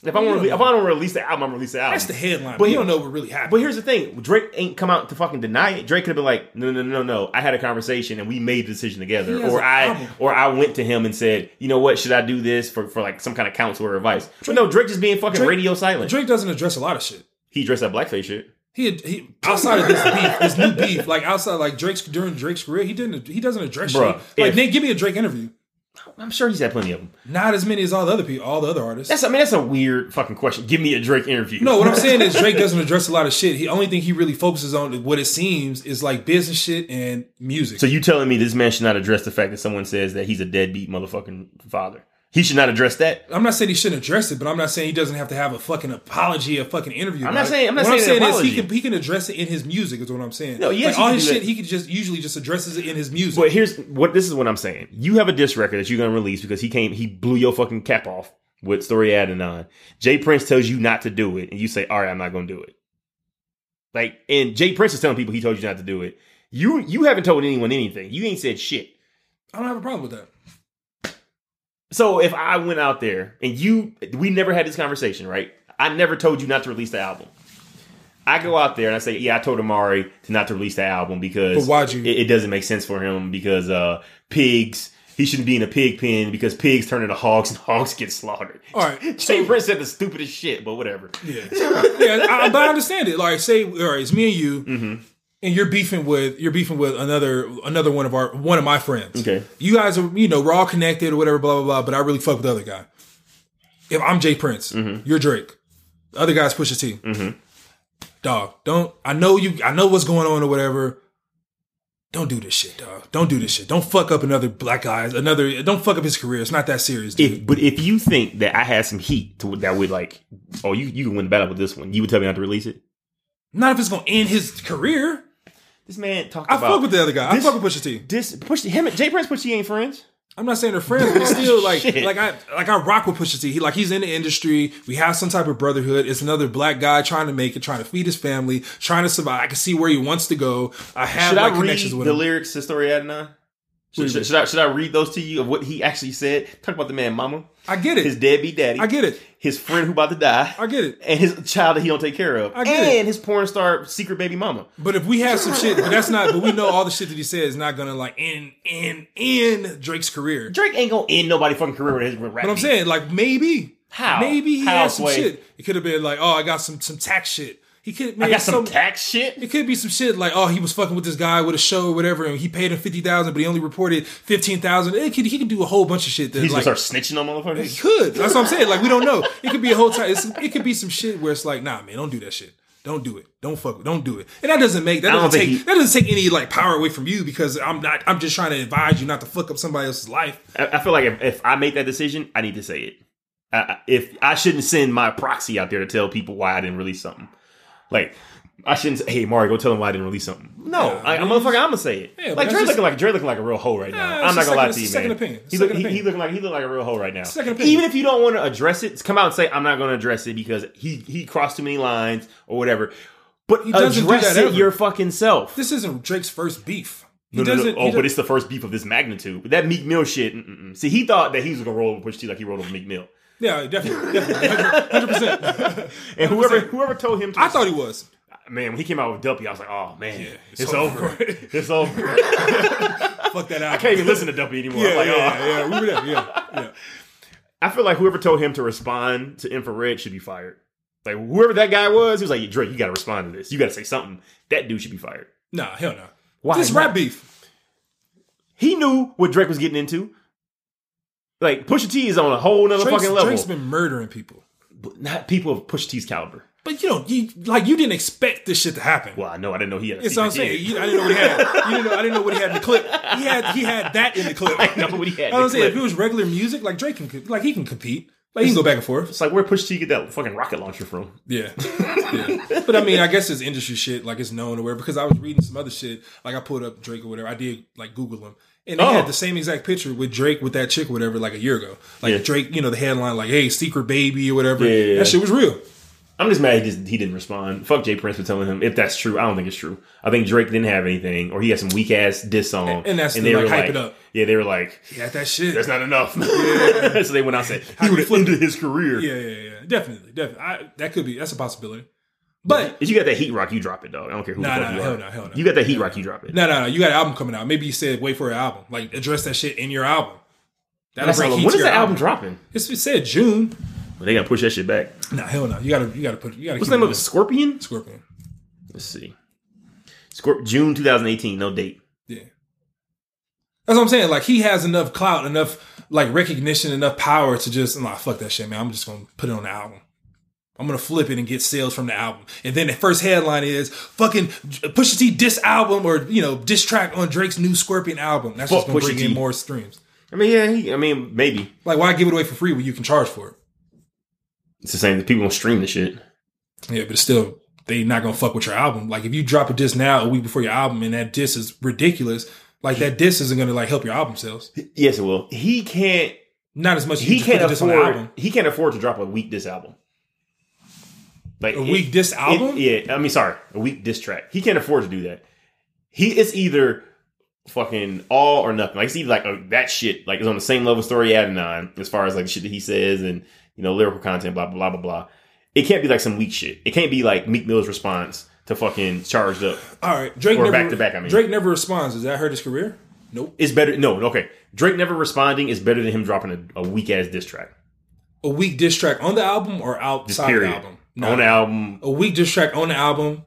Speaker 1: If I
Speaker 2: Yeah.
Speaker 1: want to, if I don't release the album, I'm gonna release the album.
Speaker 2: That's the headline.
Speaker 1: But
Speaker 2: But you
Speaker 1: here-
Speaker 2: don't know what really happened.
Speaker 1: But here's the thing: Drake ain't come out to fucking deny it. Drake could have been like, "No, no, no, no, no. I had a conversation and we made the decision together."
Speaker 2: He has
Speaker 1: Or
Speaker 2: an
Speaker 1: I,
Speaker 2: album.
Speaker 1: or I went to him and said, "You know what? Should I do this for for like some kind of counsel or advice?" but no, Drake just being fucking
Speaker 2: Drake-
Speaker 1: radio silent.
Speaker 2: Drake doesn't address a lot of shit.
Speaker 1: he dressed up blackface shit.
Speaker 2: He, he outside of this beef, this new beef, like outside, like Drake's during Drake's career, he didn't. He doesn't address
Speaker 1: Bruh,
Speaker 2: shit. Like,
Speaker 1: if-
Speaker 2: Nate, give me a Drake interview.
Speaker 1: I'm sure he's had plenty of them.
Speaker 2: Not as many as all the other people, all the other artists.
Speaker 1: That's I mean that's a weird fucking question. Give me a Drake interview.
Speaker 2: no, what I'm saying is Drake doesn't address a lot of shit. He only thing he really focuses on what it seems is like business shit and music.
Speaker 1: So you telling me this man should not address the fact that someone says that he's a deadbeat motherfucking father? He should not address that.
Speaker 2: I'm not saying he shouldn't address it, but I'm not saying he doesn't have to have a fucking apology, a fucking interview.
Speaker 1: I'm not
Speaker 2: right?
Speaker 1: saying- I'm not
Speaker 2: what
Speaker 1: saying an
Speaker 2: I'm saying is he
Speaker 1: apology.
Speaker 2: can he can address it in his music. Is what I'm saying.
Speaker 1: No, yes,
Speaker 2: like,
Speaker 1: he
Speaker 2: all
Speaker 1: can
Speaker 2: his
Speaker 1: do
Speaker 2: shit
Speaker 1: that.
Speaker 2: he can just usually just addresses it in his music.
Speaker 1: But here's what this is what I'm saying. You have a diss record that you're gonna release because he came he blew your fucking cap off with Story Adenon. Jay Prince tells you not to do it, and you say, All right, I'm not gonna do it. Like and Jay Prince is telling people he told you not to do it. You you haven't told anyone anything. You ain't said shit.
Speaker 2: I don't have a problem with that.
Speaker 1: So if I went out there and you, we never had this conversation, right? I never told you not to release the album. I go out there and I say, yeah, I told Amari to not to release the album because
Speaker 2: But why'd you-
Speaker 1: It, it doesn't make sense for him because uh, pigs. He shouldn't be in a pig pen because pigs turn into hogs and hogs get slaughtered.
Speaker 2: All right,
Speaker 1: Jay Prince said the stupidest shit, but whatever.
Speaker 2: Yeah, yeah, I, but I understand it. Like, say, all right, it's me and you,
Speaker 1: Mm-hmm.
Speaker 2: and you're beefing with you're beefing with another another one of our one of my friends.
Speaker 1: Okay.
Speaker 2: you guys are you know we're all connected or whatever, blah blah blah. But I really fuck with the other guy. If I'm Jay Prince,
Speaker 1: Mm-hmm.
Speaker 2: you're Drake. The other guy's Pusha T. Dog, don't I know you? I know what's going on or whatever. Don't do this shit, dog. Don't do this shit. Don't fuck up another black guy's another. Don't fuck up his career. It's not that serious, dude.
Speaker 1: If but if you think that I had some heat to, that would like, oh, you you can win the battle with this one, you would tell me not to release it.
Speaker 2: not if it's gonna end his career.
Speaker 1: This man talked
Speaker 2: I
Speaker 1: about
Speaker 2: fuck with the other guy.
Speaker 1: this-
Speaker 2: I fuck with Pusha T.
Speaker 1: this. Push him. Jay Prince Pusha T ain't friends.
Speaker 2: I'm not saying they're friends, but it's still like
Speaker 1: Shit.
Speaker 2: like I like I rock with Pusha T. He like he's in the industry. We have some type of brotherhood. It's another black guy trying to make it, trying to feed his family, trying to survive. I can see where he wants to go. I have
Speaker 1: Should
Speaker 2: like
Speaker 1: I read
Speaker 2: connections
Speaker 1: the
Speaker 2: with him.
Speaker 1: lyrics to Story Adnan? Should, should, should I, should I read those to you of what he actually said? Talk about the man, mama,
Speaker 2: I get it.
Speaker 1: his deadbeat daddy,
Speaker 2: I get it.
Speaker 1: his friend who about to die,
Speaker 2: I get it.
Speaker 1: and his child that he don't take care of,
Speaker 2: I get it.
Speaker 1: and his porn star secret baby mama.
Speaker 2: But if we have some shit, but that's not. But we know all the shit that he said is not gonna like end end end Drake's career.
Speaker 1: Drake ain't gonna end nobody fucking career with his rap.
Speaker 2: But I'm saying like maybe
Speaker 1: How?
Speaker 2: maybe he
Speaker 1: How,
Speaker 2: has some
Speaker 1: Quay?
Speaker 2: shit. It could have been like oh I got some some tax shit. He could
Speaker 1: I got some tax shit.
Speaker 2: It could be some shit like, oh, he was fucking with this guy with a show or whatever, and he paid him fifty thousand, but he only reported fifteen thousand. It could he could do a whole bunch of shit that
Speaker 1: He's
Speaker 2: like
Speaker 1: gonna start snitching on motherfuckers.
Speaker 2: he could. That's what I'm saying. Like we don't know. It could be a whole time. It's, it could be some shit where it's like, nah, man, don't do that shit. Don't do it. Don't fuck. with- Don't do it. And that doesn't make that
Speaker 1: I don't
Speaker 2: doesn't take
Speaker 1: think he-
Speaker 2: that doesn't take any like power away from you because I'm not. I'm just trying to advise you not to fuck up somebody else's life.
Speaker 1: I, I feel like if, if I make that decision, I need to say it. I- I, if I shouldn't send my proxy out there to tell people why I didn't release something, like I shouldn't say, "Hey, Mario, go tell them why I didn't release something." No,
Speaker 2: Nah,
Speaker 1: I, am motherfucker, I'm gonna say it.
Speaker 2: Yeah, but
Speaker 1: like
Speaker 2: that's
Speaker 1: Dre
Speaker 2: just-
Speaker 1: looking like Dre looking like a real hoe right now.
Speaker 2: Nah,
Speaker 1: I'm
Speaker 2: it's
Speaker 1: not
Speaker 2: just
Speaker 1: gonna lie
Speaker 2: second-
Speaker 1: to you,
Speaker 2: it's second
Speaker 1: man.
Speaker 2: opinion. It's
Speaker 1: He, look,
Speaker 2: second
Speaker 1: he, he
Speaker 2: opinion.
Speaker 1: looking like he look like a real hoe right now.
Speaker 2: Second opinion.
Speaker 1: Even if you don't want to address it, come out and say, "I'm not gonna address it because he he crossed too many lines or whatever." But
Speaker 2: doesn't do
Speaker 1: address
Speaker 2: that
Speaker 1: it
Speaker 2: ever.
Speaker 1: your fucking self.
Speaker 2: This isn't Drake's first beef. He
Speaker 1: No, no, no.
Speaker 2: doesn't.
Speaker 1: Oh,
Speaker 2: he
Speaker 1: but
Speaker 2: does-
Speaker 1: it's the first beef of this magnitude. But that Meek Mill shit. Mm-mm. See, he thought that he was gonna roll over Push T like he rolled over Meek Mill,
Speaker 2: yeah, definitely, definitely, hundred percent.
Speaker 1: and whoever whoever told him. To,
Speaker 2: I thought he was.
Speaker 1: man, when he came out with Dumpy, I was like, oh man,
Speaker 2: it's
Speaker 1: it's,
Speaker 2: over.
Speaker 1: over. it's over. I
Speaker 2: Fuck that out.
Speaker 1: can't even listen to Dumpy anymore.
Speaker 2: Yeah,
Speaker 1: I'm like,
Speaker 2: yeah,
Speaker 1: oh.
Speaker 2: yeah, yeah, we were there. Yeah, yeah.
Speaker 1: I feel like whoever told him to respond to Infrared should be fired. Like whoever that guy was, he was like, Drake, you got to respond to this. You got to say something. That dude should be fired.
Speaker 2: Nah, hell no.
Speaker 1: Why
Speaker 2: This
Speaker 1: not?
Speaker 2: rap beef.
Speaker 1: He knew what Drake was getting into. Like Pusha T is on a whole nother
Speaker 2: Drake's,
Speaker 1: fucking level,
Speaker 2: Drake's been murdering people.
Speaker 1: but not people of Pusha T's caliber.
Speaker 2: But you don't, you, like, you didn't expect this shit to happen.
Speaker 1: Well, I know I didn't know he had. A
Speaker 2: That's what I'm
Speaker 1: secret
Speaker 2: saying.
Speaker 1: kid.
Speaker 2: You, I didn't know what he had. You didn't know, I didn't know what he had in the clip. He had, he had that in the clip.
Speaker 1: I know what he had in
Speaker 2: I was
Speaker 1: the
Speaker 2: saying, if
Speaker 1: clip.
Speaker 2: it was regular music, like Drake can, co- like he can compete. Like you can go back and forth.
Speaker 1: It's like where Push T get that fucking rocket launcher from?
Speaker 2: Yeah. yeah. But I mean, I guess it's industry shit, like it's known or whatever, because I was reading some other shit, like I pulled up Drake or whatever. I did like Google him. And they
Speaker 1: Oh.
Speaker 2: had the same exact picture with Drake with that chick or whatever, like a year ago. Like
Speaker 1: Yeah.
Speaker 2: Drake, you know, the headline like, hey, secret baby or whatever.
Speaker 1: Yeah, yeah, yeah.
Speaker 2: That shit was real.
Speaker 1: I'm just mad he, just, he didn't respond. Fuck Jay Prince for telling him if that's true. I don't think it's true. I think Drake didn't have anything, or he had some weak ass diss song,
Speaker 2: and that's the, like, hype it up.
Speaker 1: Yeah, they were like,
Speaker 2: Yeah, that shit.
Speaker 1: that's not enough. so they went out and said he would have ended his career.
Speaker 2: yeah, yeah, yeah. Definitely. Definitely. I, that could be that's a possibility. But
Speaker 1: If you got that heat rock, you drop it, dog. I don't care who
Speaker 2: Nah,
Speaker 1: the fuck
Speaker 2: nah,
Speaker 1: you
Speaker 2: hell
Speaker 1: are.
Speaker 2: nah, hell nah.
Speaker 1: You got that heat rock, you drop it.
Speaker 2: no, no, no. You got an album coming out. Maybe you said wait for an album. Like address that shit in your album. That'll
Speaker 1: That's
Speaker 2: bring
Speaker 1: all-
Speaker 2: heat
Speaker 1: when
Speaker 2: to
Speaker 1: is
Speaker 2: your
Speaker 1: that album dropping?
Speaker 2: It's, it said June.
Speaker 1: They gotta push that shit back.
Speaker 2: Nah, hell no. You gotta you gotta put you gotta
Speaker 1: What's
Speaker 2: keep
Speaker 1: the name
Speaker 2: it
Speaker 1: of it? Scorpion?
Speaker 2: Scorpion.
Speaker 1: Let's see. Scorp- June 2018, no date.
Speaker 2: Yeah. That's what I'm saying. Like he has enough clout, enough like recognition, enough power to just nah, fuck that shit, man. I'm just gonna put it on the album. I'm gonna flip it and get sales from the album. And then the first headline is fucking Pusha T diss album or you know diss track on Drake's new Scorpion album. That's
Speaker 1: Fuck
Speaker 2: just gonna
Speaker 1: Pusha
Speaker 2: bring
Speaker 1: T.
Speaker 2: in more streams.
Speaker 1: I mean, yeah, he, I mean, maybe.
Speaker 2: Like why give it away for free when you can charge for it?
Speaker 1: It's the same. People gonna stream the shit.
Speaker 2: Yeah, but it's still they not gonna fuck with your album. Like if you drop a diss now a week before your album and that diss is ridiculous, like that diss isn't gonna like help your album sales.
Speaker 1: Yes, it will. He can't.
Speaker 2: Not as much. as you
Speaker 1: He
Speaker 2: just put
Speaker 1: can't
Speaker 2: the diss on the
Speaker 1: afford. He can't afford to drop a weak diss album. Like
Speaker 2: A
Speaker 1: it-
Speaker 2: weak diss
Speaker 1: it-
Speaker 2: album?
Speaker 1: yeah, I mean, sorry, a weak diss track. He can't afford to do that. He it's either fucking all or nothing. Like it's either like uh, that shit like is on the same level as Story Adenon as far as like shit that he says and you know lyrical content, blah blah blah blah blah. It can't be like some weak shit. It can't be like Meek Mill's response to fucking Charged Up.
Speaker 2: All right, Drake
Speaker 1: Or
Speaker 2: never
Speaker 1: back-to-back, I mean.
Speaker 2: Drake never responds. Does that hurt his career? Nope.
Speaker 1: It's better. No, okay. Drake never responding is better than him dropping a, a weak ass diss track.
Speaker 2: A weak diss track on the album or outside
Speaker 1: Period.
Speaker 2: the album? No.
Speaker 1: On the album
Speaker 2: a weak diss track on the album.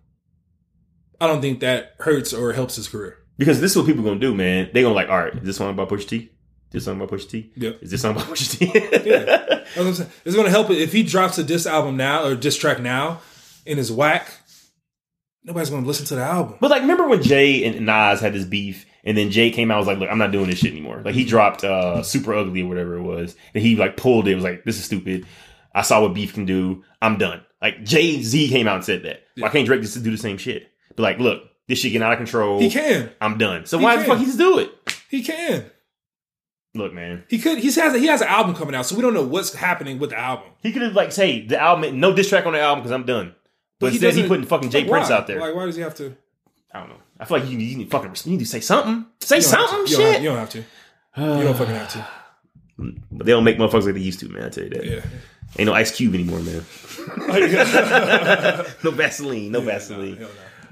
Speaker 2: I don't think that hurts or helps his career.
Speaker 1: Because this is what people gonna do, man. They gonna like, all right, is this song about Pusha T? This song about Pusha T?
Speaker 2: Yep.
Speaker 1: Is this song about Pusha T?
Speaker 2: Yeah. That's what I'm saying. It's gonna help it if he drops a diss album now or diss track now and is whack. Nobody's gonna listen to the album.
Speaker 1: but like, remember when Jay and Nas had this beef, and then Jay came out and was like, look, I'm not doing this shit anymore. Like he dropped uh Super Ugly or whatever it was, and he like pulled it. Was like, this is stupid. I saw what beef can do. I'm done. Like Jay Z came out and said that. Why can't Drake just do the same shit? But like, look, this shit getting out of control.
Speaker 2: He can.
Speaker 1: I'm done. So
Speaker 2: He
Speaker 1: why the
Speaker 2: can.
Speaker 1: fuck he just do it?
Speaker 2: He can.
Speaker 1: Look, man.
Speaker 2: He could. He has. He has an album coming out, so we don't know what's happening with the album.
Speaker 1: He could have like say the album, no diss track on the album because I'm done. But,
Speaker 2: he
Speaker 1: instead, he
Speaker 2: doesn't-
Speaker 1: putting fucking Jay
Speaker 2: Like,
Speaker 1: Prince
Speaker 2: why?
Speaker 1: out there.
Speaker 2: Like, why does he have to?
Speaker 1: I don't know. I feel like you, you need to fucking you need to say something. Say
Speaker 2: You don't have to.
Speaker 1: something,
Speaker 2: You don't have-
Speaker 1: shit.
Speaker 2: you don't have to. You don't fucking have to.
Speaker 1: But they don't make motherfuckers like they used to, man. I tell you that.
Speaker 2: Yeah.
Speaker 1: Ain't no Ice Cube anymore, man. no Vaseline, no Vaseline.
Speaker 2: Hell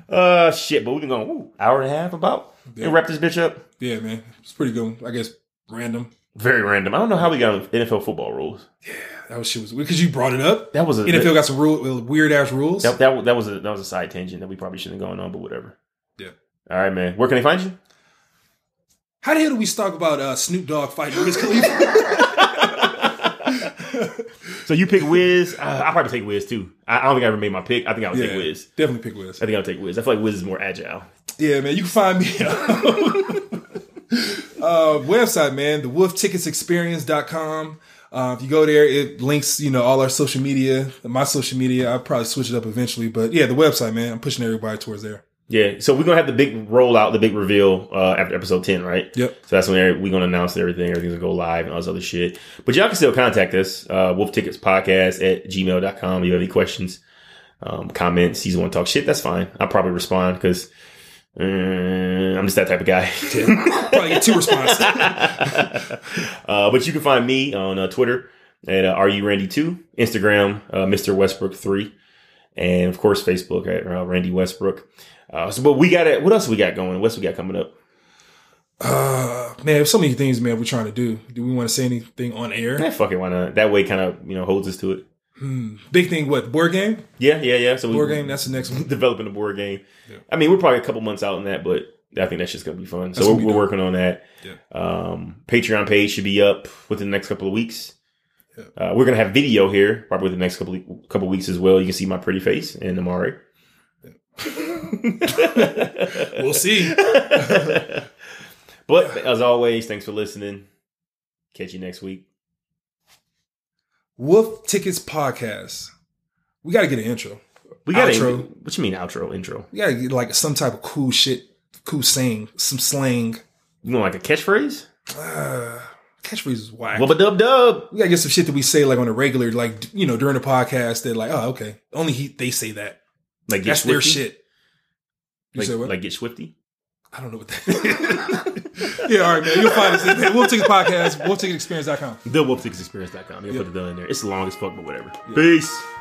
Speaker 2: no.
Speaker 1: Uh, shit. But we've been going ooh, hour and a half about
Speaker 2: Yeah.
Speaker 1: and wrap this bitch up.
Speaker 2: Yeah, man. It's pretty good. I guess random.
Speaker 1: Very random. I don't know how we got on NFL football rules.
Speaker 2: That was shit was because you brought it up.
Speaker 1: That was a
Speaker 2: NFL got some rule, weird ass rules.
Speaker 1: That, that, that was a that was a side tangent that we probably shouldn't have gone on, but whatever.
Speaker 2: Yeah.
Speaker 1: All right, man. Where can they find you?
Speaker 2: How the hell do we talk about uh, Snoop Dogg fighting Wiz Khalifa?
Speaker 1: So you pick Wiz. Uh, I'll probably take Wiz too. I, I don't think I ever made my pick. I think I would take Wiz.
Speaker 2: definitely pick Wiz.
Speaker 1: I think I would take Wiz. I feel like Wiz is more agile.
Speaker 2: Yeah, man. You can find me. uh, website, man, thewolfticketsexperience.com. Uh, if you go there, it links, you know, all our social media, my social media. I'll probably switch it up eventually, but yeah, the website, man. I'm pushing everybody towards there.
Speaker 1: Yeah, so we're gonna have the big rollout, the big reveal uh, after episode ten, right?
Speaker 2: Yep.
Speaker 1: So that's when every- we're gonna announce everything. Everything's gonna go live and all this other shit. But y'all can still contact us, uh, Wolf Tickets Podcast at gmail.com. If you have any questions, um, comments, you want to talk shit, that's fine. I'll probably respond because I'm just that type of guy.
Speaker 2: Probably get two responses.
Speaker 1: uh, but you can find me on uh, Twitter at uh, rurandy2, Instagram uh, Mr Westbrook3, and of course Facebook at uh, Randy Westbrook. Uh, so, but we got it. What else we got going? What else we got coming up?
Speaker 2: Uh, man, there's so many things, man, we're trying to do. Do we want to say anything on air?
Speaker 1: Eh, fuck it, why not? That way, kind of you know holds us to it.
Speaker 2: Big thing, what? Board game?
Speaker 1: Yeah, yeah, yeah. So we,
Speaker 2: Board game, that's the next one.
Speaker 1: developing the board game.
Speaker 2: Yeah.
Speaker 1: I mean, we're probably a couple months out in that, but I think that's just gonna be fun. So
Speaker 2: That's
Speaker 1: we're,
Speaker 2: gonna be
Speaker 1: we're
Speaker 2: dope.
Speaker 1: working on that.
Speaker 2: Yeah.
Speaker 1: Um, Patreon page should be up within the next couple of weeks.
Speaker 2: Yeah.
Speaker 1: Uh, we're gonna have video here probably within the next couple of, couple of weeks as well. You can see my pretty face and Amari.
Speaker 2: We'll see.
Speaker 1: but as always, thanks for listening. Catch you next week.
Speaker 2: Wolf Tickets Podcast. We got to get an intro.
Speaker 1: We got
Speaker 2: Outro.
Speaker 1: outro. What you mean outro intro?
Speaker 2: We got to get like some type of cool shit, cool saying, some slang.
Speaker 1: You want like a catchphrase?
Speaker 2: Uh, catchphrase is whack.
Speaker 1: Wubba dub dub.
Speaker 2: we got to get some shit that we say like on a regular, like, d- you know, during the podcast that like, oh, okay. Only he, they say that.
Speaker 1: Like get
Speaker 2: That's their
Speaker 1: swifty?
Speaker 2: shit. You
Speaker 1: Like,
Speaker 2: said what?
Speaker 1: like get swifty.
Speaker 2: I don't know what that is. yeah, all right, man. You'll find us. in there. Wolf Tickets Podcast, wolfticketexperience.com.
Speaker 1: The whoopsicksexperience.com. You'll put the done in there. It's long as fuck, but whatever.
Speaker 2: Yeah.
Speaker 1: Peace.